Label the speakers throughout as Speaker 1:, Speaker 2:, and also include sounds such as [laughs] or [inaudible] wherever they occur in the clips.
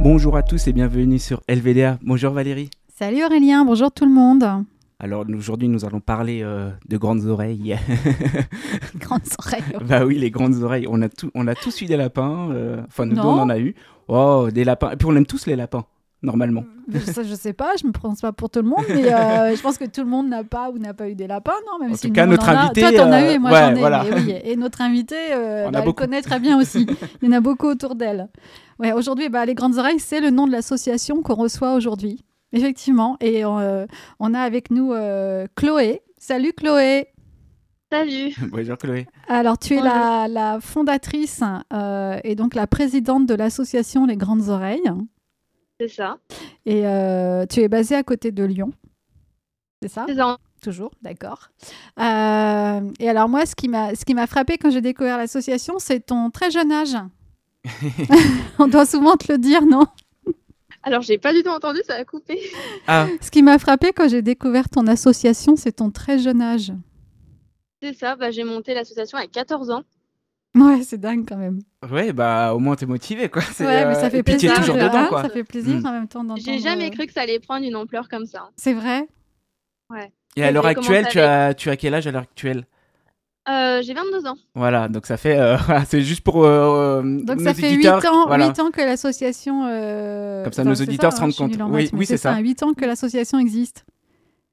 Speaker 1: Bonjour à tous et bienvenue sur LVDA. Bonjour Valérie.
Speaker 2: Salut Aurélien, bonjour tout
Speaker 1: [laughs]
Speaker 2: le monde.
Speaker 1: Alors nous- aujourd'hui nous allons parler euh, de grandes oreilles. [laughs]
Speaker 2: Grandes oreilles.
Speaker 1: bah oui les grandes oreilles. On a, tout, on a tous eu des lapins. euh, Enfin nous deux,
Speaker 2: Non.
Speaker 1: on en a eu. Oh des lapins. Et puis on aime tous les lapins normalement.
Speaker 2: Ça, je sais pas, je me prononce pas pour tout le monde, mais euh, je pense que tout le monde n'a pas ou n'a pas eu des lapins, non Même
Speaker 1: En
Speaker 2: si
Speaker 1: tout
Speaker 2: nous,
Speaker 1: cas,
Speaker 2: on
Speaker 1: notre
Speaker 2: en a-
Speaker 1: invité,
Speaker 2: Toi, t'en as eu
Speaker 1: euh,
Speaker 2: et moi
Speaker 1: ouais,
Speaker 2: j'en ai.
Speaker 1: voilà.
Speaker 2: mais oui. Et notre invité,
Speaker 1: [laughs]
Speaker 2: euh,
Speaker 1: On a
Speaker 2: bah, elle
Speaker 1: beaucoup.
Speaker 2: connaît très bien aussi. Il y en a beaucoup autour d'elle. Ouais, aujourd'hui, bah, les grandes oreilles, c'est le nom de l'association qu'on reçoit aujourd'hui. Effectivement. Et euh, on a avec nous euh, Chloé. Salut Chloé.
Speaker 3: Salut.
Speaker 2: Mm.
Speaker 1: [laughs] Bonjour Chloé.
Speaker 2: Alors, tu es la, la fondatrice euh, et donc la présidente de l'association Les Grandes Oreilles.
Speaker 3: C'est ça.
Speaker 2: Et euh, tu es basée à côté de Lyon. C'est ça
Speaker 3: C'est ça.
Speaker 2: Toujours, d'accord. Euh, et alors moi, ce qui m'a ce qui m'a frappé quand j'ai découvert l'association, c'est ton très jeune
Speaker 1: [laughs]
Speaker 2: âge. [laughs] On doit souvent te le dire, non
Speaker 3: Alors, j'ai pas du tout entendu, ça a coupé. [laughs]
Speaker 1: Ah
Speaker 2: Ce qui m'a frappé quand j'ai découvert ton association, c'est ton très jeune âge.
Speaker 3: C'est ça, bah, j'ai monté l'association à 14 ans.
Speaker 2: Ouais, c'est dingue quand même.
Speaker 1: ouais bah au moins t'es motivé quoi. C'est,
Speaker 2: Ouais, mais
Speaker 1: euh,
Speaker 2: ça fait
Speaker 1: et puis,
Speaker 2: plaisir.
Speaker 1: tu es toujours
Speaker 2: hein,
Speaker 1: dedans quoi.
Speaker 2: Ça fait plaisir
Speaker 1: Mm.
Speaker 2: en même temps d'entendre.
Speaker 3: J'ai jamais
Speaker 2: euh,
Speaker 3: cru que ça allait prendre une ampleur comme ça.
Speaker 2: C'est vrai.
Speaker 1: Et à
Speaker 3: j'ai
Speaker 1: l'heure
Speaker 3: commencé
Speaker 1: actuelle tu
Speaker 3: avec-
Speaker 1: as tu as quel âge à l'heure actuelle
Speaker 3: Euh, j'ai 22 ans.
Speaker 1: Voilà donc ça fait euh, [laughs] c'est juste pour euh,
Speaker 2: Donc
Speaker 1: nos
Speaker 2: ça fait 8
Speaker 1: auditeurs,
Speaker 2: ans,
Speaker 1: voilà.
Speaker 2: 8 ans que l'association. euh,
Speaker 1: Comme ça, nos
Speaker 2: c'est
Speaker 1: auditeurs se
Speaker 2: hein,
Speaker 1: rendent
Speaker 2: je suis
Speaker 1: compte.
Speaker 2: nulle en
Speaker 1: Oui,
Speaker 2: maths, mais
Speaker 1: oui, c'est ça.
Speaker 2: 8 ans que l'association existe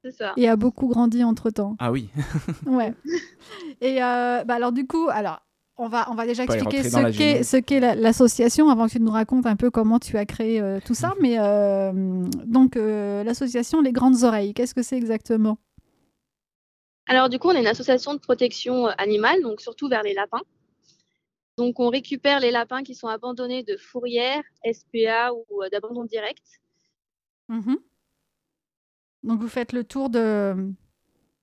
Speaker 3: C'est ça.
Speaker 2: et a beaucoup grandi entre temps.
Speaker 1: Ah oui. [laughs]
Speaker 2: Ouais. Et euh, bah alors du coup, alors on va on va déjà
Speaker 1: Pas y
Speaker 2: expliquer
Speaker 1: rentrer dans la
Speaker 2: ce qu'est
Speaker 1: genèse.
Speaker 2: ce qu'est la- l'association avant que tu nous racontes un peu comment tu as créé euh, tout
Speaker 1: [laughs]
Speaker 2: ça. Mais euh, donc euh, l'association Les Grandes Oreilles, qu'est-ce que c'est exactement
Speaker 3: Alors, du coup, on est une association de protection euh, animale, donc surtout vers les lapins. Donc, on récupère les lapins qui sont abandonnés de fourrières, SPA ou euh, d'abandon direct.
Speaker 2: Mhm. Donc vous faites le tour de.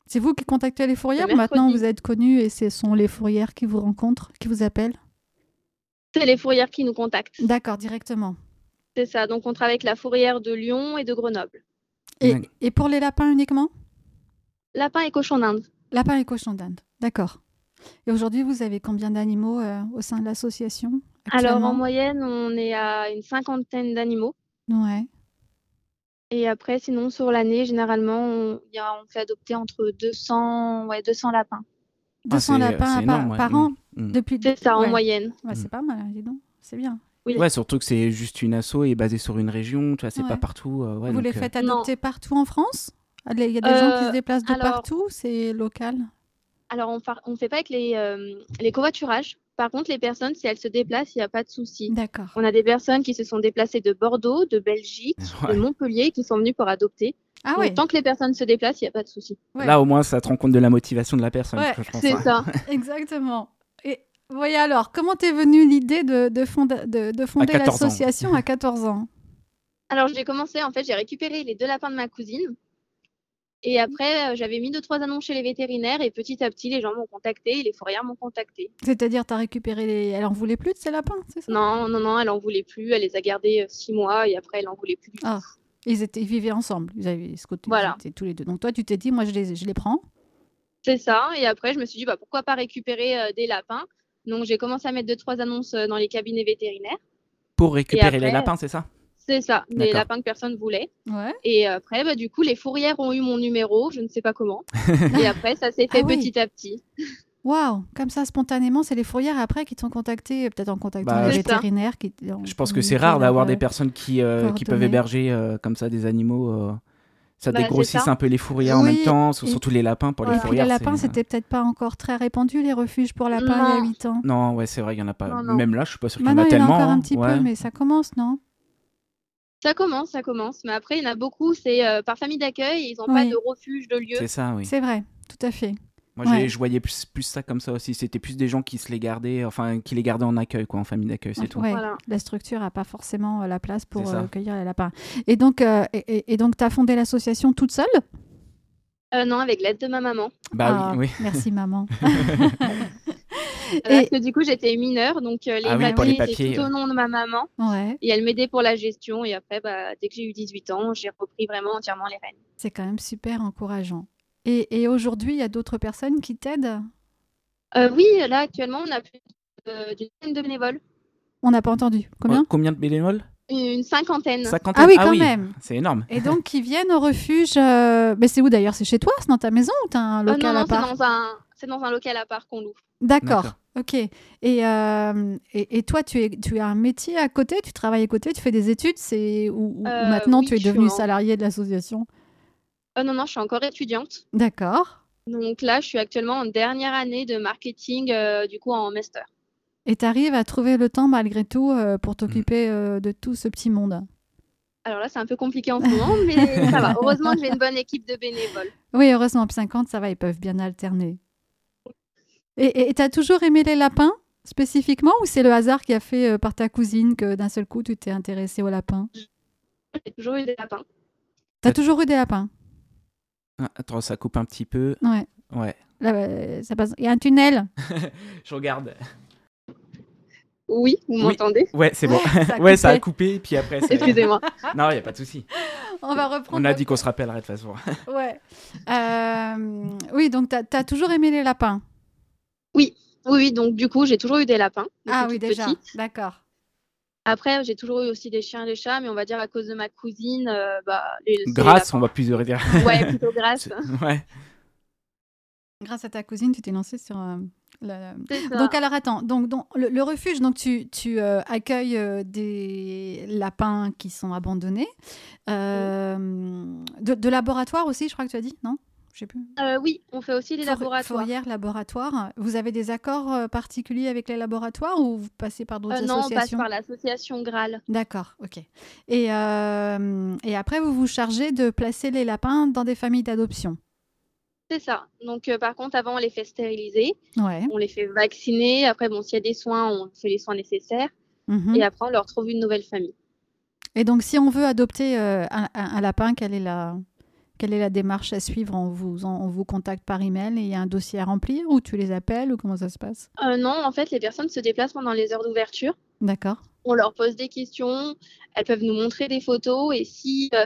Speaker 2: C'est vous qui contactez les fourrières
Speaker 3: Le
Speaker 2: ou maintenant
Speaker 3: mercredi.
Speaker 2: vous êtes connus et ce sont les fourrières qui vous rencontrent, qui vous appellent
Speaker 3: C'est les fourrières qui nous contactent.
Speaker 2: D'accord, directement.
Speaker 3: C'est ça. Donc, on travaille avec la fourrière de Lyon et de Grenoble.
Speaker 2: Et,
Speaker 1: D'accord.
Speaker 2: et pour les lapins uniquement
Speaker 3: Lapins et cochons d'Inde.
Speaker 2: Lapins et cochons d'Inde, d'accord. Et aujourd'hui, vous avez combien d'animaux euh, au sein de l'association
Speaker 3: Alors, en
Speaker 2: actuellement
Speaker 3: moyenne, on est à une cinquantaine d'animaux.
Speaker 1: Ah,
Speaker 2: Ouais.
Speaker 3: Et après, sinon, sur l'année, généralement, on, il y a- on fait adopter entre 200, ouais, 200 lapins.
Speaker 1: Ah,
Speaker 2: 200
Speaker 1: c'est-
Speaker 2: lapins
Speaker 1: c'est
Speaker 2: par,
Speaker 1: énorme, ouais.
Speaker 2: par
Speaker 1: Mm.
Speaker 2: an
Speaker 1: Mm.
Speaker 2: depuis...
Speaker 3: C'est ça,
Speaker 2: Ouais.
Speaker 3: en moyenne.
Speaker 2: Ouais, c'est pas mal, hein, dis donc. C'est bien.
Speaker 3: Oui.
Speaker 1: Ouais, surtout que c'est juste une asso et basée sur une région, tu vois, c'est
Speaker 2: Ouais.
Speaker 1: pas partout. euh, ouais,
Speaker 2: vous
Speaker 1: donc,
Speaker 2: les
Speaker 1: euh,
Speaker 2: faites
Speaker 3: Non.
Speaker 2: adopter partout en France Il y a des gens qui
Speaker 3: Euh,
Speaker 2: se déplacent de
Speaker 3: alors-
Speaker 2: partout C'est local
Speaker 3: Alors, on ne fait pas avec les, euh, les covoiturages. Par contre, les personnes, si elles se déplacent, il n'y a pas de souci.
Speaker 2: D'accord.
Speaker 3: On a des personnes qui se sont déplacées de Bordeaux, de Belgique,
Speaker 1: Ouais.
Speaker 3: de Montpellier, qui sont venues pour adopter.
Speaker 2: Ah
Speaker 3: Donc,
Speaker 2: ouais,
Speaker 3: Tant que les personnes se déplacent, il n'y a pas de souci.
Speaker 2: ouais.
Speaker 1: Là, au moins, ça te rend compte de la motivation de la personne.
Speaker 2: Ouais,
Speaker 1: je pense,
Speaker 3: C'est
Speaker 1: hein.
Speaker 3: ça.
Speaker 2: Exactement. Et voyez alors, comment t'es venue l'idée de, de, fonda- de, de fonder
Speaker 1: 14 ans.
Speaker 2: l'association à 14 ans
Speaker 3: Alors, j'ai commencé, en fait, j'ai récupéré les deux lapins de ma cousine. Et après, euh, j'avais mis deux, trois annonces chez les vétérinaires. Et petit à petit, les gens m'ont contacté, les fourrières m'ont contacté.
Speaker 2: C'est-à-dire, t'as récupéré les... Elle en voulait plus de ces lapins, c'est ça
Speaker 3: Non, non, non, elle en voulait plus. Elle les a gardés euh, six mois et après, elle en voulait plus. du tout.
Speaker 2: Ah. Ils, étaient, ils vivaient ensemble. Ils avaient ce côté.
Speaker 3: Voilà.
Speaker 2: Ils étaient tous les deux. Donc toi, tu t'es dit, moi, je les, je les prends.
Speaker 3: C'est ça. Et après, je me suis dit, bah, pourquoi pas récupérer euh, des lapins Donc, j'ai commencé à mettre deux, trois annonces euh, dans les cabinets vétérinaires.
Speaker 1: Pour récupérer les
Speaker 3: après-
Speaker 1: lapins, c'est ça
Speaker 3: C'est ça, des
Speaker 1: D'accord.
Speaker 3: lapins que personne voulait.
Speaker 2: Ouais.
Speaker 3: Et après, bah, du coup, les fourrières ont eu mon numéro, je ne sais pas comment. et après, ça s'est fait
Speaker 2: Ah oui.
Speaker 3: petit à petit.
Speaker 2: Waouh Comme ça, spontanément, c'est les fourrières après qui t'ont contacté, peut-être en contactant
Speaker 1: Bah,
Speaker 2: les
Speaker 3: C'est ça.
Speaker 2: vétérinaires. Qui, ont
Speaker 1: Je pense que c'est
Speaker 2: communiqué
Speaker 1: rare
Speaker 2: leur,
Speaker 1: d'avoir
Speaker 2: euh,
Speaker 1: des personnes qui, euh, qui peuvent
Speaker 2: coordonnées.
Speaker 1: héberger euh, comme ça des animaux. euh, Ça
Speaker 3: Bah, c'est
Speaker 1: dégrossisse
Speaker 3: ça.
Speaker 1: un peu les fourrières en
Speaker 2: Oui,
Speaker 1: même temps, sur-
Speaker 2: et-
Speaker 1: surtout les lapins pour
Speaker 2: Et
Speaker 1: les
Speaker 3: Voilà.
Speaker 2: puis les
Speaker 1: fourrières.
Speaker 2: lapins,
Speaker 1: c'est- euh,
Speaker 2: c'était peut-être pas encore très répandu, les refuges pour lapins il y a
Speaker 3: Non.
Speaker 2: 8 ans.
Speaker 1: Non, ouais, c'est vrai, il y en a pas.
Speaker 3: Non, non.
Speaker 1: Même là, je suis pas sûr qu'il y en
Speaker 2: Maintenant,
Speaker 1: a
Speaker 2: il y en a
Speaker 1: tellement.
Speaker 2: encore un
Speaker 1: hein.
Speaker 2: petit
Speaker 1: Ouais.
Speaker 2: peu, mais ça commence, non
Speaker 3: Ça commence, ça commence. Mais après, il y en a beaucoup, c'est euh, par famille d'accueil, ils n'ont pas
Speaker 2: Oui.
Speaker 3: de refuge, de lieu.
Speaker 1: C'est ça, oui.
Speaker 2: C'est vrai, tout à fait.
Speaker 1: Moi, j'ai-
Speaker 2: Ouais.
Speaker 1: je voyais plus, plus ça comme ça aussi. C'était plus des gens qui se les gardaient, enfin, qui les gardaient en accueil, quoi, en famille d'accueil, c'est tout.
Speaker 2: Ouais,
Speaker 3: Voilà.
Speaker 2: La structure n'a pas forcément euh, la place pour
Speaker 1: C'est ça.
Speaker 2: euh, cueillir les lapins. Et donc, euh, et, et- et donc tu as fondé l'association toute seule
Speaker 3: Euh, non, avec l'aide de ma maman.
Speaker 1: Bah
Speaker 2: Ah,
Speaker 1: oui, oui. [laughs]
Speaker 2: Merci, maman. [laughs]
Speaker 3: Parce
Speaker 2: Et-
Speaker 3: que du coup, j'étais mineure, donc euh, les,
Speaker 1: Ah oui,
Speaker 2: pour les
Speaker 3: papiers, c'est
Speaker 1: papiers,
Speaker 3: tout
Speaker 1: ouais.
Speaker 3: au nom de ma maman.
Speaker 2: Ouais.
Speaker 3: Et elle m'aidait pour la gestion. Et après, bah, dès que j'ai eu 18 ans, j'ai repris vraiment entièrement les rênes.
Speaker 2: C'est quand même super encourageant. Et, et aujourd'hui, il y a d'autres personnes qui t'aident
Speaker 3: Euh, oui, là, actuellement, on a plus de- euh, d'une dizaine de bénévoles.
Speaker 2: On n'a pas entendu. Combien
Speaker 1: Ouais, Combien de bénévoles
Speaker 3: Une cinquantaine.
Speaker 1: Cinquantaine.
Speaker 2: Ah oui, quand même.
Speaker 1: C'est énorme.
Speaker 2: Et donc, qui viennent au refuge. euh, Mais c'est où d'ailleurs C'est chez toi C'est dans ta maison ou t'as un
Speaker 3: Ah
Speaker 2: local
Speaker 3: non, non,
Speaker 2: à
Speaker 3: c'est
Speaker 2: part
Speaker 3: dans, un... c'est dans un local à part qu'on loue.
Speaker 2: D'accord.
Speaker 1: D'accord.
Speaker 2: Ok. Et, euh, et, et toi, tu, es, tu as un métier à côté, tu travailles à côté, tu fais des études, c'est ou, ou
Speaker 3: Euh,
Speaker 2: maintenant
Speaker 3: oui,
Speaker 2: tu es
Speaker 3: je suis
Speaker 2: devenu
Speaker 3: en-
Speaker 2: salarié de l'association.
Speaker 3: Euh, non, non, je suis encore étudiante.
Speaker 2: D'accord.
Speaker 3: Donc là, je suis actuellement en dernière année de marketing, euh, du coup, en master.
Speaker 2: Et tu arrives à trouver le temps malgré tout euh, pour t'occuper euh, de tout ce petit monde.
Speaker 3: Alors là, c'est un peu compliqué en ce
Speaker 2: [laughs]
Speaker 3: moment, mais ça va. Heureusement que j'ai une bonne équipe de bénévoles.
Speaker 2: Oui, heureusement, 50, ça va, ils peuvent bien alterner. Et tu as toujours aimé les lapins spécifiquement ou c'est le hasard qui a fait euh, par ta cousine que d'un seul coup tu t'es intéressée aux lapins
Speaker 3: J'ai toujours eu des lapins.
Speaker 2: Tu as
Speaker 1: Euh,
Speaker 2: toujours eu des lapins
Speaker 1: Ah, Attends, ça coupe un petit peu.
Speaker 2: Ouais.
Speaker 1: Ouais.
Speaker 2: Là, euh, ça passe. Il y a un tunnel.
Speaker 1: Je regarde.
Speaker 3: Oui, vous
Speaker 1: Oui.
Speaker 3: m'entendez
Speaker 1: Ouais, c'est bon.
Speaker 2: [laughs] Ça
Speaker 1: [laughs]
Speaker 2: a
Speaker 1: ouais, ça a
Speaker 2: coupé.
Speaker 1: coupé, puis après. ça-
Speaker 3: Excusez-moi.
Speaker 1: Non, il n'y a pas de souci.
Speaker 2: On va reprendre.
Speaker 1: On a dit qu'on se rappellerait de toute façon.
Speaker 2: Ouais. Euh, oui, donc tu as, toujours aimé les lapins.
Speaker 3: Oui, oui, donc du coup, j'ai toujours eu des lapins. depuis
Speaker 2: Ah oui,
Speaker 3: toute
Speaker 2: déjà.
Speaker 3: petite.
Speaker 2: D'accord.
Speaker 3: Après, j'ai toujours eu aussi des chiens et des chats, mais on va dire à cause de ma cousine, euh, bah, les- c'est les
Speaker 1: Grâce, on va plus dire.
Speaker 3: lapins. Ouais, plutôt
Speaker 1: [laughs]
Speaker 3: grâce.
Speaker 1: Ouais.
Speaker 2: Grâce à ta cousine, tu t'es lancée sur euh, la-
Speaker 3: [laughs] C'est ça.
Speaker 2: Donc alors attends, donc, donc, le, le refuge, donc tu, tu, euh, accueilles euh, des lapins qui sont abandonnés, Euh, de, de laboratoire aussi, je crois que tu as dit, non Je sais plus.
Speaker 3: Euh, oui, on fait aussi des
Speaker 2: Four-
Speaker 3: laboratoires.
Speaker 2: Fourrière, laboratoire. Vous avez des accords euh, particuliers avec les laboratoires ou vous passez par d'autres
Speaker 3: Euh, non, on passe
Speaker 2: associations
Speaker 3: par l'association Graal.
Speaker 2: D'accord, ok. Et, euh, et après, vous vous chargez de placer les lapins dans des familles d'adoption.
Speaker 3: C'est ça. Donc, euh, par contre, avant, on les fait stériliser,
Speaker 2: Ouais.
Speaker 3: on les fait vacciner. Après, bon, s'il y a des soins, on fait les soins nécessaires.
Speaker 2: Mhm.
Speaker 3: Et après, on leur trouve une nouvelle famille.
Speaker 2: Et donc, si on veut adopter euh, un, un- un lapin, quelle est la, quelle est la démarche à suivre on vous, on vous contacte par email et il y a un dossier à remplir ou tu les appelles ou comment ça se passe
Speaker 3: Euh, non, en fait, les personnes se déplacent pendant les heures d'ouverture.
Speaker 2: D'accord.
Speaker 3: On leur pose des questions. Elles peuvent nous montrer des photos. Et si euh,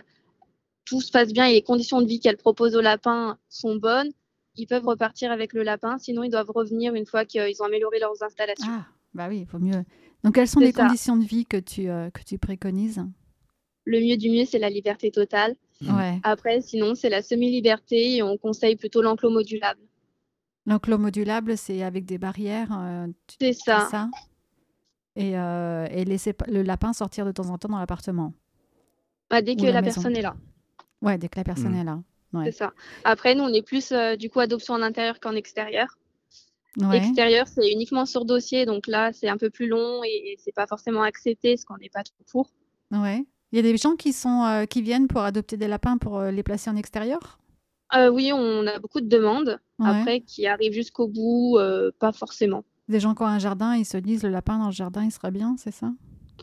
Speaker 3: tout se passe bien et les conditions de vie qu'elles proposent au lapin sont bonnes, ils peuvent repartir avec le lapin. Sinon, ils doivent revenir une fois qu'ils ont amélioré leurs installations.
Speaker 2: Ah, bah oui, il faut mieux. Donc, quelles sont
Speaker 3: C'est
Speaker 2: les
Speaker 3: ça.
Speaker 2: conditions de vie que tu, euh, que tu préconises
Speaker 3: Le mieux du mieux, c'est la liberté totale.
Speaker 1: Mhm.
Speaker 2: Ouais.
Speaker 3: Après, sinon, c'est la semi-liberté et on conseille plutôt l'enclos modulable.
Speaker 2: L'enclos modulable, c'est avec des barrières. euh, tu-
Speaker 3: C'est
Speaker 2: c'est
Speaker 3: ça.
Speaker 2: ça Et, euh, et laisser p- le lapin sortir de temps en temps dans l'appartement.
Speaker 3: Bah, dès
Speaker 2: Ou
Speaker 3: que
Speaker 2: la
Speaker 3: la
Speaker 2: maison.
Speaker 3: personne est là,
Speaker 2: Ouais, dès que la personne
Speaker 1: Mm.
Speaker 2: est là. Ouais.
Speaker 3: c'est ça. Après, nous, on est plus euh, du coup adoption en intérieur qu'en extérieur.
Speaker 2: Ouais.
Speaker 3: Extérieur, c'est uniquement sur dossier, donc là, c'est un peu plus long et, et c'est pas forcément accepté, ce qu'on n'est pas trop pour.
Speaker 2: ouais. Il y a des gens qui, sont, euh, qui viennent pour adopter des lapins pour euh, les placer en extérieur
Speaker 3: Euh, oui, on a beaucoup de demandes
Speaker 2: Ouais.
Speaker 3: après qui arrivent jusqu'au bout, euh, pas forcément.
Speaker 2: Des gens qui ont un jardin, ils se disent le lapin dans le jardin, il sera bien, c'est ça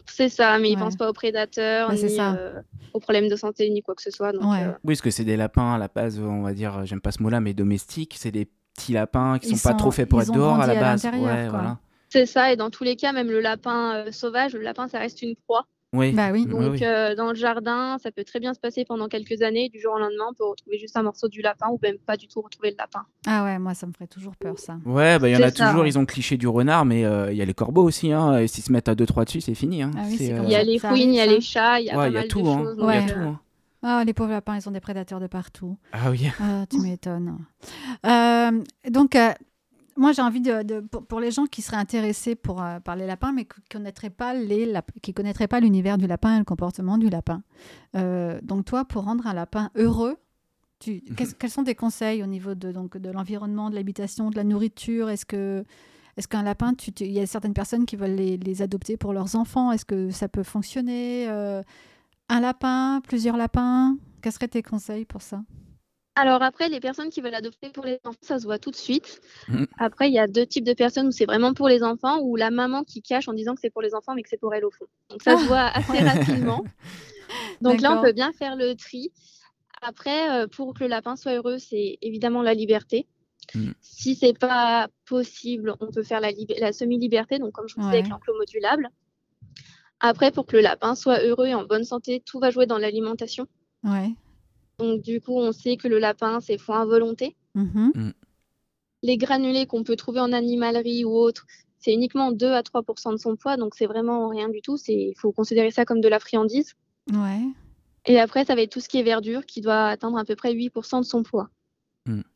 Speaker 3: C'est ça, mais ils
Speaker 2: Ouais.
Speaker 3: pensent pas aux prédateurs,
Speaker 2: Bah, c'est
Speaker 3: ni
Speaker 2: ça.
Speaker 3: euh, aux problèmes de santé, ni quoi que ce soit. Donc,
Speaker 2: Ouais.
Speaker 3: euh,
Speaker 1: Oui, parce que c'est des lapins à la base, on va dire, j'aime pas ce mot-là, mais domestiques. C'est des petits lapins qui
Speaker 2: Ils
Speaker 1: sont, pas
Speaker 2: sont-
Speaker 1: trop faits pour
Speaker 2: ils
Speaker 1: être
Speaker 2: ont
Speaker 1: dehors à la
Speaker 2: grandi à
Speaker 1: base. Ouais,
Speaker 2: l'intérieur, quoi.
Speaker 1: voilà.
Speaker 3: c'est ça, et dans tous les cas, même le lapin euh, sauvage, le lapin, ça reste une proie.
Speaker 1: Oui.
Speaker 2: Bah oui.
Speaker 1: Mm,
Speaker 3: Donc,
Speaker 1: oui.
Speaker 3: euh, dans le jardin, ça peut très bien se passer pendant quelques années. Du jour au lendemain, on peut retrouver juste un morceau du lapin ou même pas du tout retrouver le lapin.
Speaker 2: Ah ouais, moi ça me ferait toujours peur ça.
Speaker 1: Ouais, bah il y en
Speaker 3: c'est
Speaker 1: a
Speaker 3: ça.
Speaker 1: toujours, ils ont le cliché du renard, mais euh, il y a les corbeaux aussi, hein, et s'ils se mettent à 2-3 dessus, c'est fini. Hein.
Speaker 2: Ah oui, c'est
Speaker 1: euh,
Speaker 2: comme
Speaker 3: Il y a
Speaker 2: ça.
Speaker 3: les
Speaker 2: arrive,
Speaker 3: fouines, il y a
Speaker 2: ça.
Speaker 3: les chats, il y a
Speaker 1: ouais,
Speaker 3: pas
Speaker 1: il y a
Speaker 3: mal de
Speaker 1: tout, hein.
Speaker 3: choses.
Speaker 1: Il y a
Speaker 2: Ouais.
Speaker 3: donc, euh,
Speaker 1: tout, hein.
Speaker 2: Ah, les pauvres lapins, ils sont des prédateurs de partout.
Speaker 1: Ah oui.
Speaker 2: Ah, tu m'étonnes. Euh, donc, euh, moi j'ai envie de, de- pour, pour les gens qui seraient intéressés pour, euh, par les lapins, mais qui connaîtraient pas les lap- qui connaîtraient pas l'univers du lapin et le comportement du lapin. Euh, donc toi, pour rendre un lapin heureux, tu, qu'est-ce- quels sont tes conseils au niveau de donc de l'environnement, de l'habitation, de la nourriture Est-ce que est-ce qu'un lapin, tu- tu- il y a certaines personnes qui veulent les, les adopter pour leurs enfants Est-ce que ça peut fonctionner Euh, Un lapin, plusieurs lapins Quels seraient tes conseils pour ça
Speaker 3: Alors après, les personnes qui veulent adopter pour les enfants, ça se voit tout de suite.
Speaker 1: Mhm.
Speaker 3: Après, il y a deux types de personnes où c'est vraiment pour les enfants, ou la maman qui cache en disant que c'est pour les enfants, mais que c'est pour elle au fond. Donc ça se voit assez
Speaker 2: [laughs]
Speaker 3: rapidement. Donc là, on
Speaker 2: Ah. D'accord.
Speaker 3: peut bien faire le tri. Après, euh, pour que le lapin soit heureux, c'est évidemment la liberté.
Speaker 1: Mhm.
Speaker 3: Si c'est pas possible, on peut faire la, lib- la semi-liberté, donc comme je vous disais avec
Speaker 2: Ouais.
Speaker 3: l'enclos modulable. Après, pour que le lapin soit heureux et en bonne santé, tout va jouer dans l'alimentation.
Speaker 2: Ouais.
Speaker 3: Donc, du coup, on sait que le lapin, c'est foin à volonté.
Speaker 2: Mhm.
Speaker 3: Les granulés qu'on peut trouver en animalerie ou autre, c'est uniquement 2 à 3 de son poids, donc c'est vraiment rien du tout. Il faut considérer ça comme de la friandise.
Speaker 2: Ouais.
Speaker 3: Et après, ça va être tout ce qui est verdure qui doit atteindre à peu près 8 de son poids.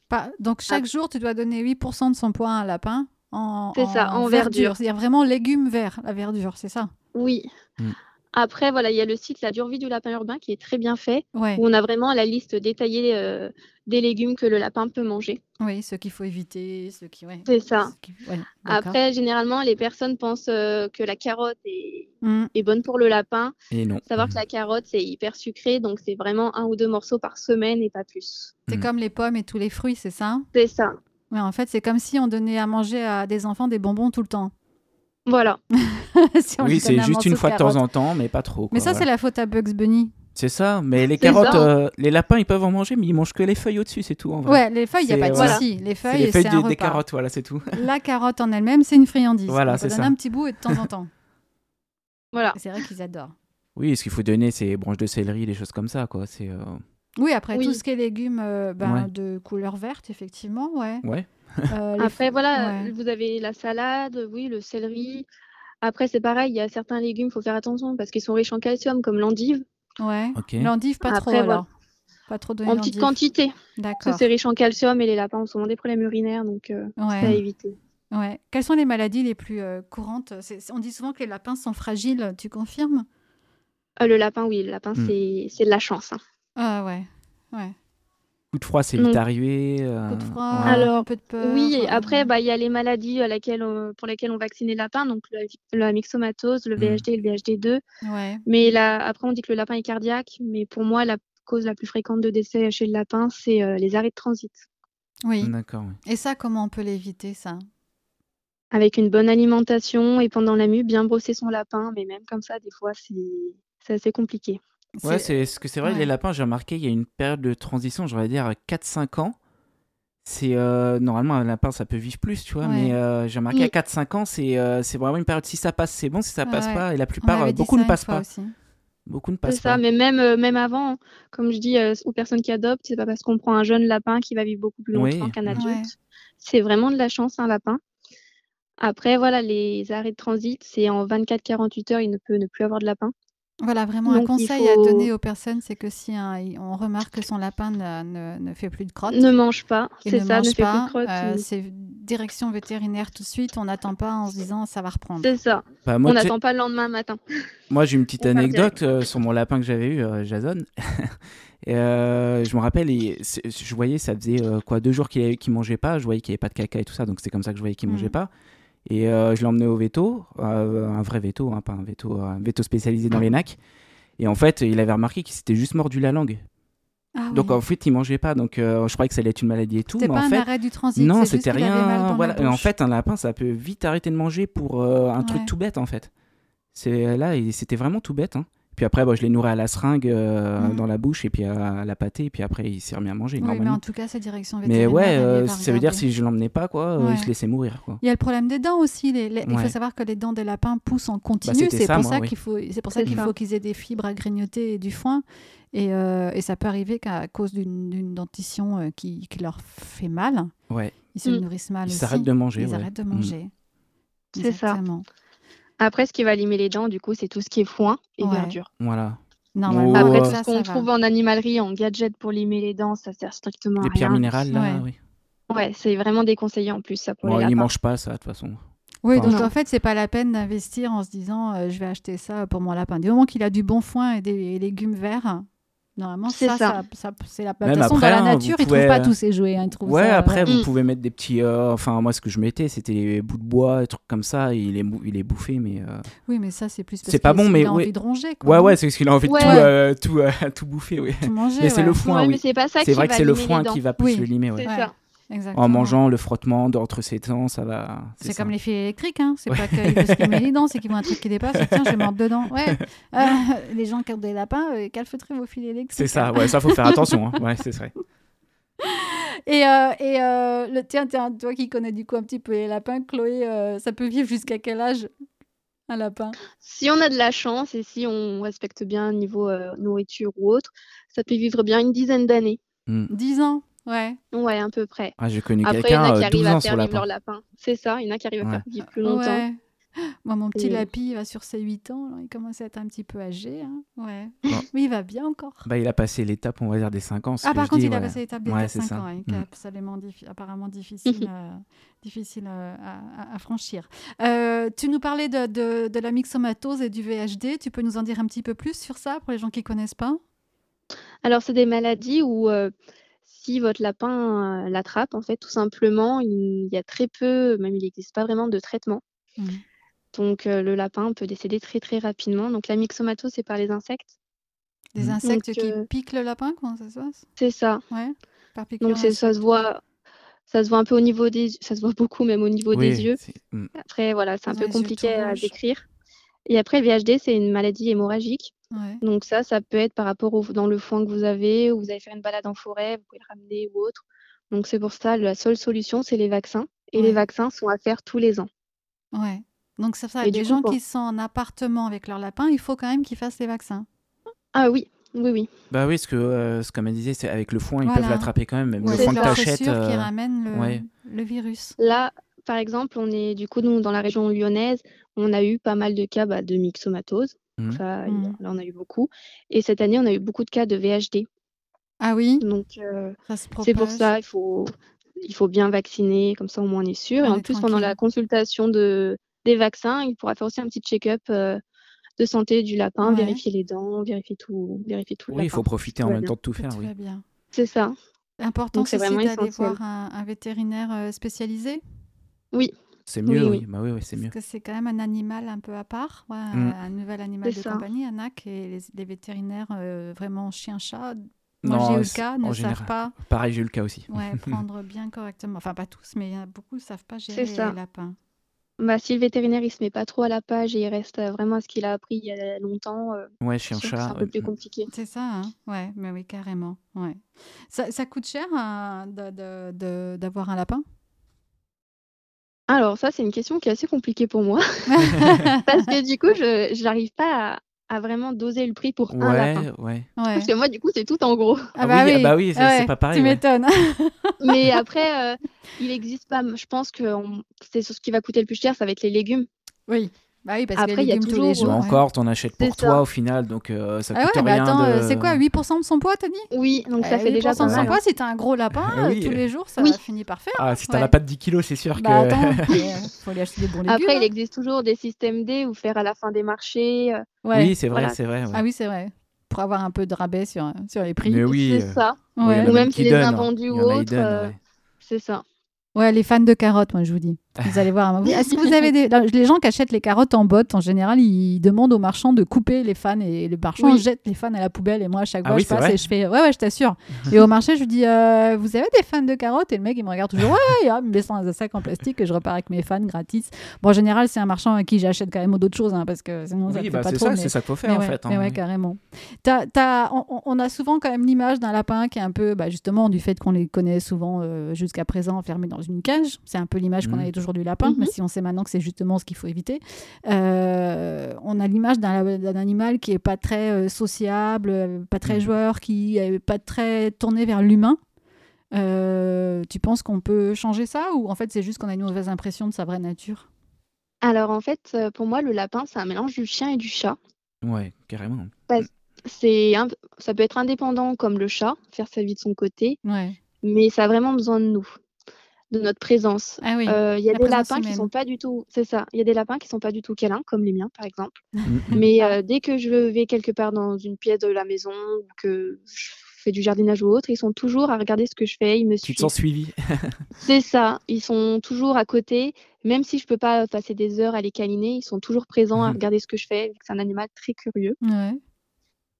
Speaker 2: Pas-
Speaker 3: Ah.
Speaker 2: donc chaque jour, tu dois donner 8% de son poids à un lapin en,
Speaker 3: C'est ça, en verdure.
Speaker 2: Il y a vraiment légumes verts, la verdure, c'est ça
Speaker 3: Oui.
Speaker 2: Hmm.
Speaker 1: Mm.
Speaker 3: Après, voilà, il y a le site La dure vie du lapin urbain qui est très bien fait,
Speaker 2: ouais.
Speaker 3: où on a vraiment la liste détaillée euh, des légumes que le lapin peut manger.
Speaker 2: Oui, ce qu'il faut éviter, ce qui... Ouais.
Speaker 3: C'est ça.
Speaker 2: Ce qui- ouais, d'accord.
Speaker 3: Après, généralement, les personnes pensent euh, que la carotte est,
Speaker 2: Mm.
Speaker 3: est bonne pour le lapin.
Speaker 1: Et non.
Speaker 3: Savoir que la carotte, c'est hyper sucré, donc c'est vraiment un ou deux morceaux par semaine et pas plus.
Speaker 2: C'est
Speaker 1: Mm.
Speaker 2: comme les pommes et tous les fruits, c'est ça
Speaker 3: C'est ça.
Speaker 2: Ouais, en fait, c'est comme si on donnait à manger à des enfants des bonbons tout le temps. [laughs]
Speaker 3: Voilà.
Speaker 2: Si on
Speaker 1: Oui,
Speaker 2: lui
Speaker 1: c'est
Speaker 2: donne un
Speaker 1: juste une
Speaker 2: morceau
Speaker 1: fois de temps
Speaker 2: carotte.
Speaker 1: en temps, mais pas trop.
Speaker 2: Mais
Speaker 1: quoi,
Speaker 2: ça,
Speaker 1: voilà.
Speaker 2: c'est la faute à Bugs Bunny.
Speaker 1: C'est ça, mais les
Speaker 3: C'est ça.
Speaker 1: carottes, euh, les lapins, ils peuvent en manger, mais ils mangent que les feuilles au-dessus, c'est tout. En vrai.
Speaker 2: Ouais, les feuilles, il n'y a
Speaker 1: C'est-
Speaker 2: pas de
Speaker 1: voilà.
Speaker 2: souci.
Speaker 1: c'est
Speaker 2: Les feuilles,
Speaker 1: les feuilles
Speaker 2: c'est un
Speaker 1: des, des
Speaker 2: repas.
Speaker 1: carottes, voilà, c'est tout. [laughs]
Speaker 2: La carotte en elle-même, c'est une friandise.
Speaker 1: Voilà,
Speaker 2: on
Speaker 1: c'est
Speaker 2: peut
Speaker 1: ça.
Speaker 2: donner un petit bout et de temps en temps.
Speaker 3: Voilà.
Speaker 2: Et C'est vrai qu'ils adorent.
Speaker 1: Oui, ce qu'il faut donner, c'est branches de céleri, des choses comme ça, quoi. C'est euh,
Speaker 2: Oui, après
Speaker 3: Oui.
Speaker 2: tout ce qui est légumes euh, ben,
Speaker 1: Ouais.
Speaker 2: de couleur verte, effectivement,
Speaker 1: [laughs]
Speaker 2: ouais.
Speaker 1: ouais.
Speaker 2: Euh, les
Speaker 3: Après, voilà,
Speaker 2: ouais.
Speaker 3: vous avez la salade, oui, le céleri. Après, c'est pareil, il y a certains légumes, il faut faire attention parce qu'ils sont riches en calcium, comme l'endive,
Speaker 2: f- ouais.
Speaker 1: Ok.
Speaker 2: L'endive, pas
Speaker 3: Après,
Speaker 2: trop
Speaker 3: voilà.
Speaker 2: alors. Pas trop donner
Speaker 3: en petite
Speaker 2: l'endive.
Speaker 3: quantité. Parce
Speaker 2: D'accord.
Speaker 3: que c'est riche en calcium et les lapins ont souvent des problèmes urinaires, donc euh, c'est à
Speaker 2: Ouais.
Speaker 3: éviter.
Speaker 2: ouais. Quelles sont les maladies les plus euh, courantes C'est- c'est- On dit souvent que les lapins sont fragiles, tu confirmes
Speaker 3: Euh, le lapin, oui, le lapin,
Speaker 1: Hmm.
Speaker 3: c'est c'est de la chance. hein.
Speaker 2: Ah ouais. ouais.
Speaker 1: Coup de froid, c'est vite
Speaker 3: Non.
Speaker 1: arrivé. euh,
Speaker 2: Coup de froid,
Speaker 1: ouais.
Speaker 3: Alors,
Speaker 2: un peu de peur.
Speaker 3: oui, et
Speaker 2: euh,
Speaker 3: après, bah, il y a les maladies à laquelle on- pour lesquelles on vaccine les lapins, donc le- la myxomatose, le
Speaker 1: Hmm.
Speaker 3: VHD et le VHD2.
Speaker 2: Ouais.
Speaker 3: Mais là, après, on dit que le lapin est cardiaque, mais pour moi, la cause la plus fréquente de décès chez le lapin, c'est euh, les arrêts de transit.
Speaker 2: Oui.
Speaker 1: D'accord. oui.
Speaker 2: Et ça, comment on peut l'éviter, ça
Speaker 3: avec une bonne alimentation et pendant la mue, bien brosser son lapin. Mais même comme ça, des fois, c'est c'est assez compliqué.
Speaker 1: Ouais, c'est ce que c'est vrai,
Speaker 2: ouais.
Speaker 1: les lapins, j'ai remarqué, il y a une période de transition, j'aurais dire 4-5 ans. C'est euh, normalement un lapin, ça peut vivre plus, tu vois,
Speaker 2: Ouais.
Speaker 1: mais euh, j'ai remarqué
Speaker 3: Mm.
Speaker 1: à 4-5 ans, c'est euh, c'est vraiment une période. Si ça passe, c'est bon, si ça passe
Speaker 2: Ouais.
Speaker 1: pas, et la
Speaker 2: On
Speaker 1: plupart,
Speaker 2: avait
Speaker 1: euh,
Speaker 2: dit
Speaker 1: beaucoup
Speaker 2: ça
Speaker 1: ne
Speaker 2: une
Speaker 1: passent
Speaker 2: fois
Speaker 1: pas.
Speaker 2: aussi.
Speaker 1: Beaucoup ne
Speaker 3: C'est
Speaker 1: passent
Speaker 3: ça,
Speaker 1: pas.
Speaker 3: mais même, euh, même avant, hein, comme je dis euh, aux personnes qui adoptent, c'est pas parce qu'on prend un jeune lapin qui va vivre beaucoup plus
Speaker 1: Oui.
Speaker 3: longtemps qu'un
Speaker 1: Ouais.
Speaker 3: adulte. C'est vraiment de la chance, un lapin. Après, voilà, les arrêts de transit, c'est en 24-48 heures, il ne peut ne plus avoir de lapin.
Speaker 2: Voilà, vraiment un
Speaker 3: Donc, il
Speaker 2: conseil
Speaker 3: faut-
Speaker 2: à donner aux personnes, c'est que si un- il- on remarque que son lapin ne, ne- ne fait plus de crotte,
Speaker 3: Ne mange pas,
Speaker 2: il
Speaker 3: c'est
Speaker 2: ne
Speaker 3: ça,
Speaker 2: mange
Speaker 3: ne fait plus
Speaker 2: pas,
Speaker 3: de crotte.
Speaker 2: euh,
Speaker 3: il-
Speaker 2: c'est direction vétérinaire tout de suite, on n'attend pas en se disant ça va reprendre.
Speaker 3: C'est ça,
Speaker 1: Bah, moi,
Speaker 3: on
Speaker 1: tu sais-
Speaker 3: n'attend pas le lendemain matin.
Speaker 1: Moi, j'ai une petite
Speaker 3: On part
Speaker 1: anecdote euh, sur mon lapin que j'avais eu, euh, Jason. [laughs] Et, euh, je me rappelle, il- c'est- je voyais, ça faisait euh, quoi deux jours qu'il avait- qu'il mangeait pas. Je voyais qu'il n'y avait pas de caca et tout ça, donc c'est comme ça que je voyais qu'il
Speaker 2: Mm.
Speaker 1: mangeait pas. Et euh, je l'ai emmené au veto, euh, un vrai veto, hein, pas un veto, euh, un veto spécialisé dans les nacs. Et en fait, il avait remarqué qu'il s'était juste mordu la langue.
Speaker 2: Ah oui.
Speaker 1: Donc en fait, il mangeait pas. Donc euh, je croyais que ça allait être une maladie et tout, mais
Speaker 2: c'était pas
Speaker 1: en
Speaker 2: un
Speaker 1: fait,
Speaker 2: arrêt du transit,
Speaker 1: non,
Speaker 2: c'est juste
Speaker 1: c'était
Speaker 2: qu'il avait mal dans
Speaker 1: rien.
Speaker 2: la
Speaker 1: Voilà. Et en
Speaker 2: bouche.
Speaker 1: fait, un lapin, ça peut vite arrêter de manger pour euh, un
Speaker 2: Ouais.
Speaker 1: truc tout bête, en fait. C'est là, il- c'était vraiment tout bête. hein. Puis après, bon, je l'ai nourri à la seringue euh,
Speaker 2: Mhm.
Speaker 1: dans la bouche et puis à la pâtée. Et puis après, il s'est remis à manger
Speaker 2: Oui, mais
Speaker 1: normalement.
Speaker 2: en tout cas, c'est direction
Speaker 1: Mais,
Speaker 2: vétérinaire.
Speaker 1: ouais,
Speaker 2: elle
Speaker 1: euh,
Speaker 2: va
Speaker 1: ça veut dire
Speaker 2: regarder.
Speaker 1: si je l'emmenais pas, quoi, euh,
Speaker 2: Ouais.
Speaker 1: je laissais mourir, quoi.
Speaker 2: Il y a le problème des dents aussi. les- les- Il faut
Speaker 1: Ouais. Bah,
Speaker 2: savoir que les dents des lapins poussent en continu.
Speaker 1: c'était
Speaker 2: c'est
Speaker 1: ça,
Speaker 2: pour
Speaker 1: moi,
Speaker 2: ça
Speaker 1: oui.
Speaker 2: qu'il faut, c'est pour ça
Speaker 3: C'est
Speaker 2: qu'il
Speaker 3: ça.
Speaker 2: faut qu'ils aient des fibres à grignoter et du foin. Et, euh, et ça peut arriver qu'à cause d'une d'une dentition euh, qui, qui leur fait mal,
Speaker 1: Ouais.
Speaker 2: ils se
Speaker 3: Mm.
Speaker 2: nourrissent mal
Speaker 1: Ils
Speaker 2: aussi.
Speaker 1: s'arrêtent de manger.
Speaker 2: Ah, Ils
Speaker 1: ouais.
Speaker 2: arrêtent de
Speaker 1: Mhm.
Speaker 2: manger.
Speaker 3: C'est ça.
Speaker 2: Exactement.
Speaker 3: Après, ce qui va limer les dents, du coup, c'est tout ce qui est foin et
Speaker 2: Ouais.
Speaker 3: verdure.
Speaker 1: Voilà.
Speaker 2: Normalement,
Speaker 1: Ou,
Speaker 3: Après,
Speaker 1: euh,
Speaker 3: tout
Speaker 2: ça,
Speaker 3: ce qu'on
Speaker 2: ça va.
Speaker 3: trouve en animalerie, en gadget pour limer les dents, ça sert strictement à
Speaker 1: Les pierres
Speaker 3: rien.
Speaker 1: minérales, là,
Speaker 2: Ah, Ouais.
Speaker 1: oui.
Speaker 3: Ouais, c'est vraiment déconseillé en plus, ça, pour
Speaker 1: Bon,
Speaker 3: les
Speaker 1: ils
Speaker 3: lapins.
Speaker 1: mangent pas, ça, de toute façon.
Speaker 2: Oui,
Speaker 1: Enfin,
Speaker 2: donc
Speaker 3: non.
Speaker 2: en fait, c'est pas la peine d'investir en se disant euh, je vais acheter ça pour mon lapin. Du moment qu'il a du bon foin et des légumes verts, normalement,
Speaker 3: C'est
Speaker 2: ça, ça. ça-
Speaker 3: ça.
Speaker 2: c'est la de toute
Speaker 1: Même
Speaker 2: façon,
Speaker 1: après,
Speaker 2: dans la
Speaker 1: hein, vous
Speaker 2: nature, ils
Speaker 1: pouvez-
Speaker 2: trouvent pas tous ces jouets. hein, ils trouvent
Speaker 1: Ouais,
Speaker 2: ça,
Speaker 1: après, vous
Speaker 3: Mm.
Speaker 1: pouvez mettre des petits. euh, enfin, moi, ce que je mettais, c'était des bouts de bois, des trucs comme ça. et Il est, mou- il est bouffé, mais. euh,
Speaker 2: Oui, mais ça, c'est plus parce
Speaker 1: C'est pas
Speaker 2: que
Speaker 1: bon,
Speaker 2: s'il
Speaker 1: mais
Speaker 2: a
Speaker 1: oui.
Speaker 2: envie de ronger.
Speaker 1: Ouais,
Speaker 2: quoi.
Speaker 1: ouais, c'est parce qu'il a envie de
Speaker 3: Ouais.
Speaker 1: tout, euh, tout, euh, [laughs] tout bouffer, oui.
Speaker 2: Tout manger.
Speaker 1: Mais c'est
Speaker 2: ouais.
Speaker 1: le foin,
Speaker 3: Ouais, mais
Speaker 1: oui.
Speaker 3: c'est pas ça
Speaker 1: C'est
Speaker 3: qui
Speaker 1: vrai que
Speaker 3: va
Speaker 1: c'est le
Speaker 3: limer les
Speaker 1: foin
Speaker 3: dents.
Speaker 1: qui va plus
Speaker 2: Oui.
Speaker 1: le limer,
Speaker 3: C'est
Speaker 1: ouais.
Speaker 2: Ouais,
Speaker 3: ça.
Speaker 2: Exactement.
Speaker 1: En mangeant, le frottement, entre ses dents, ça va.
Speaker 2: C'est
Speaker 1: ça.
Speaker 2: comme les fils électriques, hein. c'est pas qu'ils veulent se
Speaker 1: [laughs]
Speaker 2: limer les dents, c'est qu'ils voient un truc qui dépasse, et tiens, je vais mordre dedans. Ouais. Euh, les gens qui ont des lapins, euh, calfeutrez vos fils électriques.
Speaker 1: C'est ça, ouais, ça faut
Speaker 3: [laughs]
Speaker 1: faire attention, hein. ouais, c'est vrai.
Speaker 2: Et, euh, et euh, le, tiens, tiens, toi qui connais du coup un petit peu les lapins, Chloé, euh, ça peut vivre jusqu'à quel âge un lapin
Speaker 3: Si on a de la chance et si on respecte bien niveau euh, nourriture ou autre, ça peut vivre bien une dizaine d'années.
Speaker 2: 10 ans Ouais.
Speaker 3: Ouais, à peu près.
Speaker 1: Mm. Ah, j'ai connu
Speaker 3: Après, il y en
Speaker 1: quelqu'un
Speaker 3: a qui
Speaker 1: euh, 12
Speaker 3: arrivent à
Speaker 1: ans sur
Speaker 3: faire
Speaker 1: la
Speaker 3: vivre leur lapin. C'est ça, il y en a qui arrivent
Speaker 1: Ouais.
Speaker 3: à faire vivre plus longtemps.
Speaker 2: Ouais. Moi, mon petit
Speaker 3: Et-
Speaker 2: Lapi, il va sur ses 8 ans. alors il commence à être un petit peu âgé. hein. Ouais.
Speaker 1: Bon.
Speaker 2: [laughs] Mais il va bien encore.
Speaker 1: Bah, il a passé l'étape, on va dire, des 5 ans. c'est ce
Speaker 2: Ah,
Speaker 1: que
Speaker 2: par
Speaker 1: je
Speaker 2: contre,
Speaker 1: dis,
Speaker 2: il a
Speaker 1: ouais.
Speaker 2: passé l'étape des
Speaker 1: Ouais,
Speaker 2: 5
Speaker 1: c'est ça.
Speaker 2: ans, hein, qui est
Speaker 1: Mm.
Speaker 2: absolument diffi- apparemment
Speaker 3: [laughs]
Speaker 2: difficile, euh, difficile euh, à, à- à franchir. Euh, tu nous parlais de, de- de la mixomatose et du VHD. Tu peux nous en dire un petit peu plus sur ça pour les gens qui connaissent pas
Speaker 3: Alors, c'est des maladies où euh, si votre lapin euh, l'attrape, en fait, tout simplement, il y a très peu, même il n'existe pas vraiment de traitement.
Speaker 2: Mhm.
Speaker 3: Donc, euh, le lapin peut décéder très, très rapidement. Donc, la myxomatose, c'est par les insectes.
Speaker 2: Des
Speaker 1: Mm.
Speaker 2: insectes
Speaker 3: Donc,
Speaker 2: qui
Speaker 3: euh,
Speaker 2: piquent le lapin, comment ça se passe
Speaker 3: C'est ça.
Speaker 2: Ouais. Par piqûre
Speaker 3: Donc, c'est- ça se
Speaker 2: d'insecte.
Speaker 3: voit. Ça se voit un peu au niveau des ça se voit beaucoup même au niveau des
Speaker 1: Oui,
Speaker 3: yeux.
Speaker 1: c'est- mm.
Speaker 3: Après voilà, c'est un
Speaker 2: Ils ont les
Speaker 3: peu
Speaker 2: yeux tout
Speaker 3: compliqué à
Speaker 2: rouges.
Speaker 3: décrire. Et après le VHD, c'est une maladie hémorragique.
Speaker 2: Ouais.
Speaker 3: Donc ça, ça peut être par rapport au, dans le foin que vous avez, ou vous allez faire une balade en forêt, vous pouvez le ramener ou autre. Donc c'est pour ça, la seule solution, c'est les vaccins. Et
Speaker 2: Ouais.
Speaker 3: les vaccins sont à faire tous les ans.
Speaker 2: ouais. Donc, c'est ça,
Speaker 3: Et
Speaker 2: les
Speaker 3: du coup,
Speaker 2: gens
Speaker 3: pour-
Speaker 2: qui sont en appartement avec leur lapin, il faut quand même qu'ils fassent les vaccins.
Speaker 3: Ah oui, oui, oui.
Speaker 1: Bah oui, ce que, euh, ce comme elle disait, c'est avec le foin, ils
Speaker 2: Voilà.
Speaker 1: peuvent l'attraper quand même. Même
Speaker 3: Ouais,
Speaker 1: le foin
Speaker 3: c'est
Speaker 1: que
Speaker 3: ça.
Speaker 1: t'achètes.
Speaker 2: sûr qu'ils
Speaker 1: euh,
Speaker 2: ramènent le,
Speaker 1: ouais.
Speaker 2: le virus.
Speaker 3: Là, par exemple, on est du coup, nous, dans la région lyonnaise, on a eu pas mal de cas bah, de myxomatose.
Speaker 1: Mhm.
Speaker 3: Ça, il-
Speaker 2: Mhm.
Speaker 3: là, on a eu beaucoup. Et cette année, on a eu beaucoup de cas de VHD.
Speaker 2: Ah oui,
Speaker 3: Donc euh,
Speaker 2: ça se propage.
Speaker 3: c'est pour ça, il faut, il faut bien vacciner, comme ça au moins on est sûr. Et
Speaker 2: On
Speaker 3: en
Speaker 2: est
Speaker 3: plus, pendant la
Speaker 2: tranquille.
Speaker 3: consultation de, des vaccins, il pourra faire aussi un petit check-up euh, de santé du lapin,
Speaker 2: Ouais.
Speaker 3: vérifier les dents, vérifier tout, vérifier tout. le
Speaker 1: Oui, il
Speaker 3: lapin.
Speaker 1: faut profiter en
Speaker 3: Tout va
Speaker 1: même
Speaker 3: bien.
Speaker 1: temps de tout
Speaker 2: Que
Speaker 1: faire.
Speaker 2: tout
Speaker 1: Oui.
Speaker 2: va bien.
Speaker 3: C'est ça.
Speaker 2: L'important,
Speaker 3: Donc,
Speaker 2: c'est
Speaker 3: c'est
Speaker 2: aussi
Speaker 3: vraiment
Speaker 2: d'aller
Speaker 3: essentiel.
Speaker 2: voir un, un vétérinaire euh, spécialisé,
Speaker 1: C'est
Speaker 3: Oui,
Speaker 1: mieux, oui.
Speaker 3: oui.
Speaker 1: Bah oui, oui, c'est
Speaker 2: parce
Speaker 1: mieux.
Speaker 2: que c'est quand même un animal un peu à part, ouais, un-
Speaker 1: Mm.
Speaker 2: un nouvel animal
Speaker 3: C'est
Speaker 2: de
Speaker 3: ça.
Speaker 2: compagnie, un ac, et les, les vétérinaires euh, vraiment chien-chat, moi j'ai
Speaker 1: Non,
Speaker 2: eu le cas, ne
Speaker 1: en
Speaker 2: savent
Speaker 1: général.
Speaker 2: pas
Speaker 1: Pareil, j'ai eu le cas aussi. [laughs]
Speaker 2: ouais, prendre bien correctement. Enfin, pas tous, mais il y en a beaucoup ne savent pas gérer
Speaker 3: ça.
Speaker 2: les lapins.
Speaker 3: Bah, si le vétérinaire il se met pas trop à la page et il reste euh, vraiment à ce qu'il a appris il y a longtemps, euh,
Speaker 1: Ouais,
Speaker 3: c'est
Speaker 1: chien,
Speaker 3: sûr que c'est
Speaker 1: chat.
Speaker 3: un peu
Speaker 1: ouais.
Speaker 3: plus compliqué.
Speaker 2: C'est ça, hein ouais, mais oui, carrément. Ouais. Ça, ça coûte cher hein, de- de- de- d'avoir
Speaker 1: [laughs]
Speaker 2: un lapin
Speaker 3: Alors ça, c'est une question qui est assez compliquée pour moi [laughs] parce que du coup, je je n'arrive pas à, à vraiment doser le prix pour un lapin.
Speaker 1: Ouais, ouais.
Speaker 2: Ouais.
Speaker 3: Parce que moi, du coup, c'est tout en gros.
Speaker 1: Ah oui, ah bah oui, c'est-
Speaker 2: Ah
Speaker 1: c'est
Speaker 2: ouais,
Speaker 1: pas pareil,
Speaker 2: Tu
Speaker 1: ouais.
Speaker 2: m'étonnes. [laughs]
Speaker 3: Mais après, euh, il existe pas. Je pense que on- c'est sur ce qui va coûter le plus cher, ça va être les légumes.
Speaker 2: Oui. Bah oui, parce
Speaker 3: Après,
Speaker 2: qu'il
Speaker 3: il
Speaker 2: y
Speaker 3: y
Speaker 2: a
Speaker 3: a
Speaker 2: légumes tous les
Speaker 3: toujours, euh,
Speaker 1: Ou
Speaker 2: jours. ouais.
Speaker 1: encore, t'en achètes
Speaker 3: C'est
Speaker 1: pour
Speaker 3: ça.
Speaker 1: toi au final, donc euh, ça
Speaker 2: Ah
Speaker 1: coûte
Speaker 2: ouais, mais
Speaker 1: rien.
Speaker 2: attends,
Speaker 1: de-
Speaker 2: euh, c'est quoi 8% de son poids, t'as dit
Speaker 3: Oui, donc ça
Speaker 2: Eh,
Speaker 3: fait déjà
Speaker 2: 8%
Speaker 3: pas
Speaker 2: de son
Speaker 3: mal.
Speaker 2: poids, si t'as un gros lapin,
Speaker 1: Ah
Speaker 2: euh,
Speaker 1: oui,
Speaker 2: tous
Speaker 1: euh,
Speaker 2: les jours, ça
Speaker 3: oui.
Speaker 2: finit par faire.
Speaker 1: Ah, si t'en
Speaker 2: Ouais.
Speaker 1: as pas de 10 kilos, c'est sûr
Speaker 2: Bah
Speaker 1: que.
Speaker 2: attends,
Speaker 1: [laughs]
Speaker 2: mais, euh, faut aller acheter des bons légumes.
Speaker 3: Après,
Speaker 2: hein.
Speaker 3: il existe toujours des systèmes D ou faire à la fin des marchés. euh,
Speaker 2: hein. Ouais.
Speaker 1: Oui, c'est vrai,
Speaker 3: Voilà.
Speaker 1: c'est vrai. ouais.
Speaker 2: Ah oui, c'est vrai. Pour avoir un peu de rabais sur, euh, sur les prix.
Speaker 1: Mais oui.
Speaker 3: c'est
Speaker 1: euh,
Speaker 3: ça.
Speaker 1: oui, il y en
Speaker 2: Ouais.
Speaker 1: a
Speaker 3: Ou même
Speaker 1: qui
Speaker 3: si les
Speaker 1: donnent,
Speaker 3: invendus
Speaker 1: il y
Speaker 3: ou
Speaker 1: en a, ils
Speaker 3: autres,
Speaker 1: donnent,
Speaker 3: euh,
Speaker 1: ouais.
Speaker 3: C'est ça.
Speaker 2: Ouais, les fans de carottes, moi, je vous dis. Vous allez voir. un moment. Est-ce que vous avez des... Non, Les gens qui achètent les carottes en botte, en général, ils demandent aux marchands de couper les fans et le marchand
Speaker 3: Oui.
Speaker 2: jette les fans à la poubelle. Et moi, à chaque
Speaker 1: Ah
Speaker 2: fois,
Speaker 1: oui,
Speaker 2: je
Speaker 1: c'est
Speaker 2: passe
Speaker 1: vrai
Speaker 2: et je fais Ouais, ouais, je t'assure. et au marché, je lui dis Euh, Vous avez des fans de carottes Et le mec, il me regarde toujours Ouais, ouais, il me laisse dans un sac en plastique et je repars avec mes fans gratis. Bon, en général, c'est un marchand à qui j'achète quand même d'autres choses, hein, parce que sinon, ça ne
Speaker 1: Oui,
Speaker 2: fait
Speaker 1: bah,
Speaker 2: pas
Speaker 1: c'est
Speaker 2: trop.
Speaker 1: ça,
Speaker 2: mais-
Speaker 1: c'est ça qu'il faut
Speaker 2: mais
Speaker 1: faire en
Speaker 2: ouais,
Speaker 1: fait.
Speaker 2: mais
Speaker 1: hein,
Speaker 2: ouais,
Speaker 1: oui.
Speaker 2: carrément. T'as- t'as- on- on, on a souvent quand même l'image d'un lapin qui est un peu, bah, justement, du fait qu'on les connaît souvent euh, jusqu'à présent enfermés dans une cage. C'est un peu l'image qu'on
Speaker 1: Mhm.
Speaker 2: avait toujours du lapin,
Speaker 3: Mhm.
Speaker 2: mais si on sait maintenant que c'est justement ce qu'il faut éviter. Euh, on a l'image d'un la- d'un animal qui est pas très euh, sociable, euh, pas très
Speaker 1: Mhm.
Speaker 2: joueur, qui est pas très tourné vers l'humain. Euh, tu penses qu'on peut changer ça ou en fait c'est juste qu'on a une mauvaise impression de sa vraie nature
Speaker 3: Alors en fait, euh, pour moi, le lapin, c'est un mélange du chien et du chat.
Speaker 1: Ouais, carrément.
Speaker 3: C'est un- Ça peut être indépendant comme le chat, faire sa vie de son côté,
Speaker 2: Ouais.
Speaker 3: mais ça a vraiment besoin de nous, de notre présence.
Speaker 2: Ah oui.
Speaker 3: Euh, Il y a
Speaker 2: la
Speaker 3: des
Speaker 2: présence
Speaker 3: lapins qui
Speaker 2: humaine.
Speaker 3: sont pas du tout, c'est ça. Il y a des lapins qui sont pas du tout câlins, comme les miens par exemple.
Speaker 1: Mm, mm.
Speaker 3: Mais euh, dès que je vais quelque part dans une pièce de la maison ou que je fais du jardinage ou autre, ils sont toujours à regarder ce que je fais, ils me
Speaker 1: Tu te
Speaker 3: suivent.
Speaker 1: sens suivi.
Speaker 3: C'est ça, ils sont toujours à côté, même si je peux pas passer des heures à les câliner, ils sont toujours présents à
Speaker 1: Mhm.
Speaker 3: regarder ce que je fais. vu que C'est un animal très curieux.
Speaker 2: Ouais.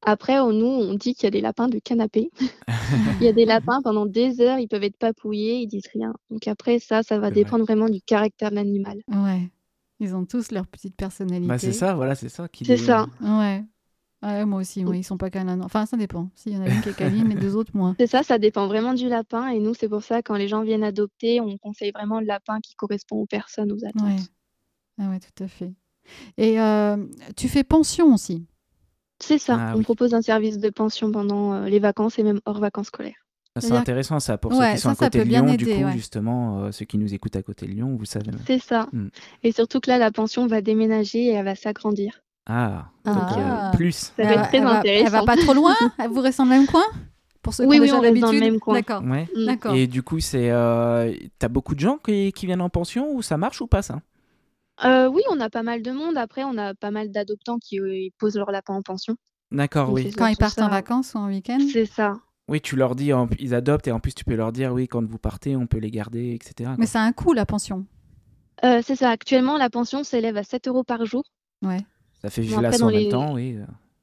Speaker 3: Après, on- nous, on dit qu'il y a des lapins de
Speaker 1: [laughs]
Speaker 3: canapé. Il y a des lapins pendant des heures, ils peuvent être papouillés, ils disent rien. Donc après, ça, ça va
Speaker 1: C'est vrai.
Speaker 3: dépendre vraiment du caractère de l'animal.
Speaker 2: Ouais. Ils ont tous leur petite personnalité.
Speaker 1: Bah, c'est ça, voilà, c'est ça. qui
Speaker 3: C'est
Speaker 1: les-
Speaker 3: ça.
Speaker 2: Ouais. Ouais, moi aussi, moi, ils sont pas câlins. Enfin, ça dépend. S'il y en a une qui est câline, les deux autres moins.
Speaker 3: C'est ça, ça dépend vraiment du lapin. Et nous, c'est pour ça, quand les gens viennent adopter, on conseille vraiment le lapin qui correspond aux personnes, aux attentes.
Speaker 2: Ouais. Ah ouais, tout à fait. Et euh, tu fais pension aussi.
Speaker 3: C'est ça,
Speaker 1: Ah
Speaker 3: on
Speaker 1: oui.
Speaker 3: propose un service de pension pendant euh, les vacances et même hors vacances scolaires.
Speaker 1: C'est
Speaker 2: C'est-à-dire-
Speaker 1: intéressant ça pour ceux
Speaker 2: Ouais,
Speaker 1: qui sont
Speaker 2: ça,
Speaker 1: à
Speaker 2: ça
Speaker 1: côté
Speaker 2: peut
Speaker 1: de
Speaker 2: bien
Speaker 1: Lyon. du
Speaker 2: aider,
Speaker 1: coup,
Speaker 2: ouais.
Speaker 1: justement, euh, ceux qui nous écoutent à côté de Lyon, vous savez.
Speaker 3: C'est ça.
Speaker 1: Mm.
Speaker 3: Et surtout que là, la pension va déménager et elle va s'agrandir.
Speaker 1: Ah, donc
Speaker 2: Ah.
Speaker 1: euh, plus.
Speaker 3: Ça va
Speaker 2: Elle
Speaker 3: être très
Speaker 2: elle
Speaker 3: intéressant.
Speaker 2: Elle va pas trop loin Vous restez dans le même coin Pour ceux
Speaker 3: Oui,
Speaker 2: qui ont
Speaker 3: oui,
Speaker 2: déjà
Speaker 3: on reste dans le
Speaker 2: l'habitude
Speaker 3: même coin.
Speaker 2: D'accord.
Speaker 1: Ouais.
Speaker 3: Mm.
Speaker 2: D'accord.
Speaker 1: Et du coup, c'est euh, t'as beaucoup de gens qui, qui viennent en pension ou ça marche ou pas ça
Speaker 3: Euh, oui, on a pas mal de monde. Après, on a pas mal d'adoptants qui euh, ils posent leur lapin en pension.
Speaker 1: D'accord,
Speaker 3: Donc,
Speaker 1: oui.
Speaker 3: c'est
Speaker 2: Quand ils
Speaker 3: surtout
Speaker 2: partent en
Speaker 3: ça.
Speaker 2: vacances ou en week-end
Speaker 3: C'est ça.
Speaker 1: Oui, tu leur dis, en- ils adoptent et en plus tu peux leur dire, oui, quand vous partez, on peut les garder, etc.
Speaker 2: Mais
Speaker 1: quoi.
Speaker 2: ça a un coût la pension.
Speaker 3: Euh, c'est ça. Actuellement, la pension s'élève à 7 euros par jour.
Speaker 2: Ouais.
Speaker 1: Ça fait
Speaker 3: Bon,
Speaker 1: vilace
Speaker 3: après, dans
Speaker 1: en même
Speaker 3: les-
Speaker 1: temps, oui.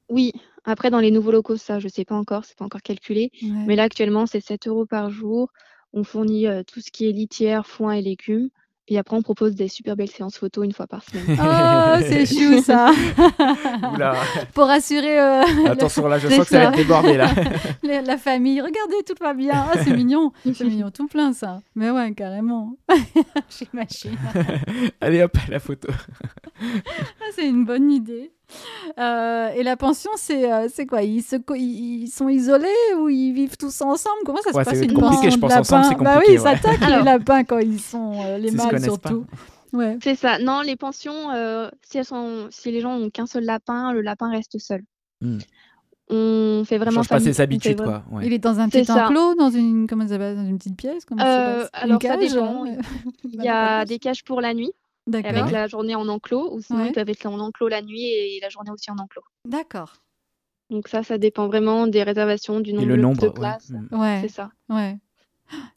Speaker 3: Oui. Après, dans les nouveaux locaux, ça, je sais pas encore. C'est pas encore calculé.
Speaker 2: Ouais.
Speaker 3: Mais là, actuellement, c'est 7 euros par jour. On fournit euh, tout ce qui est litière, foin et légumes. Et après, on propose des super belles séances photo une fois par
Speaker 1: [laughs]
Speaker 3: semaine. [laughs]
Speaker 2: Oh, c'est chou ça
Speaker 1: Oula,
Speaker 2: [laughs] Pour rassurer euh, [laughs]
Speaker 1: attention là, je
Speaker 2: C'est
Speaker 1: sens que ça va
Speaker 2: ça.
Speaker 1: être débordé
Speaker 3: [laughs]
Speaker 1: là.
Speaker 2: la, la famille. Regardez, tout va bien. Ah, c'est mignon. [laughs] C'est mignon tout plein ça. Mais ouais, carrément. [laughs] J'imagine.
Speaker 1: Allez hop, la photo.
Speaker 2: Ah, C'est une bonne idée. Euh, et la pension, c'est euh, c'est quoi ils, se co- ils, ils sont isolés ou ils vivent tous ensemble Comment ça
Speaker 1: Ouais, ça
Speaker 2: se passe
Speaker 1: va être
Speaker 2: une
Speaker 1: compliqué,
Speaker 2: pension
Speaker 1: je
Speaker 2: de
Speaker 1: pense, ensemble,
Speaker 2: lapin
Speaker 1: c'est
Speaker 2: Bah oui,
Speaker 1: compliqué,
Speaker 2: ils s'attaquent les
Speaker 3: Alors-
Speaker 2: lapins quand ils sont euh, les
Speaker 1: S'ils se
Speaker 2: mâles
Speaker 1: connaissent pas.
Speaker 2: surtout. Ouais.
Speaker 3: C'est ça. Non, les pensions, euh, si, elles sont, si les gens ont qu'un seul lapin, le lapin reste seul.
Speaker 1: Hmm.
Speaker 3: On fait
Speaker 1: On
Speaker 3: vraiment
Speaker 1: change pas
Speaker 3: famille-
Speaker 1: ses
Speaker 3: on fait
Speaker 1: habitudes
Speaker 3: vra-
Speaker 1: quoi. ouais.
Speaker 2: Il est dans un
Speaker 3: C'est
Speaker 2: petit
Speaker 3: ça.
Speaker 2: enclos, dans une comment ça s'appelle, dans une petite pièce, comment ça
Speaker 3: Euh,
Speaker 2: se passe Une
Speaker 3: alors, ça
Speaker 2: cage,
Speaker 3: dépend.
Speaker 2: hein [laughs]
Speaker 3: Il
Speaker 2: Bah,
Speaker 3: y
Speaker 2: non, pas
Speaker 3: a
Speaker 2: de
Speaker 3: des
Speaker 2: place.
Speaker 3: cages pour la nuit, et
Speaker 2: D'accord.
Speaker 3: avec la journée en enclos, ou sinon
Speaker 2: Ouais.
Speaker 3: ils peuvent être en enclos la nuit et la journée aussi en enclos.
Speaker 2: D'accord.
Speaker 3: Donc ça, ça dépend vraiment des réservations, du
Speaker 1: Et
Speaker 3: nombre,
Speaker 1: le
Speaker 3: de-
Speaker 1: nombre.
Speaker 3: de
Speaker 1: ouais.
Speaker 3: places.
Speaker 1: Mm.
Speaker 2: Ouais.
Speaker 3: C'est ça.
Speaker 2: Ouais.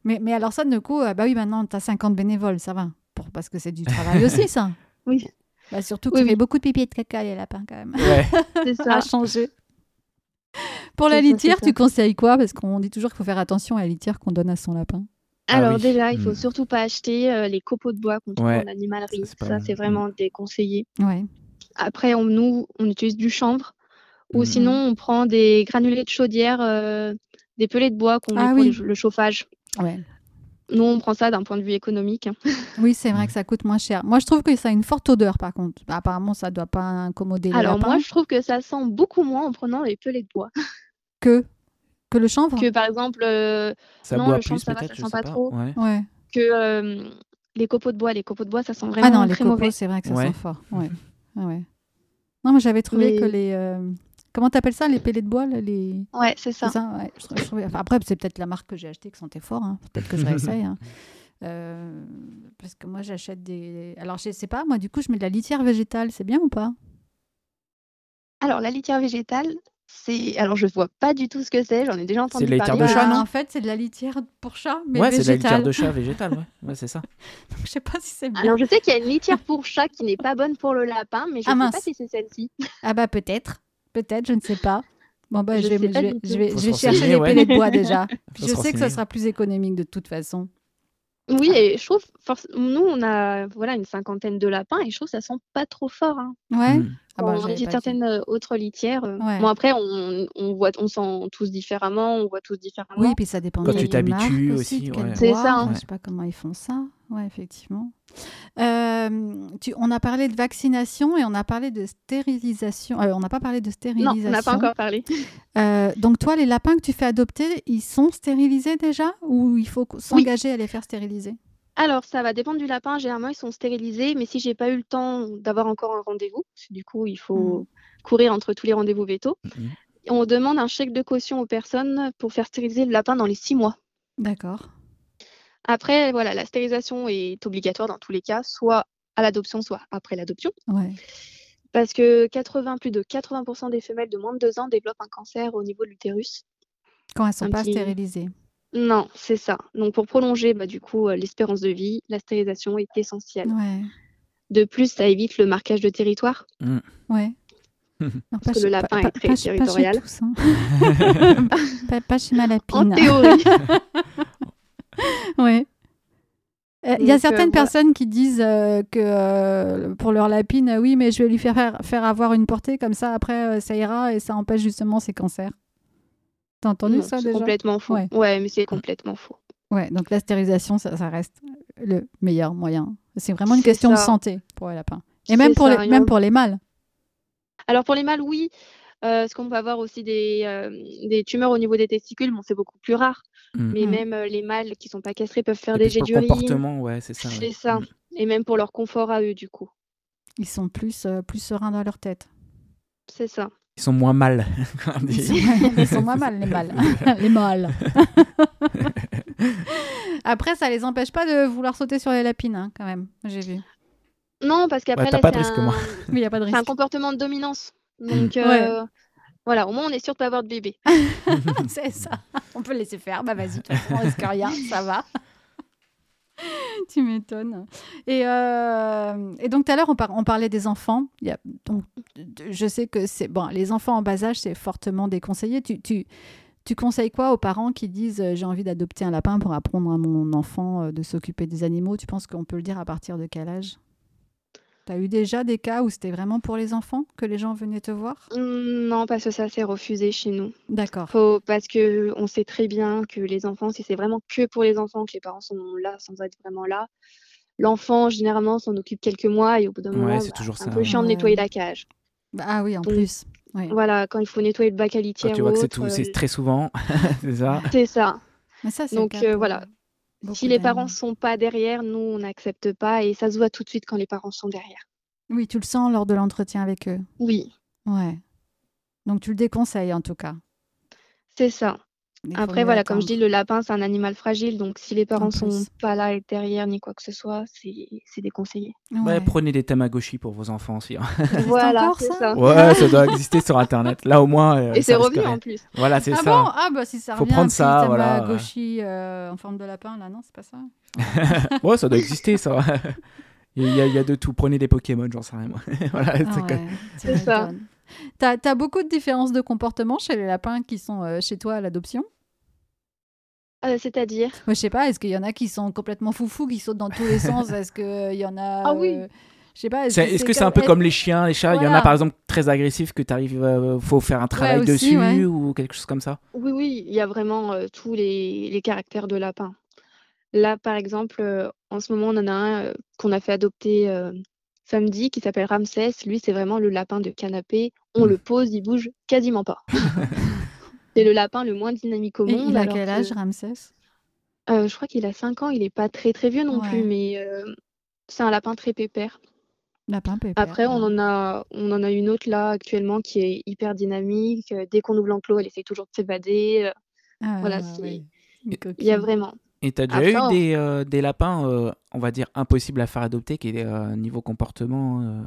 Speaker 2: Mais, mais alors ça, de coup, euh, bah oui, maintenant, tu as 50 bénévoles, ça va. Pour, parce que c'est du travail aussi, ça.
Speaker 3: [laughs] Oui.
Speaker 2: Bah, surtout que
Speaker 3: Oui,
Speaker 2: ça fait
Speaker 3: oui.
Speaker 2: beaucoup de pipi et de caca, les lapins, quand même.
Speaker 1: Ouais.
Speaker 3: C'est ça.
Speaker 2: Ça a changé. Pour
Speaker 3: C'est
Speaker 2: la
Speaker 3: ça, c'est
Speaker 2: litière,
Speaker 3: ça.
Speaker 2: tu conseilles quoi Parce qu'on dit toujours qu'il faut faire attention à la litière qu'on donne à son lapin.
Speaker 1: Ah
Speaker 3: Alors
Speaker 1: oui.
Speaker 3: déjà, il faut
Speaker 1: Mm.
Speaker 3: surtout pas acheter euh, les copeaux de bois qu'on trouve
Speaker 1: Ouais.
Speaker 3: en animalerie.
Speaker 1: Ça, c'est pas Hmm.
Speaker 3: Ça,
Speaker 1: bon.
Speaker 3: c'est vraiment déconseillé.
Speaker 2: Ouais.
Speaker 3: Après, on, nous, on utilise du chanvre ou
Speaker 1: Mm.
Speaker 3: sinon on prend des granulés de chaudière, euh, des pelés de bois qu'on met
Speaker 2: Ah
Speaker 3: pour
Speaker 2: oui.
Speaker 3: le- le chauffage.
Speaker 2: ouais.
Speaker 3: Nous, on prend ça d'un point de vue économique.
Speaker 2: Oui, c'est vrai que ça coûte moins cher. Moi, je trouve que ça a une forte odeur, par contre. Bah, apparemment, ça doit pas incommoder les
Speaker 3: Alors
Speaker 2: lapins
Speaker 3: moi, je trouve que ça sent beaucoup moins en prenant les pelés de bois
Speaker 2: que, que le chanvre.
Speaker 3: que par exemple euh,
Speaker 1: Ça
Speaker 3: Non,
Speaker 1: boit
Speaker 3: le champ,
Speaker 1: plus
Speaker 3: ça va, ça
Speaker 1: peut-être, je
Speaker 3: sent
Speaker 1: sais
Speaker 3: pas
Speaker 1: pas.
Speaker 3: trop.
Speaker 1: Ouais.
Speaker 2: Ouais.
Speaker 3: que euh, les copeaux de bois. Les copeaux de bois, ça sent vraiment
Speaker 2: Ah non, les
Speaker 3: très
Speaker 2: copeaux,
Speaker 3: mauvais.
Speaker 2: c'est vrai que ça
Speaker 1: Ouais.
Speaker 2: sent fort. Ouais. Ah ouais. Non, mais j'avais trouvé
Speaker 3: Mais-
Speaker 2: que les. euh, Comment t'appelles ça Les pellets de bois là, les...
Speaker 3: Ouais,
Speaker 2: C'est
Speaker 3: c'est ça.
Speaker 2: ça ouais, je trou- je trouvais- enfin, Après, c'est peut-être la marque que j'ai achetée qui sentait fort. hein.
Speaker 1: [laughs]
Speaker 2: Peut-être que je réessaye. hein. Euh, Parce que moi, j'achète des. Alors, je sais pas, moi, du coup, je mets de la litière végétale. C'est bien ou pas
Speaker 3: Alors la litière végétale, c'est alors je vois pas du tout ce que c'est. J'en ai déjà entendu
Speaker 1: de la litière
Speaker 3: parler.
Speaker 1: de chat,
Speaker 2: Bah,
Speaker 1: non
Speaker 2: En fait, c'est de la litière pour chat, mais
Speaker 1: Ouais, c'est de la litière
Speaker 2: végétale.
Speaker 1: de chat végétale, ouais. Ouais, c'est ça.
Speaker 2: Je sais pas si c'est bien.
Speaker 3: Alors je sais qu'il y a une litière pour chat qui n'est pas bonne pour le lapin, mais je
Speaker 2: Ah,
Speaker 3: sais
Speaker 2: mince.
Speaker 3: pas si c'est celle-ci.
Speaker 2: Ah bah peut-être, peut-être, je ne sais pas. Bon bah je,
Speaker 3: Je
Speaker 2: vais,
Speaker 3: sais
Speaker 2: je
Speaker 3: pas
Speaker 2: vais,
Speaker 3: du tout.
Speaker 2: je vais-
Speaker 1: Faut
Speaker 2: je
Speaker 1: se
Speaker 2: vais chercher
Speaker 1: renseigner,
Speaker 2: les
Speaker 1: ouais.
Speaker 2: pellets de bois déjà. Puis
Speaker 1: [laughs] Faut
Speaker 2: je
Speaker 1: se
Speaker 2: sais que ça
Speaker 1: renseigner.
Speaker 2: sera plus économique de toute façon.
Speaker 3: Oui, et je trouve forc- nous on a voilà une cinquantaine de lapins et je trouve que ça sent pas trop fort. Hein.
Speaker 2: Ouais.
Speaker 1: Mm.
Speaker 2: Ah bah,
Speaker 3: Quand on
Speaker 2: j'avais
Speaker 3: dit
Speaker 2: pas fait.
Speaker 3: certaines euh, autres litières. euh,
Speaker 2: Ouais.
Speaker 3: Bon après on, on voit on sent tous différemment, on voit tous différemment.
Speaker 2: Oui, puis ça dépend
Speaker 1: Quand
Speaker 2: des
Speaker 1: tu t'habitues
Speaker 2: marques
Speaker 1: aussi,
Speaker 2: de quel
Speaker 1: ouais.
Speaker 3: C'est
Speaker 2: bois,
Speaker 3: ça,
Speaker 2: enfin,
Speaker 3: hein.
Speaker 2: Je sais pas comment ils font ça. Ouais, effectivement. Euh, tu, on a parlé de vaccination et on a parlé de stérilisation. Euh, on n'a pas parlé de
Speaker 3: Non,
Speaker 2: stérilisation.
Speaker 3: on n'a pas encore parlé.
Speaker 2: Euh, donc toi, les lapins que tu fais adopter, ils sont stérilisés déjà ou il faut s'engager à les faire stériliser
Speaker 3: Alors, ça va dépendre du lapin. Généralement, ils sont stérilisés, mais si j'ai pas eu le temps d'avoir encore un rendez-vous, parce que du coup, il
Speaker 2: Mm.
Speaker 3: faut courir entre tous les rendez-vous vétos,
Speaker 2: Mm-hmm.
Speaker 1: Mhm.
Speaker 3: on demande un chèque de caution aux personnes pour faire stériliser le lapin dans les six mois.
Speaker 2: D'accord.
Speaker 3: Après, voilà, la stérilisation est obligatoire dans tous les cas, soit à l'adoption, soit après l'adoption,
Speaker 2: Ouais.
Speaker 3: parce que 80, plus de 80% des femelles de moins de deux ans développent un cancer au niveau de l'utérus.
Speaker 2: Quand elles sont
Speaker 3: Un
Speaker 2: pas
Speaker 3: petit-
Speaker 2: stérilisées.
Speaker 3: Non, c'est ça. Donc, pour prolonger, bah, du coup, euh, l'espérance de vie, la stérilisation est essentielle.
Speaker 2: Ouais.
Speaker 3: De plus, ça évite le marquage de territoire.
Speaker 2: Ouais. Non,
Speaker 3: Parce que le lapin est très
Speaker 2: chez-
Speaker 3: territorial.
Speaker 2: Pas chez, tous, hein. [laughs] pas, pas chez
Speaker 3: En
Speaker 2: Malapine. [laughs]
Speaker 3: théorie.
Speaker 2: Ouais. Euh, Il y a
Speaker 3: Donc, euh,
Speaker 2: certaines
Speaker 3: voilà.
Speaker 2: personnes qui disent euh, que euh, pour leur lapine, euh, oui, mais je vais lui faire, faire, faire avoir une portée, comme ça après euh, ça ira et ça empêche justement ses cancers. T'as entendu
Speaker 3: Non,
Speaker 2: ça
Speaker 3: c'est
Speaker 2: déjà
Speaker 3: complètement faux.
Speaker 2: Ouais.
Speaker 3: Ouais, mais c'est complètement faux.
Speaker 2: Ouais, donc la stérilisation, ça, ça reste le meilleur moyen. C'est vraiment une
Speaker 3: C'est
Speaker 2: question de
Speaker 3: ça.
Speaker 2: santé pour les lapins. Et
Speaker 3: C'est
Speaker 2: même pour,
Speaker 3: ça,
Speaker 2: les,
Speaker 3: et
Speaker 2: même
Speaker 3: on-
Speaker 2: pour les mâles.
Speaker 3: Alors pour les mâles, oui, Euh, Est-ce qu'on peut avoir aussi des, euh, des tumeurs au niveau des testicules Bon, c'est beaucoup plus rare,
Speaker 1: Mm.
Speaker 3: mais
Speaker 2: Mhm.
Speaker 3: même euh, les mâles qui sont pas castrés peuvent faire
Speaker 1: Et
Speaker 3: des
Speaker 1: puis
Speaker 3: jets
Speaker 1: pour le
Speaker 3: d'urine.
Speaker 1: comportement, ouais, c'est ça. ouais.
Speaker 3: C'est ça.
Speaker 1: Mm.
Speaker 3: Et même pour leur confort à eux, du coup.
Speaker 2: Ils sont plus, euh, plus sereins dans leur tête.
Speaker 3: C'est ça.
Speaker 1: Ils sont moins [laughs] mal. comme on
Speaker 2: Ils
Speaker 3: [laughs]
Speaker 2: sont,
Speaker 1: dit.
Speaker 2: ils sont moins mal,
Speaker 1: [laughs]
Speaker 2: les mâles. [laughs] les mâles. Après, ça les empêche pas de vouloir sauter sur les lapines, hein, quand même. J'ai vu.
Speaker 3: Non, parce qu'après,
Speaker 1: t'as
Speaker 3: là,
Speaker 1: pas de
Speaker 3: c'est
Speaker 1: risque, Mm. au [laughs] moins.
Speaker 3: un-
Speaker 2: Mais il n'y a pas de
Speaker 3: c'est un
Speaker 2: risque.
Speaker 3: comportement de dominance. Donc,
Speaker 2: Ouais.
Speaker 3: euh, voilà, au moins, on est sûr de pas avoir de bébé.
Speaker 2: [laughs] C'est ça. On peut laisser faire. Bah vas-y, de toute façon, on risque rien, ça va. [laughs] tu m'étonnes. Et, euh, et donc tout à l'heure, on, par- on parlait des enfants. Il y a- donc, de- je sais que c'est bon, les enfants en bas âge, c'est fortement déconseillé. Tu, tu, tu conseilles quoi aux parents qui disent euh, j'ai envie d'adopter un lapin pour apprendre à mon enfant euh, de s'occuper des animaux Tu penses qu'on peut le dire à partir de quel âge T'as eu déjà des cas où c'était vraiment pour les enfants que les gens venaient te voir
Speaker 3: Mm, Non, parce que ça, c'est refusé chez nous.
Speaker 2: D'accord.
Speaker 3: Faut- parce que on sait très bien que les enfants, si c'est vraiment que pour les enfants, que les parents sont là sans être vraiment là, l'enfant, généralement, s'en occupe quelques mois et au bout d'un
Speaker 1: Ouais,
Speaker 3: moment,
Speaker 1: c'est
Speaker 3: bah,
Speaker 1: toujours
Speaker 3: c'est un
Speaker 1: ça,
Speaker 3: peu
Speaker 1: ouais.
Speaker 3: chiant de nettoyer la cage.
Speaker 2: Bah, ah oui, en
Speaker 3: Donc,
Speaker 2: plus. Oui.
Speaker 3: Voilà, quand il faut nettoyer le bac à
Speaker 1: Quand
Speaker 3: litière
Speaker 1: tu
Speaker 3: ou
Speaker 1: vois que c'est
Speaker 3: autre,
Speaker 1: tout,
Speaker 3: euh,
Speaker 1: c'est très souvent, [laughs] c'est ça.
Speaker 3: c'est ça.
Speaker 2: Mais ça, c'est
Speaker 3: Donc,
Speaker 2: le cas
Speaker 3: euh,
Speaker 2: pour
Speaker 3: voilà.
Speaker 2: beaucoup
Speaker 3: Si les parents
Speaker 2: d'amis.
Speaker 3: sont pas derrière, nous, on n'accepte pas et ça se voit tout de suite quand les parents sont derrière.
Speaker 2: Oui, tu le sens lors de l'entretien avec eux.
Speaker 3: Oui,
Speaker 2: Ouais. Donc, tu le déconseilles en tout cas.
Speaker 3: c'est ça.
Speaker 2: Il faut
Speaker 3: Après,
Speaker 2: mieux
Speaker 3: voilà, comme je dis,
Speaker 2: attendre.
Speaker 3: le lapin, c'est un animal fragile, donc si les parents sont
Speaker 2: plus.
Speaker 3: pas là et derrière ni quoi que ce soit, c'est
Speaker 2: [laughs]
Speaker 3: c'est déconseillé.
Speaker 1: Ouais,
Speaker 2: Ouais.
Speaker 1: prenez des tamagotchi pour vos enfants aussi. hein.
Speaker 3: Voilà,
Speaker 2: encore,
Speaker 3: c'est
Speaker 2: ça
Speaker 1: [laughs]
Speaker 3: ça.
Speaker 1: Ouais, ça doit exister sur Internet. Là, au moins. euh,
Speaker 3: Et
Speaker 1: ça
Speaker 3: c'est
Speaker 1: risque
Speaker 3: revenu
Speaker 1: rien.
Speaker 3: en plus.
Speaker 1: Voilà, c'est
Speaker 2: Ah
Speaker 1: ça.
Speaker 2: bon Ah bah si ça
Speaker 1: Faut
Speaker 2: revient,
Speaker 1: prendre
Speaker 2: si
Speaker 1: ça,
Speaker 2: t'as
Speaker 1: voilà.
Speaker 2: ma gauchie, euh, en forme de lapin, là, non, c'est pas ça
Speaker 1: Ouais, ça doit exister, ça. [laughs] Il y, a, il y a de tout. Prenez des Pokémon, j'en sais rien, moi. [laughs] voilà,
Speaker 2: Ah
Speaker 1: [laughs] c'est comme-
Speaker 2: ouais, tu
Speaker 3: [laughs] C'est ça.
Speaker 2: m'étonnes. T'as t'as beaucoup de différences de comportement chez les lapins qui sont euh, chez toi à l'adoption
Speaker 3: Euh, C'est-à-dire
Speaker 2: Moi, je sais pas, est-ce qu'il y en a qui sont complètement foufous, qui sautent dans tous
Speaker 1: [laughs]
Speaker 2: les sens Est-ce qu'il y en a...
Speaker 3: Ah oui.
Speaker 2: euh, Je sais pas,
Speaker 1: C'est- Est-ce que c'est un peu comme les chiens, les chats Il y en a
Speaker 2: Voilà.
Speaker 1: par exemple très agressifs que tu arrives, faut faire un travail
Speaker 2: aussi,
Speaker 1: dessus
Speaker 2: ouais.
Speaker 1: ou quelque chose comme ça.
Speaker 3: Oui, oui, il y a vraiment euh, tous les, les caractères de lapin. Là, par exemple, euh, en ce moment, on en a un euh, qu'on a fait adopter euh, samedi qui s'appelle Ramsès. Lui, c'est vraiment le lapin de canapé. On
Speaker 1: Mm.
Speaker 2: Mmh.
Speaker 3: le pose, il bouge
Speaker 2: [laughs]
Speaker 3: quasiment pas. C'est le lapin le moins dynamique au
Speaker 2: Et
Speaker 3: monde.
Speaker 2: il a
Speaker 3: alors
Speaker 2: quel
Speaker 3: que-
Speaker 2: âge, Ramsès
Speaker 3: Euh, je crois qu'il a 5 ans, il n'est pas très très vieux non
Speaker 2: Ouais.
Speaker 3: plus, mais euh, c'est un lapin très pépère.
Speaker 2: Lapin pépère.
Speaker 3: Après, on en a, on en a une autre là actuellement qui est hyper dynamique. Euh, Dès qu'on ouvre l'enclos, elle essaie toujours de s'évader. Euh,
Speaker 2: Ah,
Speaker 3: voilà,
Speaker 2: ouais,
Speaker 3: c'est-
Speaker 2: ouais. Une
Speaker 3: Il y a
Speaker 2: coquine.
Speaker 3: vraiment.
Speaker 1: Et t'as déjà
Speaker 3: Après,
Speaker 1: eu
Speaker 3: on-
Speaker 1: des, euh, des lapins, euh, on va dire, impossibles à faire adopter, qui est niveau comportement, euh,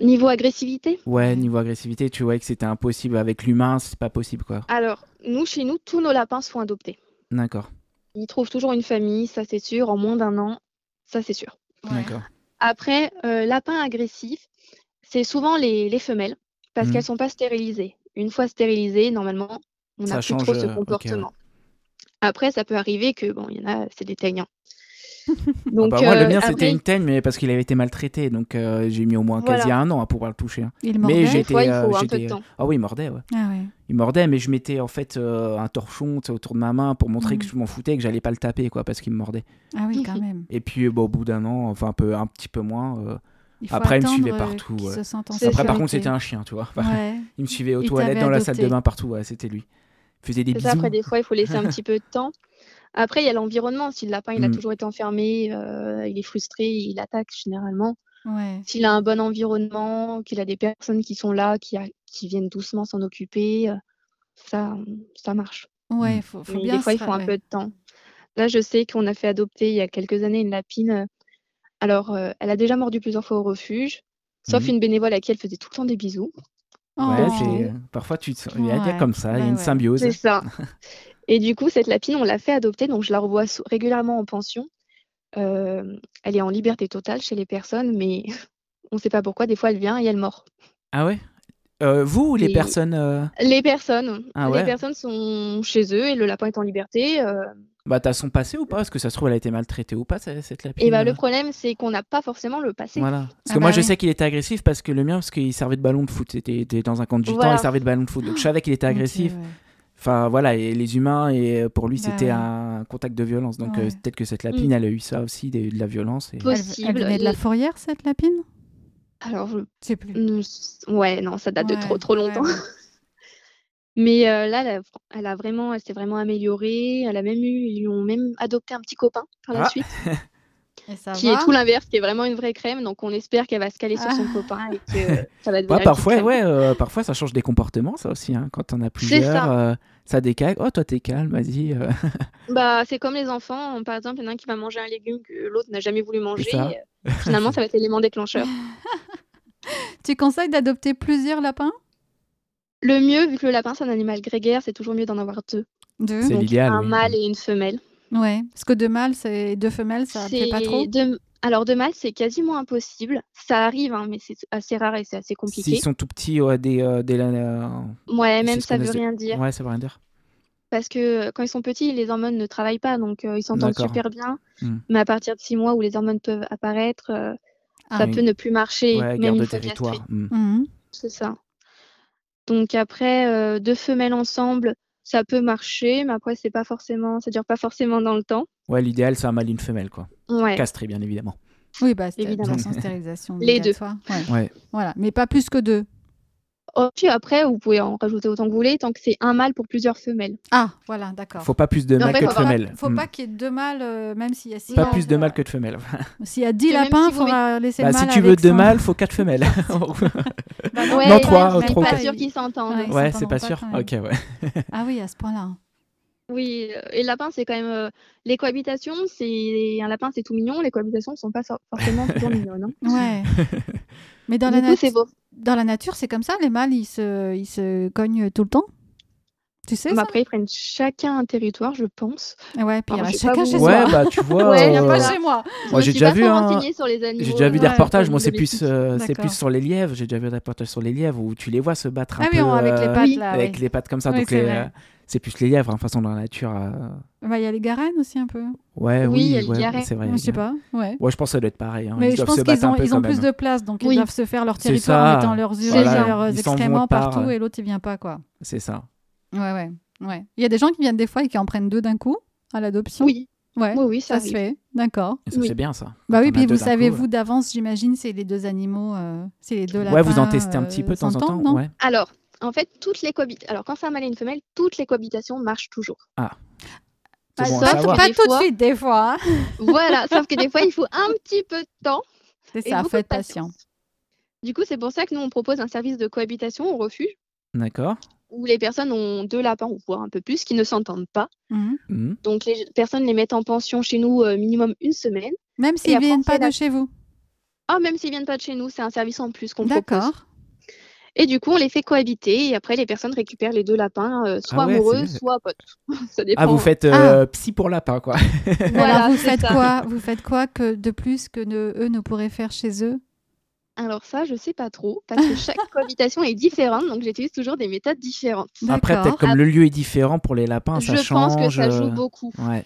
Speaker 3: Niveau agressivité,
Speaker 1: ouais,
Speaker 2: Ouais.
Speaker 1: niveau agressivité, tu voyais que c'était impossible avec l'humain, c'est pas possible quoi.
Speaker 3: alors nous, chez nous, tous nos lapins se font adopter.
Speaker 1: D'accord,
Speaker 3: Ils trouvent toujours une famille, ça c'est sûr, en moins d'un an, ça c'est sûr.
Speaker 2: Ouais.
Speaker 1: d'accord. Ah
Speaker 3: Après, euh, lapin agressif, c'est souvent les, les femelles parce
Speaker 1: Mhm.
Speaker 3: qu'elles sont pas stérilisées. Une fois stérilisées, normalement, on
Speaker 1: Ça
Speaker 3: n'a plus
Speaker 1: change,
Speaker 3: trop
Speaker 1: euh,
Speaker 3: ce
Speaker 1: ok, ouais.
Speaker 3: comportement. Après, ça peut arriver que, bon, il y en a, c'est des teignants.
Speaker 1: [laughs] Ah
Speaker 3: Donc,
Speaker 1: bah, moi, le
Speaker 3: euh,
Speaker 1: mien,
Speaker 3: après,
Speaker 1: c'était une teigne, mais parce qu'il avait été maltraité, donc euh, j'ai mis au moins quasi
Speaker 3: Voilà.
Speaker 1: un an à pouvoir le toucher. hein.
Speaker 2: Il
Speaker 1: Mais
Speaker 2: mordait
Speaker 1: j'ai-
Speaker 3: des fois, il
Speaker 1: j'étais,
Speaker 3: faut
Speaker 1: euh,
Speaker 3: un peu de
Speaker 1: j'étais,
Speaker 3: temps.
Speaker 1: Ah oui, il mordait, ouais.
Speaker 2: Ah ouais.
Speaker 1: Il mordait, mais je mettais en fait euh, un torchon tu sais, autour de ma main pour montrer que
Speaker 2: Mhm.
Speaker 1: je m'en foutais et que j'allais pas le taper, quoi, parce qu'il me mordait.
Speaker 2: Ah oui,
Speaker 3: [laughs]
Speaker 2: quand même.
Speaker 1: Et puis, euh, bon, au bout d'un an, enfin un, peu, un petit peu moins. euh,
Speaker 2: Il faut
Speaker 1: Après, il me
Speaker 2: attendre,
Speaker 1: suivait
Speaker 2: euh,
Speaker 1: partout,
Speaker 2: qu'il
Speaker 1: ouais.
Speaker 2: se sente en
Speaker 3: C'est
Speaker 1: Après,
Speaker 3: ça.
Speaker 1: par contre,
Speaker 2: sécurité.
Speaker 1: c'était un chien, tu vois.
Speaker 2: Ouais.
Speaker 1: Il me suivait aux
Speaker 2: Il
Speaker 1: toilettes,
Speaker 2: t'avait
Speaker 1: dans la salle de
Speaker 2: adopté.
Speaker 1: bain, partout, ouais, c'était lui. Il faisait des
Speaker 3: C'est
Speaker 1: bisous.
Speaker 3: ça, après, des fois, il faut laisser un petit peu de temps. Après, il y a l'environnement. Si le lapin, il a
Speaker 1: Mm.
Speaker 3: toujours été enfermé, euh, il est frustré, il attaque généralement.
Speaker 2: Ouais.
Speaker 3: S'il a un bon environnement, qu'il a des personnes qui sont là, qui, a- qui viennent doucement s'en occuper, euh, ça, ça marche.
Speaker 2: Ouais,
Speaker 1: Mm.
Speaker 2: faut, faut
Speaker 3: Mais
Speaker 2: bien
Speaker 3: des fois,
Speaker 2: se
Speaker 3: il faut un
Speaker 2: ra-
Speaker 3: peu de temps. Là, je sais qu'on a fait adopter il y a quelques années une lapine. euh, Alors, euh, elle a déjà mordu plusieurs fois au refuge, sauf
Speaker 1: Mhm.
Speaker 3: une bénévole à qui elle faisait tout le temps des bisous.
Speaker 1: Ouais,
Speaker 2: Oh.
Speaker 1: c'est- euh, parfois, tu te... il y a des
Speaker 2: Ouais.
Speaker 1: comme ça, il y a
Speaker 2: Ouais,
Speaker 1: une
Speaker 2: ouais.
Speaker 1: symbiose.
Speaker 3: C'est ça. Et du coup, cette lapine, on l'a fait adopter, donc je la revois sou- régulièrement en pension. Euh, elle est en liberté totale chez les personnes, mais [laughs] on ne sait pas pourquoi. Des fois, elle vient et elle mord.
Speaker 1: Ah ouais Euh, Vous ou les
Speaker 3: Et-
Speaker 1: personnes euh,
Speaker 3: Les personnes,
Speaker 1: Ah ouais.
Speaker 3: les personnes sont chez eux et le lapin est en liberté. euh,
Speaker 1: Bah, t'as son passé ou pas Est-ce que ça se trouve, elle a été maltraitée ou pas, cette
Speaker 2: Eh
Speaker 1: cette lapine
Speaker 3: Et bah, le
Speaker 1: euh
Speaker 3: problème, c'est qu'on n'a pas forcément le passé.
Speaker 1: Voilà. Parce
Speaker 2: Ah
Speaker 1: que moi,
Speaker 2: bah
Speaker 1: je
Speaker 2: oui.
Speaker 1: sais qu'il était agressif parce que le mien, parce qu'il servait de ballon de foot. C'était était dans un camp de gitans,
Speaker 3: Voilà.
Speaker 1: il servait de ballon de foot. Donc, je savais qu'il était
Speaker 2: Ok,
Speaker 1: agressif.
Speaker 2: ouais.
Speaker 1: Enfin, voilà, et les humains, et euh, pour lui,
Speaker 2: Bah
Speaker 1: c'était
Speaker 2: ouais.
Speaker 1: un contact de violence. Donc, euh,
Speaker 2: Ouais. Mm.
Speaker 1: peut-être que cette lapine, elle a eu ça aussi, des- de, la violence. et-
Speaker 3: Peu-
Speaker 2: Elle, elle
Speaker 3: Possible,
Speaker 2: venait de la
Speaker 3: et-
Speaker 2: fourrière, cette lapine
Speaker 3: Alors, je-
Speaker 2: Je sais plus.
Speaker 3: Mm, s- Ouais, non, ça date de
Speaker 2: Ouais,
Speaker 3: trop trop
Speaker 2: ouais,
Speaker 3: longtemps.
Speaker 2: ouais.
Speaker 3: Mais euh, là, elle a, elle a vraiment, elle s'est vraiment améliorée. Elle a même eu, ils lui ont même adopté un petit copain par la
Speaker 1: Ah.
Speaker 3: suite,
Speaker 2: Et ça
Speaker 3: qui
Speaker 2: va
Speaker 3: est tout l'inverse, qui est vraiment une vraie crème. Donc on espère qu'elle va se caler sur son
Speaker 2: Ah.
Speaker 3: copain et que
Speaker 1: [laughs]
Speaker 3: ça va devenir.
Speaker 1: Ouais,
Speaker 3: une
Speaker 1: parfois,
Speaker 3: petite crème.
Speaker 1: ouais, euh, parfois, ça change des comportements, ça aussi. hein. Quand on a plusieurs,
Speaker 3: ça.
Speaker 1: euh, ça décale. Oh, toi, t'es calme, vas-y. euh.
Speaker 3: Bah, c'est comme les enfants. Par exemple, il y en a un qui va manger un légume que l'autre n'a jamais voulu manger.
Speaker 1: ça.
Speaker 3: Euh, Finalement, ça va être
Speaker 1: [laughs]
Speaker 3: l'élément déclencheur.
Speaker 2: Tu conseilles d'adopter plusieurs lapins
Speaker 3: Le mieux, vu que le lapin c'est un animal grégaire, c'est toujours mieux d'en avoir deux.
Speaker 2: Deux
Speaker 1: C'est
Speaker 3: Donc,
Speaker 1: l'idéal,
Speaker 3: un
Speaker 1: oui.
Speaker 3: mâle et une femelle.
Speaker 2: Ouais. Parce que deux mâles c'est deux femelles, ça plaît pas
Speaker 3: C'est
Speaker 2: trop.
Speaker 3: deux- Alors, deux mâles, c'est quasiment impossible. Ça arrive, hein, mais c'est assez rare et c'est assez compliqué.
Speaker 1: [laughs] S'ils sont tout petits, ouais, des, euh, des, euh,
Speaker 3: Ouais,
Speaker 1: c'est
Speaker 3: même
Speaker 1: ce
Speaker 3: ça
Speaker 1: qu'on
Speaker 3: veut
Speaker 1: essaie-
Speaker 3: rien dire.
Speaker 1: ouais, ça veut rien dire.
Speaker 3: Parce que euh, quand ils sont petits, les hormones ne travaillent pas, donc euh, ils s'entendent
Speaker 1: D'accord.
Speaker 3: super bien.
Speaker 1: Hmm.
Speaker 3: Mais à partir de six mois où les hormones peuvent apparaître, euh,
Speaker 2: Ah.
Speaker 3: ça
Speaker 1: Oui.
Speaker 3: peut ne plus marcher,
Speaker 1: Ouais,
Speaker 3: même
Speaker 1: guerre
Speaker 3: une
Speaker 1: de
Speaker 3: fois castré.
Speaker 1: territoire. hmm.
Speaker 2: Mhm.
Speaker 3: C'est ça. Donc après, euh, deux femelles ensemble, ça peut marcher, mais après, c'est pas forcément, ça dure pas forcément dans le temps.
Speaker 1: Ouais, l'idéal, c'est un mâle et une femelle, quoi.
Speaker 3: Ouais.
Speaker 1: Castré, bien évidemment.
Speaker 2: Oui, bah, c'est- de toute
Speaker 3: Évidemment.
Speaker 2: façon, stérilisation
Speaker 3: Les deux.
Speaker 2: obligatoire. Ouais.
Speaker 1: Ouais.
Speaker 2: Voilà, mais pas plus que deux.
Speaker 3: Oh, puis après, vous pouvez en rajouter autant que vous voulez, tant que c'est un mâle pour plusieurs femelles.
Speaker 2: Ah, voilà, d'accord.
Speaker 1: Faut pas plus de
Speaker 3: Non,
Speaker 1: mâles
Speaker 3: mais
Speaker 1: que de
Speaker 3: faut pas- euh,
Speaker 1: femelles.
Speaker 2: Faut
Speaker 1: Hmm.
Speaker 2: pas qu'il y ait deux mâles, euh, même s'il y a six.
Speaker 1: Pas
Speaker 3: Non,
Speaker 1: plus de mâles que de femelles.
Speaker 2: S'il y a dix
Speaker 3: Parce que même
Speaker 2: lapins,
Speaker 3: si vous
Speaker 2: faudra laisser
Speaker 1: Bah,
Speaker 2: le
Speaker 1: si
Speaker 2: mâle
Speaker 1: tu veux
Speaker 2: avec
Speaker 1: deux
Speaker 2: son- [laughs]
Speaker 1: mâles, faut quatre femelles.
Speaker 2: Bah
Speaker 3: Ouais,
Speaker 1: non,
Speaker 3: ouais,
Speaker 1: trois,
Speaker 3: je
Speaker 1: euh,
Speaker 3: suis
Speaker 1: trop.
Speaker 3: pas
Speaker 1: quatre.
Speaker 3: sûr qu'ils s'entendent.
Speaker 2: Ouais.
Speaker 1: [laughs]
Speaker 2: ils
Speaker 1: ouais,
Speaker 2: s'entendront
Speaker 1: c'est pas sûr.
Speaker 2: pas quand même.
Speaker 1: Ok, ouais.
Speaker 2: Ah oui, à ce
Speaker 3: [laughs]
Speaker 2: point-là.
Speaker 3: Oui, euh, et le lapin, c'est quand même. euh, les cohabitations, c'est. Un lapin, c'est tout mignon, les cohabitations sont pas so- forcément
Speaker 1: [laughs]
Speaker 3: toujours mignonnes.
Speaker 2: Ouais.
Speaker 3: hein.
Speaker 2: mais dans la,
Speaker 3: Du coup, c'est
Speaker 2: nat-
Speaker 3: beau.
Speaker 2: dans la nature, c'est comme ça, les mâles, ils se, ils se cognent tout le temps. Tu sais
Speaker 3: Bah,
Speaker 2: ça
Speaker 3: après, ils prennent chacun un territoire, je pense.
Speaker 2: Ouais, puis il
Speaker 3: alors,
Speaker 2: reste
Speaker 3: je sais pas
Speaker 2: chacun
Speaker 3: vous-
Speaker 2: chez
Speaker 1: Ouais,
Speaker 2: soi.
Speaker 1: bah tu vois.
Speaker 3: Ouais, y a
Speaker 1: euh,
Speaker 3: pas de-
Speaker 2: moi.
Speaker 3: Je
Speaker 1: Moi,
Speaker 3: me
Speaker 1: j'ai
Speaker 3: suis
Speaker 1: déjà
Speaker 3: pas
Speaker 1: vu
Speaker 3: trop
Speaker 1: un-
Speaker 3: renseignée sur les animaux.
Speaker 1: J'ai déjà vu des
Speaker 2: Ouais,
Speaker 1: reportages,
Speaker 3: comme
Speaker 1: moi c'est
Speaker 3: d'habitude.
Speaker 1: plus, euh, c'est
Speaker 2: D'accord.
Speaker 1: plus sur les lièvres, j'ai déjà vu des reportages sur les lièvres où tu les vois se battre un
Speaker 2: Ah oui,
Speaker 1: peu
Speaker 2: on- avec les
Speaker 1: euh,
Speaker 2: pattes,
Speaker 3: oui,
Speaker 2: là.
Speaker 1: avec
Speaker 2: ouais.
Speaker 1: les pattes comme ça,
Speaker 2: Oui,
Speaker 1: donc
Speaker 2: c'est
Speaker 1: les,
Speaker 2: vrai.
Speaker 1: euh, c'est plus les lièvres, hein, façon dans la nature. euh,
Speaker 2: Bah, Il y a les garennes aussi, un peu.
Speaker 1: Ouais,
Speaker 3: Oui, il y
Speaker 1: oui,
Speaker 3: a le
Speaker 1: ouais,
Speaker 3: garret.
Speaker 1: c'est vrai. il y a
Speaker 2: Je sais
Speaker 1: le-
Speaker 2: pas, ouais.
Speaker 1: Ouais, je pense que ça doit être pareil. hein,
Speaker 2: Mais
Speaker 1: ils
Speaker 2: je
Speaker 1: doivent se
Speaker 2: pense
Speaker 1: battre
Speaker 2: qu'ils
Speaker 1: un
Speaker 2: ont,
Speaker 1: peu
Speaker 2: ils
Speaker 1: quand
Speaker 2: ont
Speaker 1: même. hein.
Speaker 2: plus de place, donc ils
Speaker 3: Oui.
Speaker 2: doivent se faire leur
Speaker 1: C'est
Speaker 2: territoire en
Speaker 1: ça.
Speaker 2: mettant leurs urines,
Speaker 3: Voilà,
Speaker 2: leurs
Speaker 1: ils s'en vont
Speaker 2: excréments
Speaker 1: par,
Speaker 2: partout,
Speaker 1: euh.
Speaker 2: et l'autre, il vient pas, quoi.
Speaker 1: C'est ça.
Speaker 2: Ouais, ouais, ouais. Il y a des gens qui viennent des fois et qui en prennent deux d'un coup à l'adoption.
Speaker 3: Oui,
Speaker 2: ouais,
Speaker 3: oui, oui, ça,
Speaker 2: ça se
Speaker 3: arrive.
Speaker 2: fait, d'accord.
Speaker 1: Et ça,
Speaker 3: Oui.
Speaker 1: c'est bien ça.
Speaker 2: Bah
Speaker 1: Quand
Speaker 2: oui,
Speaker 1: on a
Speaker 2: puis
Speaker 1: deux
Speaker 2: vous
Speaker 1: d'un
Speaker 2: savez,
Speaker 1: coup,
Speaker 2: vous d'avance, j'imagine, c'est les deux animaux, euh, c'est les deux lapins.
Speaker 1: Ouais, vous en testez un petit peu
Speaker 2: euh,
Speaker 1: de temps en temps.
Speaker 2: s'entendent, non
Speaker 1: ouais.
Speaker 3: Alors, en fait, toutes les cohabitations. Alors, quand c'est un mâle et une femelle, toutes les cohabitations marchent toujours.
Speaker 1: C'est
Speaker 2: Pas
Speaker 1: bon à
Speaker 2: sauf-
Speaker 1: savoir.
Speaker 2: pas
Speaker 3: Des
Speaker 2: tout de
Speaker 3: fois-
Speaker 2: suite, des fois. hein.
Speaker 3: voilà, sauf que des fois, il faut un petit peu de temps.
Speaker 2: C'est
Speaker 3: et
Speaker 2: ça,
Speaker 3: beaucoup de
Speaker 2: faites patient.
Speaker 3: patience. Du coup, c'est pour ça que nous, on propose un service de cohabitation au refuge
Speaker 1: D'accord.
Speaker 3: où les personnes ont deux lapins, ou voire un peu plus, qui ne s'entendent pas.
Speaker 2: Mhm.
Speaker 1: Mhm.
Speaker 3: Donc, les personnes les mettent en pension chez nous euh, minimum une semaine.
Speaker 2: Même s'ils
Speaker 3: après,
Speaker 2: viennent
Speaker 3: on
Speaker 2: pas
Speaker 3: fait
Speaker 2: de
Speaker 3: la-
Speaker 2: chez vous.
Speaker 3: Ah, même s'ils viennent pas de chez nous, c'est un service en plus qu'on propose.
Speaker 2: D'accord.
Speaker 3: Et du coup, on les fait cohabiter et après, les personnes récupèrent les deux lapins, euh, soit
Speaker 1: Ah ouais,
Speaker 3: amoureux,
Speaker 1: c'est-
Speaker 3: soit potes. [laughs] ça dépend.
Speaker 1: Ah, vous faites euh, psy pour lapin, quoi.
Speaker 3: Voilà,
Speaker 2: Mais Alors vous
Speaker 3: c'est
Speaker 2: faites
Speaker 3: ça.
Speaker 2: quoi Vous faites quoi que de plus que ne- eux ne pourraient faire chez eux
Speaker 3: Alors ça, je sais pas trop, parce que chaque
Speaker 2: [laughs]
Speaker 3: cohabitation est différente, donc j'utilise toujours des méthodes différentes.
Speaker 1: Après, peut-être
Speaker 2: D'accord.
Speaker 1: comme le lieu est différent pour les lapins, Oh, ça
Speaker 3: je
Speaker 1: change.
Speaker 3: pense que ça joue
Speaker 1: euh,
Speaker 3: beaucoup.
Speaker 1: Ouais.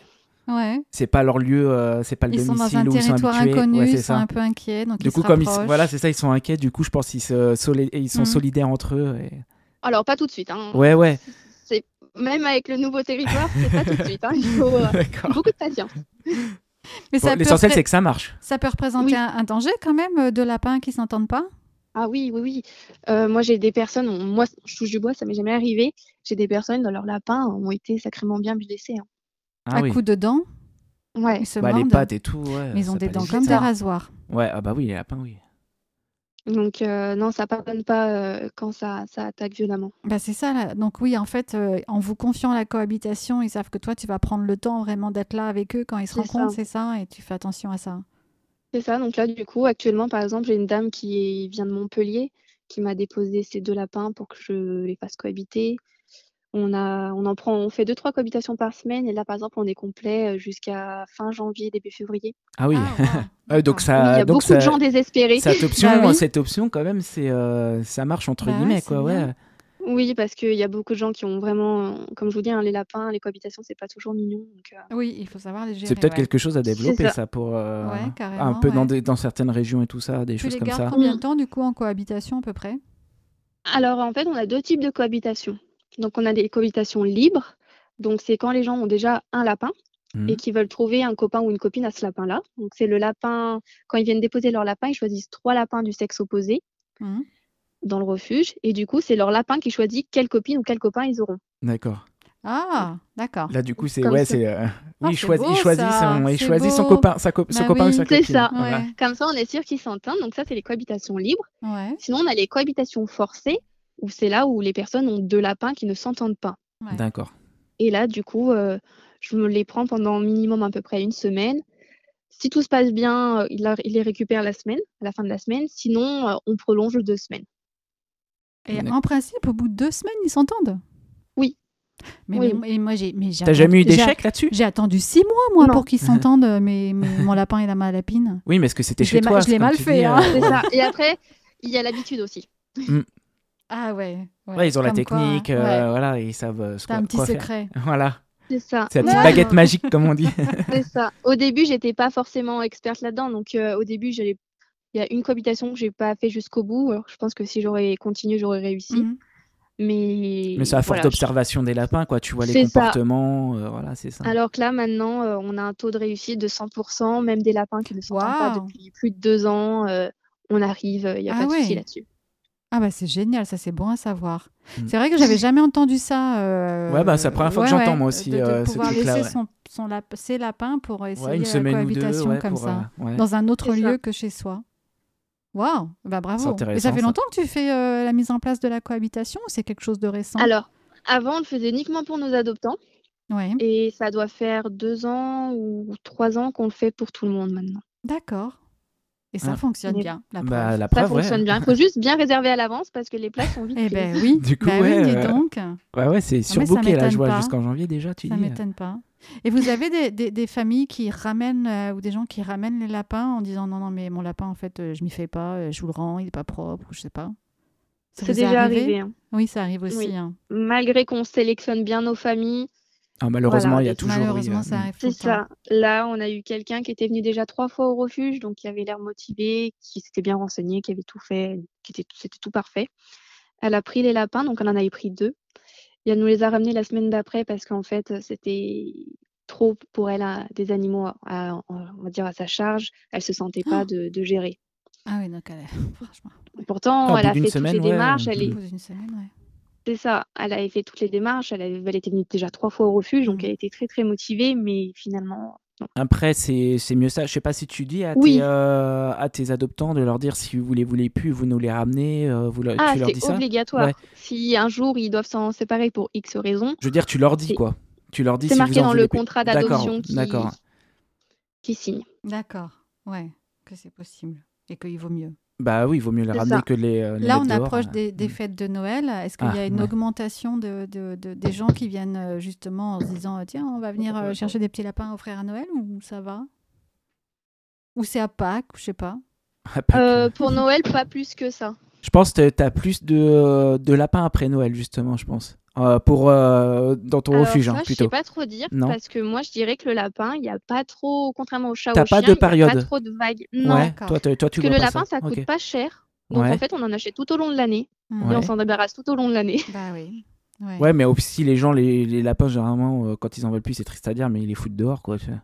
Speaker 2: Ouais.
Speaker 1: C'est pas leur lieu, euh, c'est pas le
Speaker 2: Ils sont
Speaker 1: domicile
Speaker 2: dans un
Speaker 1: où ils sont
Speaker 2: territoire
Speaker 1: habitués.
Speaker 2: inconnu,
Speaker 1: ouais, c'est
Speaker 2: ils sont
Speaker 1: ça.
Speaker 2: un peu inquiets, donc
Speaker 1: Du
Speaker 2: ils
Speaker 1: coup,
Speaker 2: se
Speaker 1: comme ils,
Speaker 2: rapprochent.
Speaker 1: voilà, c'est ça, ils sont inquiets. Du coup, je pense qu'ils se soli- ils sont
Speaker 2: Mhm.
Speaker 1: solidaires entre eux. et-
Speaker 3: Alors pas tout de suite, hein.
Speaker 1: Ouais, ouais.
Speaker 3: C'est- Même avec le nouveau territoire, c'est pas tout de suite. hein. Il faut
Speaker 1: [laughs]
Speaker 3: euh,
Speaker 1: D'accord.
Speaker 3: beaucoup de patience.
Speaker 1: Bon,
Speaker 2: Mais ça, peut
Speaker 1: L'essentiel,
Speaker 2: repré-
Speaker 1: c'est que ça marche.
Speaker 2: ça peut représenter
Speaker 3: Oui.
Speaker 2: un, un danger quand même euh, de lapins qui s'entendent pas.
Speaker 3: Ah oui, oui, oui. Euh, moi, j'ai des personnes, on- moi, je touche du bois, ça m'est jamais arrivé. J'ai des personnes, dans leur lapin, ont été sacrément bien blessées. hein.
Speaker 1: Ah
Speaker 2: à
Speaker 1: oui.
Speaker 2: coups de dents,
Speaker 3: Ouais.
Speaker 2: ils se
Speaker 1: Bah, les
Speaker 2: mordent.
Speaker 1: pattes et tout. ouais,
Speaker 2: mais ils ont
Speaker 1: ça
Speaker 2: des
Speaker 1: peut
Speaker 2: dents
Speaker 1: aller
Speaker 2: comme
Speaker 1: vite,
Speaker 2: des
Speaker 1: hein.
Speaker 2: rasoirs.
Speaker 1: Ouais, ah bah oui, les lapins, oui.
Speaker 3: Donc, euh, non, ça pardonne pas euh, quand ça, ça attaque violemment.
Speaker 2: Bah c'est ça, là. donc oui, en fait, euh, en vous confiant la cohabitation, ils savent que toi, tu vas prendre le temps vraiment d'être là avec eux quand ils se
Speaker 3: C'est
Speaker 2: rencontrent,
Speaker 3: ça.
Speaker 2: c'est ça, et tu fais attention à ça.
Speaker 3: C'est ça. Donc là, du coup, actuellement, par exemple, j'ai une dame qui vient de Montpellier, qui m'a déposé ses deux lapins pour que je les fasse cohabiter. On a, on en prend, on fait deux, trois cohabitations par semaine. Et là, par exemple, on est complet euh, jusqu'à fin janvier, début février.
Speaker 1: Ah oui. [laughs]
Speaker 2: [laughs] Ah, waouh.
Speaker 1: Euh, donc
Speaker 2: D'accord.
Speaker 3: Oui,
Speaker 1: ça,
Speaker 3: il y a
Speaker 1: donc
Speaker 3: beaucoup
Speaker 1: ça-
Speaker 3: de gens désespérés.
Speaker 1: Cette option, hein,
Speaker 2: Bah oui.
Speaker 1: cette option quand même, c'est euh, ça marche entre
Speaker 2: Bah ouais,
Speaker 1: guillemets,
Speaker 2: c'est
Speaker 1: quoi. Ouais.
Speaker 2: bien.
Speaker 3: Oui, parce qu'il y a beaucoup de gens qui ont vraiment, euh, comme je vous dis, hein, les lapins, les cohabitations, c'est pas toujours mignon. donc, euh,
Speaker 2: Oui, il faut savoir les gérer.
Speaker 1: C'est peut-être
Speaker 2: ouais.
Speaker 1: quelque chose à développer,
Speaker 3: ça.
Speaker 1: ça, pour euh,
Speaker 2: Ouais,
Speaker 1: un
Speaker 2: carrément,
Speaker 1: peu dans,
Speaker 2: ouais.
Speaker 1: des- dans certaines régions et tout ça, des
Speaker 2: Tu
Speaker 1: choses
Speaker 2: les
Speaker 1: comme
Speaker 2: gardes
Speaker 1: ça.
Speaker 2: combien
Speaker 3: Mm.
Speaker 2: de temps du coup en cohabitation à peu près
Speaker 3: euh. Alors, en fait, on a deux types de cohabitation. Donc, on a des cohabitations libres. Donc, c'est quand les gens ont déjà un lapin
Speaker 1: Mhm.
Speaker 3: et qu'ils veulent trouver un copain ou une copine à ce lapin-là. Donc, c'est le lapin, quand ils viennent déposer leur lapin, ils choisissent trois lapins du sexe opposé.
Speaker 2: Mhm.
Speaker 3: dans le refuge. Et du coup, c'est leur lapin qui choisit quelle copine ou quel copain ils auront.
Speaker 1: D'accord.
Speaker 2: Ah, d'accord.
Speaker 1: Là, du coup, c'est.
Speaker 3: Comme
Speaker 1: Ouais,
Speaker 3: ça.
Speaker 1: c'est. euh, Oui, il
Speaker 2: c'est
Speaker 1: choisit, il
Speaker 2: beau,
Speaker 1: choisit
Speaker 2: ça.
Speaker 1: son, il
Speaker 2: C'est
Speaker 1: choisit son
Speaker 2: beau.
Speaker 1: copain, sa co- son
Speaker 2: Bah
Speaker 1: copain ou
Speaker 2: oui.
Speaker 1: sa
Speaker 3: C'est
Speaker 1: copine.
Speaker 3: ça.
Speaker 1: Voilà.
Speaker 2: Ouais.
Speaker 3: Comme ça, on est sûr qu'ils s'entendent. Donc ça, c'est les cohabitations libres.
Speaker 2: Ouais.
Speaker 3: Sinon, on a les cohabitations forcées, où c'est là où les personnes ont deux lapins qui ne s'entendent pas.
Speaker 2: Ouais.
Speaker 1: D'accord.
Speaker 3: Et là, du coup, euh, je me les prends pendant minimum à peu près une semaine. Si tout se passe bien, euh, il, la- il les récupère la semaine, à la fin de la semaine. Sinon, euh, on prolonge de deux semaines.
Speaker 2: Et
Speaker 1: D'accord.
Speaker 2: en principe, au bout de deux semaines, ils s'entendent.
Speaker 3: Oui.
Speaker 2: Mais,
Speaker 3: Oui.
Speaker 2: mais- et moi, j'ai. mais j'ai
Speaker 1: T'as
Speaker 2: attendu-
Speaker 1: jamais eu
Speaker 2: j'ai-
Speaker 1: d'échec là-dessus
Speaker 2: J'ai attendu six mois, moi,
Speaker 3: Non.
Speaker 2: pour qu'ils [laughs] s'entendent, mais, mais mon lapin et la- ma lapine.
Speaker 1: Oui, mais est-ce que c'était
Speaker 2: Je
Speaker 1: chez
Speaker 2: l'ai ma-
Speaker 1: toi
Speaker 2: je l'ai
Speaker 1: c'est comme
Speaker 2: mal
Speaker 1: tu
Speaker 2: fait,
Speaker 1: dis,
Speaker 2: hein.
Speaker 1: euh,
Speaker 3: C'est ça. Et après, il y a l'habitude aussi.
Speaker 2: Ah ouais. ouais.
Speaker 1: Ouais, ils ont la
Speaker 2: Comme quoi,
Speaker 1: technique,
Speaker 2: ouais.
Speaker 1: euh, voilà, ils savent euh, ce
Speaker 2: T'as
Speaker 1: quoi,
Speaker 2: un petit
Speaker 1: quoi faire. [laughs]
Speaker 2: secret.
Speaker 1: Voilà,
Speaker 3: C'est ça.
Speaker 1: c'est la petite
Speaker 2: Ouais.
Speaker 1: baguette magique, comme
Speaker 2: [laughs]
Speaker 1: on dit.
Speaker 3: C'est ça. Au début, j'étais pas forcément experte là-dedans. Donc, euh, au début, j'allais- il y a une cohabitation que j'ai pas fait jusqu'au bout. Alors, je pense que si j'aurais continué, j'aurais réussi.
Speaker 2: Mhm.
Speaker 3: Mais,
Speaker 1: Mm. Mais c'est à force
Speaker 3: voilà, je-
Speaker 1: d'observation des lapins, quoi. Tu vois les
Speaker 3: C'est ça.
Speaker 1: comportements, euh, voilà, c'est ça.
Speaker 3: Alors que là, maintenant, euh, on a un taux de réussite de 100%, même des lapins qui ne s'entendent pas
Speaker 2: Waouh.
Speaker 3: depuis plus de deux ans. euh, on arrive, il n'y a
Speaker 2: Ah
Speaker 3: pas de
Speaker 2: ouais.
Speaker 3: souci là-dessus.
Speaker 2: Ah bah c'est génial, ça c'est bon à savoir.
Speaker 1: Mm.
Speaker 2: C'est vrai que j'avais jamais entendu ça. euh,
Speaker 1: Ouais, bah, c'est la première fois que
Speaker 2: ouais,
Speaker 1: j'entends,
Speaker 2: ouais,
Speaker 1: moi aussi,
Speaker 2: De, de
Speaker 1: euh, ce
Speaker 2: pouvoir
Speaker 1: truc-là,
Speaker 2: laisser
Speaker 1: ouais.
Speaker 2: son, son lap- ses lapins pour essayer
Speaker 1: Ouais, une
Speaker 2: la
Speaker 1: semaine ou deux,
Speaker 2: cohabitation
Speaker 1: ouais,
Speaker 2: comme
Speaker 1: pour,
Speaker 2: ça,
Speaker 1: euh, ouais.
Speaker 2: dans un autre
Speaker 3: C'est ça.
Speaker 2: lieu que chez soi. Waouh, bah bravo. Et
Speaker 1: intéressant,
Speaker 2: ça fait
Speaker 1: ça.
Speaker 2: longtemps que tu fais euh, la mise en place de la cohabitation ou c'est quelque chose de récent
Speaker 3: Alors, avant, on le faisait uniquement pour nos adoptants.
Speaker 2: Ouais,
Speaker 3: Et ça doit faire deux ans ou trois ans qu'on le fait pour tout le monde maintenant.
Speaker 2: d'accord. Et ça
Speaker 1: Ah.
Speaker 2: fonctionne
Speaker 3: Mais-
Speaker 2: bien, la
Speaker 1: Bah,
Speaker 2: preuve.
Speaker 1: la
Speaker 3: Ça
Speaker 1: preuve, ouais.
Speaker 3: fonctionne bien. Il faut juste bien réserver à l'avance parce que les places sont vite
Speaker 2: Ah Eh
Speaker 3: prises.
Speaker 2: ben oui,
Speaker 1: [laughs] Du coup,
Speaker 2: bah oui,
Speaker 1: ouais,
Speaker 2: dis
Speaker 1: euh,
Speaker 2: donc.
Speaker 1: Ouais, ouais, c'est surbooké, là,
Speaker 2: m'étonne
Speaker 1: je vois,
Speaker 2: pas.
Speaker 1: jusqu'en janvier déjà, tu
Speaker 2: Ça
Speaker 1: dis. euh,
Speaker 2: m'étonne pas. Et vous avez des, des- des familles qui ramènent euh, ou des gens qui ramènent les lapins en disant non non mais mon lapin en fait euh, je m'y fais pas, euh, je vous le rends, il est pas propre ou je sais pas. Ça
Speaker 3: C'est
Speaker 2: vous est
Speaker 3: déjà arrivé. hein.
Speaker 2: Oui, ça arrive aussi.
Speaker 3: Oui.
Speaker 2: hein.
Speaker 3: Malgré qu'on sélectionne bien nos familles,
Speaker 1: Ah, malheureusement,
Speaker 3: Voilà,
Speaker 1: il y a
Speaker 3: des-
Speaker 1: toujours. oui,
Speaker 2: Malheureusement,
Speaker 1: euh,
Speaker 2: ça arrive tout
Speaker 3: c'est
Speaker 2: le temps.
Speaker 3: ça. Là, on a eu quelqu'un qui était venu déjà trois fois au refuge, donc qui avait l'air motivé, qui s'était bien renseigné, qui avait tout fait, qui était, c'était tout parfait. Elle a pris les lapins, donc elle en avait pris deux. Et elle nous les a ramenés la semaine d'après parce qu'en fait, c'était trop pour elle à- des animaux, à, à- on va dire à sa charge. Elle se sentait
Speaker 2: Ah.
Speaker 1: Oh.
Speaker 3: pas de, de gérer.
Speaker 2: Ah oui, donc elle est... [laughs] franchement. ouais.
Speaker 3: Pourtant,
Speaker 1: Au
Speaker 3: elle
Speaker 1: bout
Speaker 3: a fait
Speaker 1: d'une
Speaker 3: toutes les
Speaker 1: semaine, ouais,
Speaker 3: démarches,
Speaker 1: euh,
Speaker 3: elle
Speaker 2: Au
Speaker 3: est,
Speaker 1: Mm.
Speaker 2: bout d'une semaine, ouais.
Speaker 3: c'est ça, elle avait fait toutes les démarches, elle, avait, elle était venue déjà trois fois au refuge, donc
Speaker 1: Mmh.
Speaker 2: Mhm.
Speaker 3: elle était très très motivée, mais finalement,
Speaker 1: Après, c'est c'est mieux ça. Je sais pas si tu dis à,
Speaker 3: Oui.
Speaker 1: tes, euh, à tes adoptants de leur dire si vous les voulez plus, vous nous les ramenez. euh, vous leur-
Speaker 3: Ah,
Speaker 1: tu leur dis
Speaker 3: c'est
Speaker 1: ça
Speaker 3: obligatoire.
Speaker 1: Ouais.
Speaker 3: Si un jour ils doivent s'en séparer pour X raisons,
Speaker 1: Je veux dire, tu leur dis
Speaker 3: C'est-
Speaker 1: quoi Tu leur dis
Speaker 3: c'est
Speaker 1: si
Speaker 3: marqué
Speaker 1: vous en
Speaker 3: dans
Speaker 1: voulez
Speaker 3: le
Speaker 1: plus.
Speaker 3: contrat
Speaker 1: D'accord,
Speaker 3: d'adoption qui,
Speaker 1: D'accord.
Speaker 3: qui signe.
Speaker 2: D'accord. Ouais, que c'est possible et qu'il vaut mieux.
Speaker 1: Bah oui, il vaut mieux les
Speaker 3: C'est
Speaker 1: ramener
Speaker 3: ça.
Speaker 1: que de les. euh, les
Speaker 2: Là,
Speaker 1: mettre
Speaker 2: on
Speaker 1: dehors,
Speaker 2: approche
Speaker 1: euh.
Speaker 2: des, des fêtes de Noël. Est-ce qu'il y
Speaker 1: Ah,
Speaker 2: a une
Speaker 1: ouais.
Speaker 2: augmentation de, de- de- des gens qui viennent euh, justement en se disant euh, tiens, on va venir euh, chercher des petits lapins à offrir à Noël ou ça va Ou c'est à Pâques, ou je sais pas.
Speaker 1: [laughs] Ah, pas que-
Speaker 3: Euh, pour Noël, pas plus que ça.
Speaker 1: Je pense que t'as plus de, de lapins après Noël, justement, je pense. Euh, pour, euh, dans ton
Speaker 3: Alors,
Speaker 1: refuge,
Speaker 3: ça,
Speaker 1: hein,
Speaker 3: je
Speaker 1: plutôt.
Speaker 3: sais pas trop dire
Speaker 1: Non.
Speaker 3: parce que moi, je dirais que le lapin, il n'y a pas trop, contrairement au chat,
Speaker 1: T'as
Speaker 3: au
Speaker 1: pas
Speaker 3: chien,
Speaker 1: de
Speaker 3: il y a
Speaker 1: période.
Speaker 3: pas trop de vagues. Non,
Speaker 1: ouais,
Speaker 2: D'accord.
Speaker 1: toi, t- toi, tu
Speaker 3: parce que
Speaker 1: vois
Speaker 3: le
Speaker 1: pas
Speaker 3: lapin, ça, coûte
Speaker 1: Ok.
Speaker 3: pas cher. Donc
Speaker 1: Ouais.
Speaker 3: en fait, on en achète tout au long de l'année
Speaker 2: Hmm.
Speaker 3: et on
Speaker 1: Ouais.
Speaker 3: s'en débarrasse tout au long de l'année. [laughs]
Speaker 2: Bah oui. Ouais.
Speaker 1: Ouais, mais aussi, les gens, les, les lapins, généralement, euh, quand ils en veulent plus, c'est triste à dire, mais ils les foutent dehors, quoi. tu vois.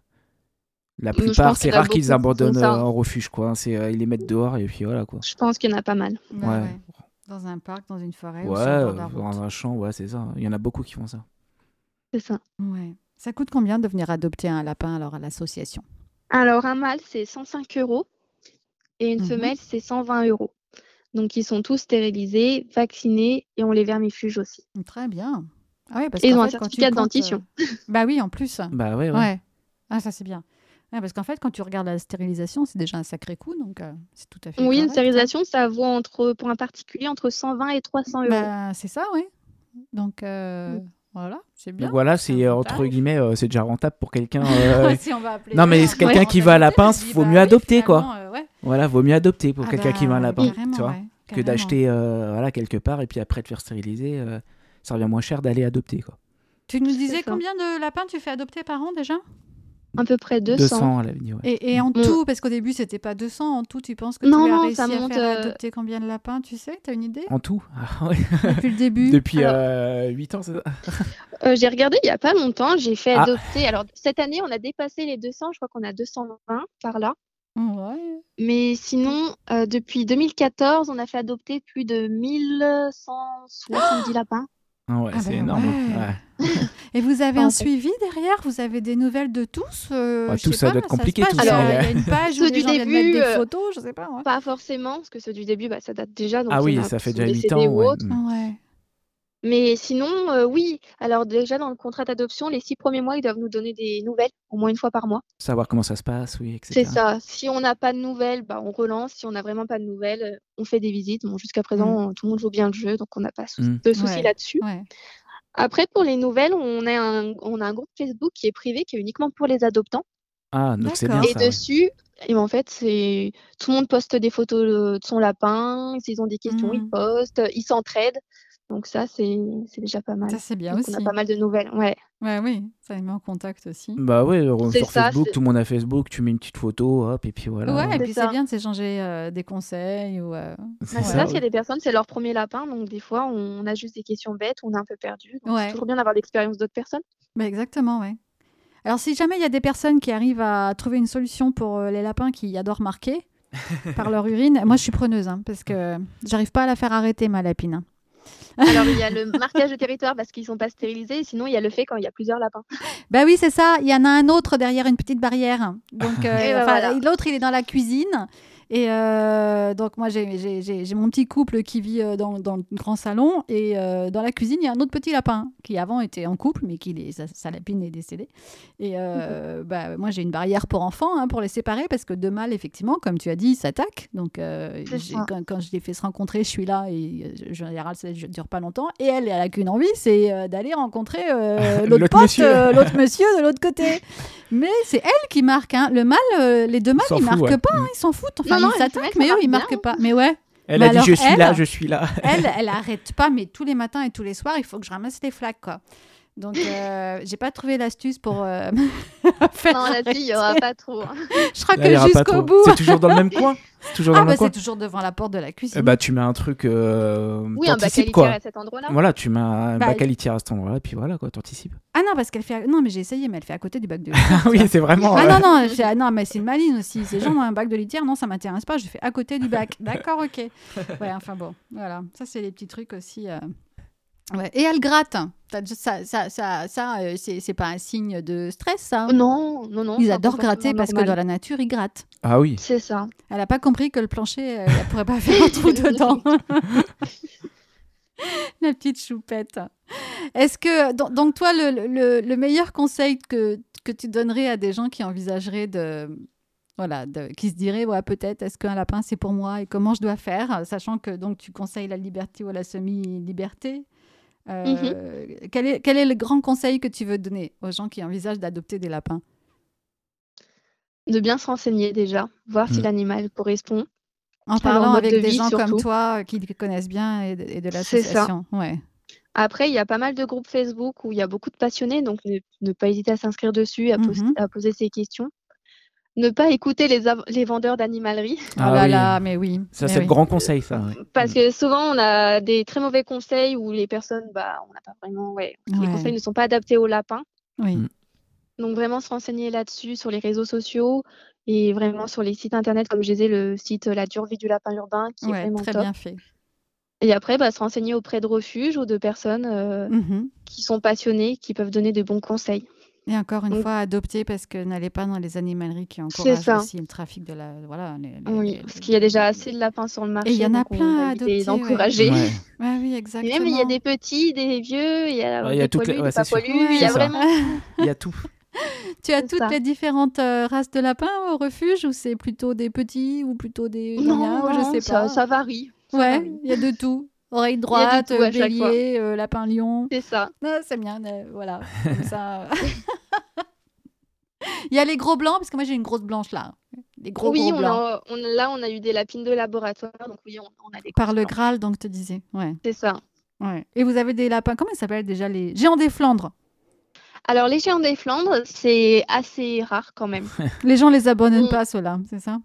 Speaker 1: La
Speaker 3: pense
Speaker 1: plupart, c'est
Speaker 3: qu'il y en a
Speaker 1: rare qu'ils
Speaker 3: beaucoup qui font
Speaker 1: abandonnent
Speaker 3: ça.
Speaker 1: euh, en refuge, quoi. C'est, euh, ils les mettent dehors et puis voilà, quoi.
Speaker 3: Je pense qu'il y en a pas mal.
Speaker 2: Bah
Speaker 1: Ouais.
Speaker 2: ouais. Dans un parc, dans une forêt, ou
Speaker 1: Ouais,
Speaker 2: sur le bord de la
Speaker 1: euh,
Speaker 2: route.
Speaker 1: dans un champ, ouais, c'est ça. Il y en a beaucoup qui font ça.
Speaker 3: C'est ça.
Speaker 2: Ouais. Ça coûte combien de venir adopter un lapin alors à l'association
Speaker 3: Alors, un mâle, c'est 105 euros et une
Speaker 2: Mhm.
Speaker 3: femelle, c'est 120 euros. Donc, ils sont tous stérilisés, vaccinés et on les vermifuge aussi.
Speaker 2: Très bien. Ah ouais, parce
Speaker 3: Et ils
Speaker 2: qu'en
Speaker 3: ont un
Speaker 2: fait, quand tu
Speaker 3: certificat de
Speaker 2: comptes, euh,
Speaker 3: dentition.
Speaker 2: Bah oui, en plus.
Speaker 1: Bah ouais, ouais.
Speaker 2: Ouais. Ah, ça, c'est bien. Ouais, parce qu'en fait, quand tu regardes la stérilisation, c'est déjà un sacré coup, donc euh, c'est tout à fait.
Speaker 3: Oui, une
Speaker 2: correct, hein.
Speaker 3: stérilisation, ça vaut entre, pour un particulier entre 120 et 300 euros.
Speaker 2: Bah, c'est ça, oui. Donc, euh,
Speaker 3: Mm.
Speaker 2: voilà, c'est bien.
Speaker 1: Donc
Speaker 2: [laughs]
Speaker 1: voilà, c'est euh,
Speaker 2: rentable.
Speaker 1: entre guillemets, euh, c'est déjà rentable pour
Speaker 2: [laughs]
Speaker 1: quelqu'un. euh,
Speaker 2: si on va appeler
Speaker 1: Non,
Speaker 2: ça
Speaker 1: mais
Speaker 2: un
Speaker 1: c'est quelqu'un
Speaker 2: peu
Speaker 1: qui va à la
Speaker 2: rentabilité,
Speaker 1: pince,
Speaker 2: je dis,
Speaker 1: vaut
Speaker 2: bah
Speaker 1: mieux
Speaker 2: oui,
Speaker 1: adopter, quoi.
Speaker 2: finalement, euh, ouais.
Speaker 1: Voilà, vaut mieux adopter pour
Speaker 2: Ah
Speaker 1: quelqu'un qui
Speaker 2: bah,
Speaker 1: va à lapin,
Speaker 2: carrément,
Speaker 1: tu vois,
Speaker 2: ouais,
Speaker 1: que
Speaker 2: carrément.
Speaker 1: d'acheter euh, voilà quelque part et puis après de faire stériliser, euh, ça revient moins cher d'aller adopter quoi.
Speaker 2: Tu nous disais
Speaker 3: C'est ça.
Speaker 2: combien de lapins tu fais adopter par an déjà
Speaker 1: Bah,
Speaker 3: À peu près 200.
Speaker 1: à l'avenir. Ouais.
Speaker 2: et, et en
Speaker 3: Mon-
Speaker 2: tout, parce qu'au début, c'était pas 200. En tout, tu penses que
Speaker 3: Mm. Non,
Speaker 2: tu as
Speaker 3: non,
Speaker 2: réussi
Speaker 3: ça
Speaker 2: à
Speaker 3: monte,
Speaker 2: faire
Speaker 3: euh,
Speaker 2: adopter combien de lapins Tu sais T'as
Speaker 1: [laughs]
Speaker 2: une idée
Speaker 1: En tout, Ah ouais.
Speaker 2: Depuis le début
Speaker 1: depuis
Speaker 3: Alors-
Speaker 1: 8 ans, c'est ça
Speaker 3: Euh, j'ai regardé il n'y a pas longtemps, j'ai fait
Speaker 1: Ah.
Speaker 3: adopter. Alors, cette année, on a dépassé les 200, je crois qu'on a 220 par là.
Speaker 2: Ouais.
Speaker 3: Mais sinon, euh, depuis 2014, on a fait adopter plus de 1170 lapins.
Speaker 1: Ah ouais,
Speaker 2: Ah
Speaker 1: c'est
Speaker 2: bah
Speaker 1: énorme.
Speaker 2: ouais.
Speaker 1: Ouais.
Speaker 2: Et vous avez
Speaker 3: Enfin,
Speaker 2: un
Speaker 3: en fait-
Speaker 2: suivi derrière Vous avez des nouvelles de tous Euh,
Speaker 1: Ah,
Speaker 2: je
Speaker 1: tout
Speaker 2: sais
Speaker 1: ça
Speaker 2: pas,
Speaker 1: doit être
Speaker 2: se
Speaker 1: compliqué,
Speaker 2: passe,
Speaker 1: tout
Speaker 2: il y a-
Speaker 3: ça,
Speaker 2: Il y a une page où
Speaker 3: Ceux
Speaker 2: les
Speaker 3: du
Speaker 2: gens viennent mettre
Speaker 3: début,
Speaker 2: des
Speaker 3: euh,
Speaker 2: photos, je sais pas. ouais.
Speaker 3: Pas forcément, parce que ceux du début, bah, ça date déjà. donc
Speaker 1: Ah
Speaker 3: il y
Speaker 1: oui,
Speaker 3: en a
Speaker 1: ça
Speaker 3: qui
Speaker 1: fait
Speaker 3: sont
Speaker 1: déjà 8
Speaker 3: décédés
Speaker 1: ans.
Speaker 3: ou
Speaker 1: ouais.
Speaker 3: autres.
Speaker 1: Mm.
Speaker 2: Ouais.
Speaker 3: Mais sinon, euh, oui. Alors déjà, dans le contrat d'adoption, les six premiers mois, ils doivent nous donner des nouvelles, au moins une fois par mois.
Speaker 1: Savoir comment ça se passe, oui, etc.
Speaker 3: C'est ça. Si on n'a pas de nouvelles, bah, on relance. Si on n'a vraiment pas de nouvelles, euh, on fait des visites. Bon, jusqu'à présent, euh, tout le monde joue bien le jeu, donc on n'a pas sou-
Speaker 1: Mm.
Speaker 3: de soucis
Speaker 2: Ouais.
Speaker 3: là-dessus.
Speaker 2: Ouais.
Speaker 3: Après, pour les nouvelles, on a, un, on a un groupe Facebook qui est privé, qui est uniquement pour les adoptants.
Speaker 1: Ah, donc c'est bien
Speaker 2: D'accord.
Speaker 3: Et
Speaker 1: ça. ouais.
Speaker 3: dessus, et ben, en fait, c'est tout le monde poste des photos euh, de son lapin. S'ils ont des questions, ils
Speaker 2: Mhm.
Speaker 3: postent, ils s'entraident. Donc ça, c'est c'est déjà pas mal.
Speaker 2: Ça, c'est bien
Speaker 3: Donc
Speaker 2: aussi.
Speaker 3: on a pas mal de nouvelles. Ouais.
Speaker 2: Ouais, oui, ça les met en contact aussi.
Speaker 1: Bah ouais, alors,
Speaker 3: C'est
Speaker 1: sur
Speaker 3: ça,
Speaker 1: Facebook,
Speaker 3: c'est-
Speaker 1: tout le monde a Facebook, tu mets une petite photo, hop, et puis voilà.
Speaker 2: ouais, et
Speaker 3: C'est
Speaker 2: puis c'est
Speaker 3: ça.
Speaker 2: bien de s'échanger euh, des conseils ou. euh,
Speaker 1: C'est ça,
Speaker 3: Bah, c'est ça,
Speaker 1: ouais.
Speaker 3: s'il y a des personnes, c'est leur premier lapin. Donc des fois, on a juste des questions bêtes, on est un peu perdu. Donc
Speaker 2: Ouais.
Speaker 3: c'est toujours bien d'avoir l'expérience d'autres
Speaker 2: [laughs]
Speaker 3: personnes.
Speaker 2: Bah, exactement, ouais. Alors, si jamais il y a des personnes qui arrivent à trouver une solution pour euh, les lapins qui
Speaker 1: [laughs]
Speaker 2: adorent marquer par leur urine, moi je suis preneuse hein, parce que j'arrive pas à la faire arrêter ma lapine. hein.
Speaker 3: Alors il y a le marquage de territoire parce qu'ils sont pas stérilisés. et Sinon, il y a le fait quand il y a
Speaker 2: [laughs]
Speaker 3: plusieurs lapins.
Speaker 2: Bah oui, c'est ça. Il y en a un autre derrière une petite barrière.
Speaker 3: [laughs]
Speaker 2: Donc, euh,
Speaker 3: Et bah
Speaker 2: enfin,
Speaker 3: voilà.
Speaker 2: l'autre, il est dans la cuisine. Et euh, donc, moi, j'ai- j'ai j'ai- j'ai mon petit couple qui vit euh, dans, dans le grand salon. Et euh, dans la cuisine, il y a un autre petit lapin qui, avant, était en couple, mais qui, est- sa, sa lapine est décédée. Et
Speaker 3: Mhm.
Speaker 2: euh, bah, moi, j'ai une barrière pour enfants, hein, pour les séparer, parce que deux mâles, effectivement, comme tu as dit, ils s'attaquent. Donc, euh,
Speaker 3: C'est
Speaker 2: j'ai-
Speaker 3: ça.
Speaker 2: quand, quand je les fais se rencontrer, je suis là. Et euh, je- en général, ça ne dure pas longtemps. Et elle, elle a qu'une envie, c'est euh, d'aller rencontrer euh, l'autre
Speaker 1: L'autre
Speaker 2: pote,
Speaker 1: monsieur.
Speaker 2: euh, l'autre monsieur de l'autre
Speaker 1: [laughs]
Speaker 2: côté. Mais c'est elle qui marque. hein. Le mâle, euh, les deux mâles,
Speaker 1: s'en
Speaker 2: ils
Speaker 1: fout,
Speaker 2: marquent
Speaker 1: ouais.
Speaker 2: pas. hein. Ils s'en foutent. Enfin,
Speaker 3: Non, non,
Speaker 2: ils
Speaker 3: une
Speaker 2: s'attaquent,
Speaker 3: femelle, ça
Speaker 2: mais eux,
Speaker 3: marche
Speaker 2: ils
Speaker 3: bien.
Speaker 2: marquent pas. Mais ouais, [laughs]
Speaker 1: Elle
Speaker 2: Bah
Speaker 1: a dit
Speaker 2: alors,
Speaker 1: je suis
Speaker 2: elle-
Speaker 1: là, je suis là.
Speaker 2: elle, elle arrête pas. Mais tous les matins et tous les soirs, il faut que je ramasse les flaques, quoi. Donc,
Speaker 3: [laughs]
Speaker 2: euh, j'ai pas trouvé l'astuce pour euh, [laughs] faire.
Speaker 3: Non, là-dessus, il y aura
Speaker 2: arrêter.
Speaker 3: pas trop. hein.
Speaker 2: Je crois
Speaker 1: Là, il y
Speaker 2: que
Speaker 1: aura pas trop.
Speaker 2: Ah, jusqu'au bout.
Speaker 1: C'est toujours dans le même
Speaker 2: [laughs]
Speaker 1: coin C'est toujours dans
Speaker 2: Ah,
Speaker 1: le même
Speaker 2: bah,
Speaker 1: coin
Speaker 2: c'est toujours devant la porte de la cuisine.
Speaker 1: Eh bah, tu mets un truc. Euh,
Speaker 3: Oui, un bac
Speaker 1: t'anticipes,
Speaker 3: à
Speaker 1: quoi.
Speaker 3: litière à cet endroit-là.
Speaker 1: Voilà, tu mets un
Speaker 2: Bah,
Speaker 1: bac à litière à cet endroit-là, et puis voilà, quoi,
Speaker 2: [laughs]
Speaker 1: t'anticipes.
Speaker 2: Ah non, parce qu'elle fait. à- Non, mais j'ai essayé, mais elle fait à côté du bac de.
Speaker 1: [laughs] Ah oui, c'est vraiment.
Speaker 2: Ah
Speaker 1: euh,
Speaker 2: non, non, elle fait, ah non, mais c'est une maline aussi. Ces gens ont un bac de litière. Non, ça m'intéresse pas. Je fais à côté du bac. D'accord, ok. Ouais, enfin bon, voilà. Ça, c'est les petits trucs aussi. euh. Ouais. Et elle gratte. Ça, ça, ça, ça, ça, euh, c'est c'est pas un signe de stress, ça.
Speaker 3: Non, non, non.
Speaker 2: Ils
Speaker 3: c'est un
Speaker 2: adorent gratter
Speaker 3: comportement
Speaker 2: parce que
Speaker 3: normal.
Speaker 2: dans la nature, ils grattent.
Speaker 1: Ah
Speaker 2: Oh
Speaker 1: oui.
Speaker 3: C'est ça.
Speaker 2: Elle n'a pas compris que le plancher, euh, elle pourrait pas faire un trou dedans. [laughs] La petite choupette. Est-ce que, don- donc toi, le, le- le meilleur conseil que, que tu donnerais à des gens qui envisageraient de... Voilà, de- qui se diraient, ouais, peut-être, est-ce qu'un lapin, c'est pour moi et comment je dois faire Sachant que donc tu conseilles la liberté ou la semi-liberté. Euh, quel, est, quel est le grand conseil que tu veux donner aux gens qui envisagent d'adopter des lapins
Speaker 3: de bien se renseigner déjà, voir si
Speaker 1: Mm.
Speaker 3: l'animal correspond.
Speaker 2: En
Speaker 3: Leur
Speaker 2: parlant
Speaker 3: mode
Speaker 2: avec
Speaker 3: de
Speaker 2: des
Speaker 3: vie,
Speaker 2: gens comme
Speaker 3: surtout.
Speaker 2: toi euh, qui le connaissent bien et de, et de
Speaker 3: C'est ça.
Speaker 2: l'association. Ouais.
Speaker 3: Après, il y a pas mal de groupes Facebook où il y a beaucoup de passionnés, donc ne, ne pas hésiter à s'inscrire dessus, à, pos-
Speaker 2: Mhm.
Speaker 3: à poser ses questions. Ne pas écouter les, av- les vendeurs d'animalerie,
Speaker 2: Ah
Speaker 1: Ah
Speaker 2: là
Speaker 1: oui.
Speaker 2: là, mais oui.
Speaker 1: Ça,
Speaker 2: mais
Speaker 1: c'est
Speaker 2: oui.
Speaker 1: le grand conseil, ça. ouais.
Speaker 3: parce
Speaker 1: Mm.
Speaker 3: que souvent on a des très mauvais conseils où les personnes, bah, on n'a pas vraiment, ouais,
Speaker 2: Ouais.
Speaker 3: les conseils ne sont pas adaptés aux lapins.
Speaker 2: Oui.
Speaker 1: Mm.
Speaker 3: Donc vraiment se renseigner là-dessus sur les réseaux sociaux et vraiment sur les sites internet, comme je disais, le site euh, La dure vie du lapin urbain qui est
Speaker 2: Ouais,
Speaker 3: vraiment
Speaker 2: très
Speaker 3: top.
Speaker 2: bien fait.
Speaker 3: Et après, bah, se renseigner auprès de refuges ou de personnes euh,
Speaker 2: Mhm.
Speaker 3: qui sont passionnés, qui peuvent donner de bons conseils.
Speaker 2: Et encore une
Speaker 3: Donc-
Speaker 2: fois, adopter parce que n'allez pas dans les animaleries qui
Speaker 3: C'est
Speaker 2: encouragent
Speaker 3: ça.
Speaker 2: aussi le trafic de la. Voilà. les- les-
Speaker 3: Oui,
Speaker 2: les-
Speaker 3: parce qu'il y a déjà assez de lapins sur le marché.
Speaker 2: y en a
Speaker 3: donc on va
Speaker 2: plein à
Speaker 3: éviter de les
Speaker 2: adopter, ouais.
Speaker 3: encourager.
Speaker 1: Ouais.
Speaker 2: Ouais, oui,
Speaker 3: Mais
Speaker 2: exactement.
Speaker 3: même, il y a des petits, des vieux, il y a,
Speaker 1: Ouais, il y a
Speaker 3: des
Speaker 1: toutes les-
Speaker 3: poilus, des
Speaker 1: ouais, c'est
Speaker 3: pas
Speaker 1: sûr.
Speaker 3: poilus, il y a
Speaker 1: Ouais.
Speaker 3: vraiment... [laughs]
Speaker 1: Il y a tout.
Speaker 2: [laughs] tu as
Speaker 3: C'est
Speaker 2: toutes
Speaker 3: ça.
Speaker 2: les différentes euh, races de lapins au refuge ou c'est plutôt des petits ou plutôt des moyens ou je sais
Speaker 3: ça,
Speaker 2: pas.
Speaker 3: ça varie. ça
Speaker 2: ouais,
Speaker 3: varie.
Speaker 2: il y a de tout. Oreille
Speaker 3: y a de
Speaker 2: droite,
Speaker 3: tout à chaque fois.
Speaker 2: bélier, euh, lapin lion.
Speaker 3: C'est ça.
Speaker 2: Non, c'est bien, euh, voilà. Comme ça. euh. [laughs] Il y a les gros blancs, parce que moi j'ai une grosse blanche là. Les gros,
Speaker 3: oui,
Speaker 2: gros
Speaker 3: on
Speaker 2: blancs.
Speaker 3: a, on- là, on a eu des lapines de laboratoire, donc oui, on, on a des
Speaker 2: Par le
Speaker 3: grosses plantes.
Speaker 2: Graal, donc te disais. Ouais.
Speaker 3: C'est ça.
Speaker 2: ouais. Et vous avez des lapins, comment ils s'appellent déjà les géants des Flandres
Speaker 3: Alors, les géants des Flandres, c'est assez rare
Speaker 2: [laughs]
Speaker 3: quand même.
Speaker 2: Les gens les abonnent
Speaker 3: Mm.
Speaker 2: pas ceux-là, c'est
Speaker 3: [laughs]
Speaker 2: ça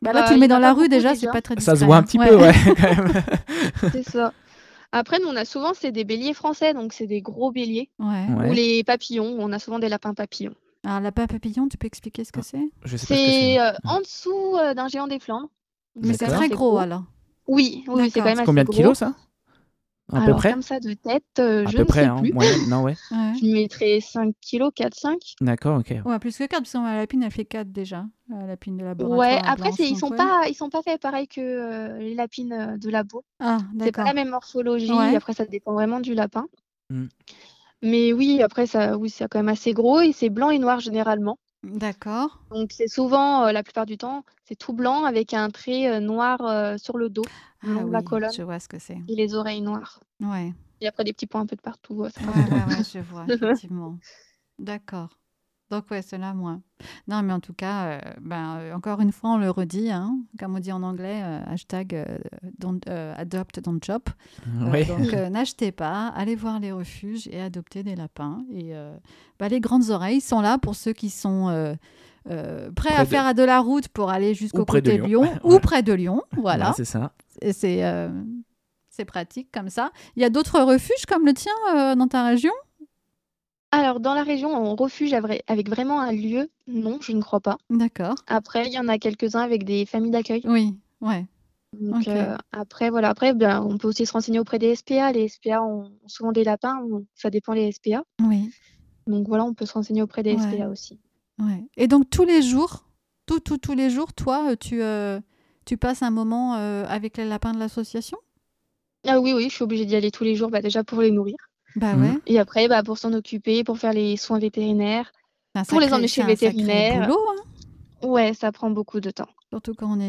Speaker 2: bah, Là
Speaker 3: Bah,
Speaker 2: tu le mets
Speaker 3: il y en
Speaker 2: dans
Speaker 3: a
Speaker 2: la
Speaker 3: pas
Speaker 2: rue
Speaker 3: beaucoup,
Speaker 2: déjà,
Speaker 3: déjà.
Speaker 2: c'est pas très
Speaker 1: Ça se
Speaker 2: discret,
Speaker 1: voit
Speaker 2: hein.
Speaker 1: un petit peu, ouais, [laughs] quand même.
Speaker 3: C'est ça. Après, nous, on a souvent, c'est des béliers français, donc c'est des gros béliers.
Speaker 2: [laughs] Ouais.
Speaker 1: Ouais.
Speaker 3: Ou les papillons, on a souvent des lapins papillons.
Speaker 2: Alors, lapin papillon, tu peux expliquer
Speaker 1: Ah.
Speaker 2: ce que c'est
Speaker 1: Je sais pas ce que
Speaker 3: C'est
Speaker 1: c'est.
Speaker 3: euh, en dessous euh, d'un géant des Flandres.
Speaker 2: Mais c'est
Speaker 1: D'accord.
Speaker 2: très gros, alors.
Speaker 3: Oui, oui, oui, c'est
Speaker 2: D'accord.
Speaker 3: quand même
Speaker 2: C'est
Speaker 3: assez
Speaker 1: Combien de
Speaker 3: gros.
Speaker 1: kilos ça À peu
Speaker 3: Alors,
Speaker 1: près
Speaker 3: Comme ça de tête, euh,
Speaker 1: À
Speaker 3: je
Speaker 1: peu
Speaker 3: ne
Speaker 1: près,
Speaker 3: sais
Speaker 1: hein,
Speaker 3: plus.
Speaker 1: moyenne. Non, ouais.
Speaker 2: Ouais.
Speaker 3: Je mettrais 5 kilos, 4-5.
Speaker 1: D'accord, ok.
Speaker 2: Ouais, plus que 4, parce que ma lapine, elle fait 4 déjà. La lapine de laboratoire.
Speaker 3: Ouais, après
Speaker 2: blanche,
Speaker 3: c'est- ils
Speaker 2: donc
Speaker 3: sont
Speaker 2: ouais.
Speaker 3: pas ils sont pas faits pareil que euh, les lapines euh, de labo.
Speaker 2: Ah,
Speaker 3: C'est pas
Speaker 2: d'accord.
Speaker 3: la même morphologie.
Speaker 2: Ouais. Mmh.
Speaker 3: Après ça dépend vraiment du lapin.
Speaker 1: Mm.
Speaker 3: Mais oui, après ça oui c'est quand même assez gros et c'est blanc et noir généralement.
Speaker 2: D'accord.
Speaker 3: Donc c'est souvent euh, la plupart du temps c'est tout blanc avec un trait euh, noir euh, sur le dos,
Speaker 2: Ah
Speaker 3: le long de la
Speaker 2: oui,
Speaker 3: colonne
Speaker 2: je vois ce que c'est.
Speaker 3: et les oreilles noires.
Speaker 2: Ouais.
Speaker 3: Et après des petits points un peu de partout. euh, ça
Speaker 2: Ouais,
Speaker 3: va.
Speaker 2: ouais, ouais, je
Speaker 3: [laughs]
Speaker 2: vois, effectivement. D'accord. Donc, ouais, cela, moins. Non, mais en tout cas, euh, ben, euh, encore une fois, on le redit, hein, comme on dit en anglais, euh, hashtag euh, don't, euh, adopt, don't chop. Euh,
Speaker 1: Ouais. [laughs]
Speaker 2: Donc, euh, n'achetez pas, allez voir les refuges et adoptez des lapins. Et euh, bah, les grandes oreilles sont là pour ceux qui sont euh, euh, prêts
Speaker 1: Près
Speaker 2: à
Speaker 1: de-
Speaker 2: faire à de la route pour aller jusqu'au
Speaker 1: Ou près de
Speaker 2: côté de
Speaker 1: Lyon.
Speaker 2: Lyon,
Speaker 1: [laughs]
Speaker 2: ou
Speaker 1: Voilà.
Speaker 2: près de Lyon. Voilà,
Speaker 1: Ouais, c'est ça.
Speaker 2: Et c'est euh, c'est pratique comme ça. Il y a d'autres refuges comme le tien euh, dans ta région
Speaker 3: Alors dans la région on refuge avra- avec vraiment un lieu, non je ne crois pas.
Speaker 2: D'accord.
Speaker 3: Après il y en a quelques-uns avec des familles d'accueil.
Speaker 2: Oui, ouais.
Speaker 3: Donc,
Speaker 2: Ok.
Speaker 3: euh, après, voilà. Après, ben, on peut aussi se renseigner auprès des SPA. Les SPA ont ont souvent des lapins, ou- ça dépend les SPA.
Speaker 2: Oui,
Speaker 3: Donc voilà, on peut se renseigner auprès des
Speaker 2: Ouais.
Speaker 3: SPA aussi.
Speaker 2: ouais. Et donc, tous les jours, tout, tout, tous les jours, toi, euh, tu, euh, tu passes un moment euh, avec les lapins de l'association
Speaker 3: Ah oui, oui, je suis obligée d'y aller tous les jours, bah, déjà pour les nourrir.
Speaker 2: Bah
Speaker 1: Mhm.
Speaker 2: ouais.
Speaker 3: Et après, bah, pour s'en occuper, pour faire les soins vétérinaires.
Speaker 2: C'est un
Speaker 3: Pour les
Speaker 2: sacré-
Speaker 3: emmener chez
Speaker 2: c'est
Speaker 3: le
Speaker 2: un sacré
Speaker 3: vétérinaire.
Speaker 2: boulot, hein,
Speaker 3: Ouais, ça prend beaucoup de temps.
Speaker 2: surtout quand on est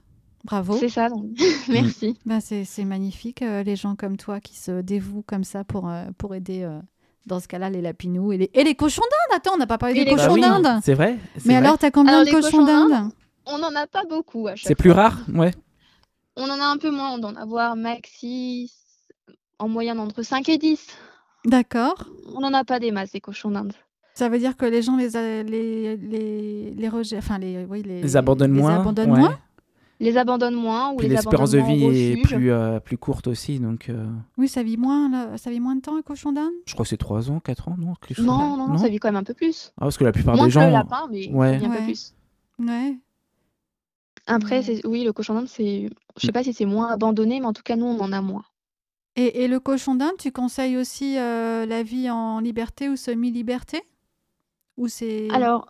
Speaker 1: Oh.
Speaker 2: Bravo.
Speaker 3: C'est ça, donc. [laughs]
Speaker 1: Mm.
Speaker 3: Merci.
Speaker 2: Bah, c'est c'est magnifique, euh, les gens comme toi qui se dévouent comme ça pour, euh, pour aider, euh, dans ce cas-là, les lapinous et les, et les cochons d'Inde. Attends, on n'a pas parlé
Speaker 3: Et
Speaker 2: des
Speaker 3: les
Speaker 2: cochons
Speaker 1: Bah oui,
Speaker 2: d'Inde.
Speaker 1: c'est vrai. c'est
Speaker 2: Mais
Speaker 1: vrai.
Speaker 2: alors, t'as combien
Speaker 3: Alors,
Speaker 2: de
Speaker 3: les
Speaker 2: cochons
Speaker 3: cochons
Speaker 2: d'Inde
Speaker 3: On n'en a pas beaucoup à chaque
Speaker 1: C'est plus rare, ouais.
Speaker 3: On en a un peu moins. On doit en avoir maxi en moyenne entre 5 et 10.
Speaker 2: D'accord.
Speaker 3: On n'en a pas des masses, des cochons d'Inde.
Speaker 2: Ça veut dire que les gens les, a- les, les, les rejettent, enfin, les, oui, les,
Speaker 1: Les abandonnent
Speaker 2: les
Speaker 1: moins.
Speaker 2: abandonnent
Speaker 1: ouais.
Speaker 2: moins.
Speaker 3: Les abandonne moins ou
Speaker 1: Puis
Speaker 3: les
Speaker 1: l'espérance de
Speaker 3: abandonne moins
Speaker 1: vie
Speaker 3: en
Speaker 1: est
Speaker 3: refuge.
Speaker 1: plus, euh, plus courte aussi, donc euh,
Speaker 2: Oui, ça vit moins, là, ça vit moins de temps, un cochon d'Inde.
Speaker 1: je crois que c'est 3 ans, 4 ans, non quelque chose comme
Speaker 3: Non, non, non, ça vit quand même un peu plus.
Speaker 1: Ah, parce que la plupart
Speaker 3: Moins
Speaker 1: des
Speaker 3: que le
Speaker 1: gens.
Speaker 3: lapin, mais ça
Speaker 1: ouais.
Speaker 3: vit un peu
Speaker 2: Ouais.
Speaker 3: plus.
Speaker 2: Ouais. Ouais.
Speaker 3: Après, c'est- oui, le cochon d'Inde, c'est,
Speaker 1: Mm.
Speaker 3: je sais pas si c'est moins abandonné, mais en tout cas, nous, on en a moins.
Speaker 2: Et, et le cochon d'Inde, tu conseilles aussi euh, la vie en liberté ou semi-liberté Ou c'est.
Speaker 3: Alors,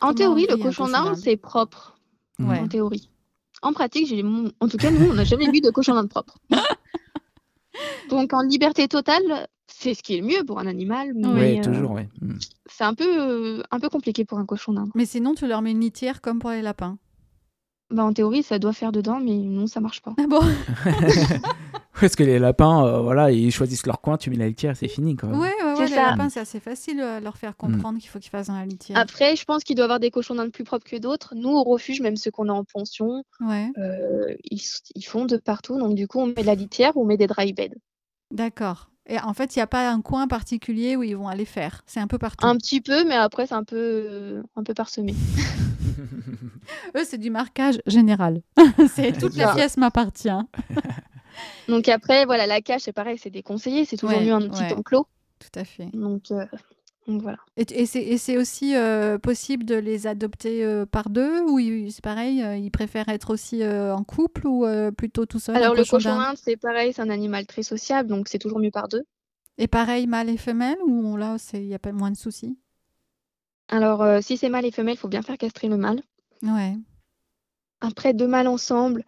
Speaker 2: Comment
Speaker 3: en
Speaker 2: on
Speaker 3: théorie, le
Speaker 2: vit un
Speaker 3: cochon
Speaker 2: cochon
Speaker 3: d'Inde,
Speaker 2: d'Inde
Speaker 3: c'est propre,
Speaker 1: Mm.
Speaker 2: Ouais.
Speaker 3: en théorie. En pratique, j'ai, mon- en tout cas, nous, on n'a jamais vu de cochon
Speaker 2: [laughs]
Speaker 3: d'Inde propre. Donc, en liberté totale, c'est ce qui est le mieux pour un animal, mais
Speaker 1: Oui,
Speaker 2: Ouais,
Speaker 3: euh,
Speaker 1: toujours, ouais.
Speaker 3: [laughs]
Speaker 1: Mm. [laughs]
Speaker 3: c'est un peu, euh, un peu compliqué pour un cochon d'Inde.
Speaker 2: Mais sinon, tu leur mets une litière comme pour les lapins.
Speaker 3: Bah, en théorie, ça doit faire dedans, mais non, ça marche pas.
Speaker 2: Ah bon
Speaker 1: Parce que les lapins, euh, voilà, ils choisissent leur coin, tu mets la litière, c'est fini, quoi.
Speaker 2: Ouais,
Speaker 1: [laughs]
Speaker 2: ouais, ouais,
Speaker 3: C'est
Speaker 2: les
Speaker 3: ça.
Speaker 2: lapins, c'est assez facile euh, à leur
Speaker 1: Mm.
Speaker 2: faire comprendre qu'il faut qu'ils fassent dans la litière.
Speaker 3: Après, je pense qu'il doit y avoir des cochons d'Inde plus propres que d'autres. Nous, au refuge, même ceux qu'on a en pension,
Speaker 2: Ouais,
Speaker 3: Euh, ils, s- ils font de partout. Donc, du coup, on met de la litière ou on met des dry beds.
Speaker 2: d'accord. Et en fait, il n'y a pas un coin particulier où ils vont aller faire. C'est un peu partout.
Speaker 3: Un petit peu, mais après, c'est un peu, euh, un peu parsemé.
Speaker 2: Eux, c'est du marquage général. [laughs] c'est toute la
Speaker 3: ça.
Speaker 2: pièce m'appartient.
Speaker 3: Donc, après, voilà, la cage, c'est pareil, c'est déconseillé. C'est toujours
Speaker 2: Ouais,
Speaker 3: mieux un petit
Speaker 2: ouais.
Speaker 3: enclos.
Speaker 2: Tout à fait.
Speaker 3: Donc, euh, donc voilà.
Speaker 2: Et, tu- et c'est- et c'est aussi euh, possible de les adopter euh, par deux ou ils- c'est pareil, euh, ils préfèrent être aussi euh, en couple ou euh, plutôt tout seul un
Speaker 3: Alors, le cochon
Speaker 2: d'Inde
Speaker 3: d'Inde, c'est pareil, c'est un animal très sociable. Donc, c'est toujours mieux par deux.
Speaker 2: Et pareil, mâle et femelle ou on- là, c'est- il n'y a pas moins de soucis
Speaker 3: Alors, euh, si c'est mâle et femelle, il faut bien faire castrer le mâle.
Speaker 2: Ouais,
Speaker 3: Après, deux mâles ensemble,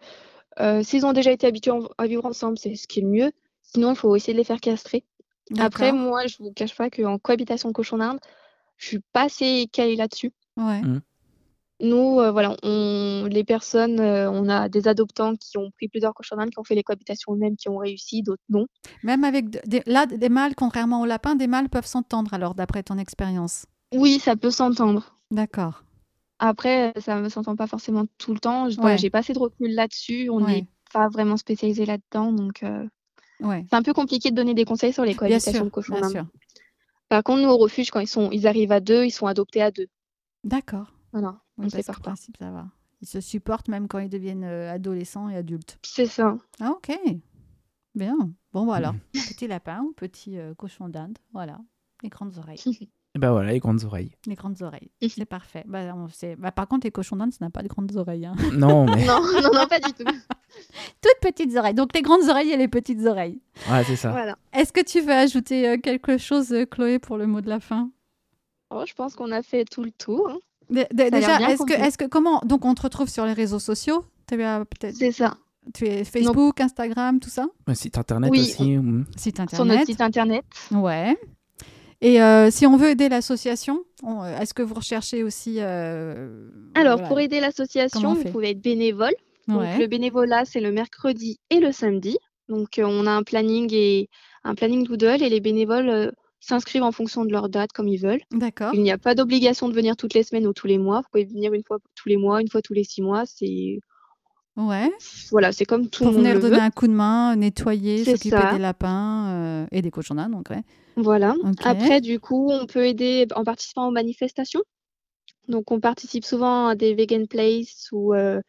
Speaker 3: euh, s'ils ont déjà été habitués en- à vivre ensemble, c'est ce qui est le mieux. Sinon, il faut essayer de les faire castrer. Après,
Speaker 2: d'accord.
Speaker 3: moi, je vous cache pas qu'en cohabitation cochon d'Inde, je suis pas assez calée là-dessus.
Speaker 2: Ouais,
Speaker 3: Nous, euh, voilà, on, les personnes, euh, on a des adoptants qui ont pris plusieurs cochons d'Inde, qui ont fait les cohabitations eux-mêmes, qui ont réussi, d'autres non.
Speaker 2: même avec de- des, là des mâles, contrairement aux lapins, des mâles peuvent s'entendre. Alors d'après ton expérience,
Speaker 3: Oui, ça peut s'entendre.
Speaker 2: d'accord.
Speaker 3: Après, euh, ça ne s'entend pas forcément tout le temps. Je-
Speaker 2: Ouais.
Speaker 3: Voilà, j'ai pas assez de recul là-dessus. On n'est
Speaker 2: Ouais,
Speaker 3: pas vraiment spécialisé là-dedans, donc euh,
Speaker 2: ouais.
Speaker 3: c'est un peu compliqué de donner des conseils sur les
Speaker 2: Bien
Speaker 3: cohabitations
Speaker 2: sûr,
Speaker 3: de cochons
Speaker 2: bien
Speaker 3: d'Inde.
Speaker 2: sûr.
Speaker 3: Par contre, nous au refuge, quand ils sont, ils arrivent à deux, ils sont adoptés à deux.
Speaker 2: D'accord.
Speaker 3: Voilà,
Speaker 2: Oui,
Speaker 3: on
Speaker 2: parce
Speaker 3: sépare
Speaker 2: qu'en
Speaker 3: pas.
Speaker 2: principe, ça va. Ils se supportent même quand ils deviennent euh, adolescents et adultes.
Speaker 3: C'est ça.
Speaker 2: Ah, ok.
Speaker 3: [laughs]
Speaker 2: Bien. Bon, voilà. petit lapin ou petit euh, cochon d'Inde. Voilà. Les grandes oreilles.
Speaker 1: Et ben voilà, les grandes oreilles. [laughs]
Speaker 2: Les grandes oreilles.
Speaker 3: Mhm.
Speaker 2: C'est parfait. Bah, on sait- bah, par contre, les cochons d'Inde, ça n'a pas de grandes oreilles. hein. [laughs]
Speaker 1: Non, mais.
Speaker 3: Non, [laughs] non, non, pas du tout.
Speaker 2: Toutes petites oreilles. Donc, les grandes oreilles et les petites oreilles.
Speaker 1: Ouais, c'est ça.
Speaker 3: Voilà.
Speaker 2: Est-ce que tu veux ajouter euh, quelque chose, euh, Chloé, pour le mot de la fin
Speaker 3: Oh, je pense qu'on a fait tout le tour. hein.
Speaker 2: Dé- dé-
Speaker 3: Ça a l'air
Speaker 2: Déjà,
Speaker 3: bien
Speaker 2: est-ce que,
Speaker 3: complet.
Speaker 2: est que comment Donc, on te retrouve sur les réseaux sociaux Tu as peut-être-
Speaker 3: C'est ça.
Speaker 2: tu es Facebook, Instagram, tout ça
Speaker 1: Un site internet
Speaker 3: Oui.
Speaker 1: aussi. mm.
Speaker 2: Site
Speaker 3: Sur notre
Speaker 2: internet.
Speaker 3: site internet.
Speaker 2: Ouais. Et euh, si on veut aider l'association, on- euh, est-ce que vous recherchez aussi euh,
Speaker 3: Alors,
Speaker 2: voilà.
Speaker 3: pour aider
Speaker 2: Comment
Speaker 3: l'association,
Speaker 2: on
Speaker 3: vous
Speaker 2: fait
Speaker 3: pouvez être bénévole. Donc,
Speaker 2: Ouais.
Speaker 3: le bénévolat, c'est le mercredi et le samedi. Donc, euh, on a un planning et un planning doodle et les bénévoles euh, s'inscrivent en fonction de leur date comme ils veulent.
Speaker 2: D'accord.
Speaker 3: Il n'y a pas d'obligation de venir toutes les semaines ou tous les mois. Vous pouvez venir une fois tous les mois, une fois tous les six mois. C'est
Speaker 2: Ouais.
Speaker 3: voilà, c'est comme tout
Speaker 2: Pour
Speaker 3: le monde
Speaker 2: venir
Speaker 3: le
Speaker 2: donner
Speaker 3: veut.
Speaker 2: un coup de main, nettoyer,
Speaker 3: C'est
Speaker 2: s'occuper
Speaker 3: ça.
Speaker 2: des lapins euh, et des cochons d'Inde, donc ouais.
Speaker 3: Voilà.
Speaker 2: Ok.
Speaker 3: Après, du coup, on peut aider en participant aux manifestations. Donc, on participe souvent à des vegan place ou euh,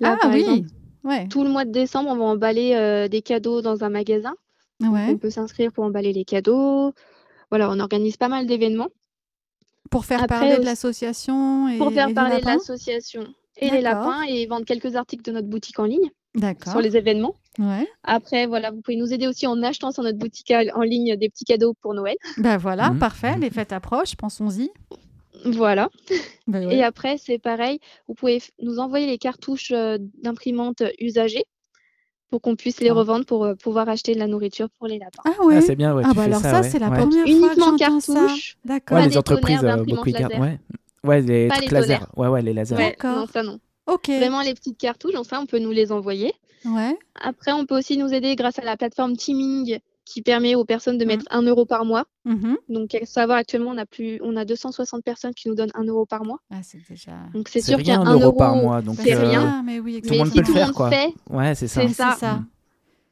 Speaker 3: là,
Speaker 2: ah
Speaker 3: par
Speaker 2: oui.
Speaker 3: exemple,
Speaker 2: Ouais.
Speaker 3: tout le mois de décembre, on va emballer euh, des cadeaux dans un magasin.
Speaker 2: ouais.
Speaker 3: On peut s'inscrire pour emballer les cadeaux. Voilà, on organise pas mal d'événements
Speaker 2: Pour faire
Speaker 3: Après
Speaker 2: parler de
Speaker 3: aussi-
Speaker 2: l'association et
Speaker 3: pour faire
Speaker 2: et des
Speaker 3: parler de
Speaker 2: lapins
Speaker 3: l'association et les
Speaker 2: D'accord.
Speaker 3: lapins et vendre quelques articles de notre boutique en ligne
Speaker 2: D'accord.
Speaker 3: sur les événements.
Speaker 2: Ouais.
Speaker 3: Après, voilà, vous pouvez nous aider aussi en achetant sur notre boutique à- en ligne des petits cadeaux pour Noël.
Speaker 2: Ben voilà,
Speaker 1: Mhm.
Speaker 2: parfait. Les fêtes approchent, pensons-y.
Speaker 3: Voilà.
Speaker 2: Ben ouais.
Speaker 3: Et après, c'est pareil, vous pouvez f- nous envoyer les cartouches euh, d'imprimantes usagées pour qu'on puisse les
Speaker 2: Ah.
Speaker 3: revendre pour euh, pouvoir acheter de la nourriture pour les lapins.
Speaker 2: Ah ouais.
Speaker 1: Ah, c'est bien, ouais,
Speaker 2: Ah
Speaker 1: tu
Speaker 2: bah
Speaker 1: fais
Speaker 2: alors ça,
Speaker 1: ouais.
Speaker 2: c'est la
Speaker 1: ouais.
Speaker 2: première fois
Speaker 3: Uniquement
Speaker 2: que j'entends ça.
Speaker 3: cartouches.
Speaker 2: D'accord.
Speaker 1: Ouais,
Speaker 3: Pas
Speaker 1: les
Speaker 3: des
Speaker 1: entreprises,
Speaker 3: tonnerres
Speaker 1: euh, beaucoup ils
Speaker 3: d'imprimantes
Speaker 1: gardent. Ouais. ouais, les
Speaker 3: Pas
Speaker 1: trucs
Speaker 3: les
Speaker 1: laser. Ouais, ouais, les lasers.
Speaker 3: Ouais,
Speaker 2: D'accord.
Speaker 3: non, ça non.
Speaker 2: Ok.
Speaker 3: Vraiment les petites cartouches, donc ça, on peut nous les envoyer.
Speaker 2: Ouais.
Speaker 3: Après, on peut aussi nous aider grâce à la plateforme Teaming qui permet aux personnes
Speaker 2: Mmh.
Speaker 3: de mettre 1 euro par mois.
Speaker 2: Mhm.
Speaker 3: Donc, à savoir, actuellement, on a, plus, on a 260 personnes qui nous donnent 1 euro par mois.
Speaker 2: Ah, c'est déjà.
Speaker 3: Donc, c'est
Speaker 1: C'est
Speaker 3: sûr qu'il y a
Speaker 1: rien,
Speaker 3: 1
Speaker 1: un euro par mois. Donc,
Speaker 3: c'est
Speaker 1: euh,
Speaker 3: rien.
Speaker 2: Ah, mais oui,
Speaker 1: Tout
Speaker 3: mais
Speaker 1: le monde
Speaker 3: si
Speaker 1: peut
Speaker 3: tout
Speaker 1: le faire,
Speaker 3: monde
Speaker 1: quoi.
Speaker 3: fait,
Speaker 1: Ouais, c'est ça.
Speaker 2: C'est
Speaker 3: C'est
Speaker 2: ça.
Speaker 3: ça.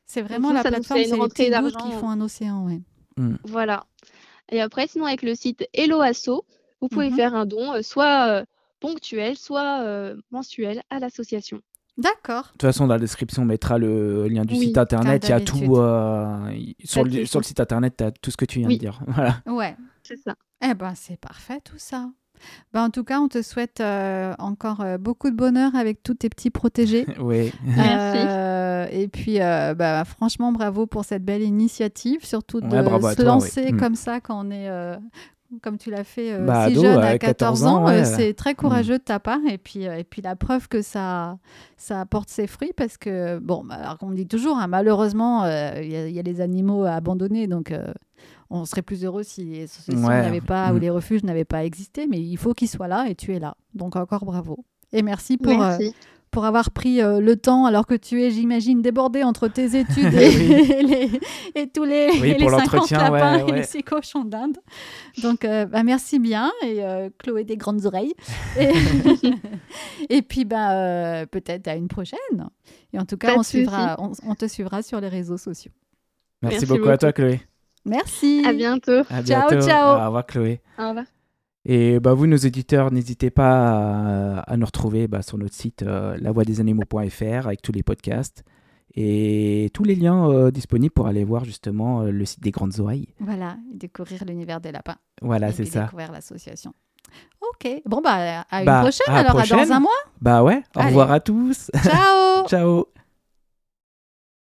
Speaker 2: C'est vraiment
Speaker 3: ça,
Speaker 2: la
Speaker 3: ça nous
Speaker 2: plateforme,
Speaker 3: fait une
Speaker 2: c'est les
Speaker 3: rentrée
Speaker 2: petits gouttes qui
Speaker 3: d'argent.
Speaker 2: font un océan, ouais.
Speaker 3: Voilà. Et après, sinon, avec le site Hello Asso, vous pouvez
Speaker 2: Mhm.
Speaker 3: faire un don, euh, soit euh, ponctuel, soit euh, mensuel à l'association.
Speaker 2: D'accord.
Speaker 1: De toute façon, dans la description, on mettra le lien du
Speaker 3: Oui,
Speaker 1: site internet. Il y a
Speaker 2: d'habitude.
Speaker 1: tout. euh, y- sur, le,
Speaker 3: question.
Speaker 1: sur le site internet, tu as tout ce que tu viens
Speaker 3: Oui.
Speaker 1: de dire. [laughs] Voilà.
Speaker 2: Ouais.
Speaker 3: C'est ça.
Speaker 2: Eh ben, c'est parfait tout ça. Ben, en tout cas, on te souhaite euh, encore euh, beaucoup de bonheur avec tous tes
Speaker 1: [laughs]
Speaker 2: petits protégés.
Speaker 1: Oui.
Speaker 3: Merci.
Speaker 2: Euh, et puis, euh, bah, franchement, bravo pour cette belle initiative, surtout de
Speaker 1: Ouais, bravo à
Speaker 2: se
Speaker 1: toi,
Speaker 2: lancer
Speaker 1: oui. Mm.
Speaker 2: comme ça quand on est, euh, comme tu l'as fait, euh,
Speaker 1: Bah,
Speaker 2: si
Speaker 1: ado,
Speaker 2: jeune, à
Speaker 1: à
Speaker 2: 14
Speaker 1: 14
Speaker 2: ans.
Speaker 1: ans, ouais. Mm.
Speaker 2: euh, C'est très courageux de ta part. Et puis, euh, et puis la preuve que ça, ça apporte ses fruits, parce que, bon, bah, alors qu'on dit toujours, hein, malheureusement, euh, il y a- il y, a les animaux abandonnés, donc... euh, on serait plus heureux si les associations
Speaker 1: Ouais.
Speaker 2: n'avaient pas ou
Speaker 1: Mm.
Speaker 2: les refuges n'avaient pas existé, mais il faut qu'ils soient là et tu es là. Donc encore bravo. Et merci pour, euh,
Speaker 3: Merci.
Speaker 2: pour avoir pris euh, le temps, alors que tu es, j'imagine, débordé entre
Speaker 1: [laughs]
Speaker 2: tes études et,
Speaker 1: Oui.
Speaker 2: et les- et tous les,
Speaker 1: Oui,
Speaker 2: et les
Speaker 1: pour
Speaker 2: 50
Speaker 1: l'entretien, ouais,
Speaker 2: lapins et
Speaker 1: ouais.
Speaker 2: les 6 cochons d'Inde. Donc, euh, bah, merci bien. Et euh, Chloé des
Speaker 1: [laughs]
Speaker 2: grandes oreilles. Et, [laughs] et puis, bah, euh, peut-être à une prochaine. Et en tout cas,
Speaker 3: Pas de
Speaker 2: on, suivra, on, on te suivra sur les réseaux sociaux.
Speaker 1: Merci,
Speaker 3: Merci
Speaker 1: beaucoup, à
Speaker 3: beaucoup.
Speaker 1: toi, Chloé.
Speaker 2: Merci.
Speaker 3: À bientôt.
Speaker 1: À
Speaker 2: Ciao,
Speaker 1: bientôt.
Speaker 2: ciao.
Speaker 1: Au revoir, Chloé.
Speaker 3: Au revoir.
Speaker 1: Et bah, vous, nos éditeurs, n'hésitez pas à, à nous retrouver bah, sur notre site euh, lavoidesanimaux.fr avec tous les podcasts et tous les liens euh, disponibles pour aller voir justement euh, le site des grandes oreilles.
Speaker 2: Voilà, et découvrir l'univers des lapins.
Speaker 1: Voilà,
Speaker 2: et
Speaker 1: c'est
Speaker 2: puis
Speaker 1: ça.
Speaker 2: découvrir l'association. Ok. Bon, bah, à une
Speaker 1: Bah,
Speaker 2: prochaine,
Speaker 1: à la
Speaker 2: alors, à dans
Speaker 1: prochaine.
Speaker 2: un mois.
Speaker 1: Bah ouais, au [laughs]
Speaker 2: Allez.
Speaker 1: revoir à tous.
Speaker 2: Ciao
Speaker 1: Ciao.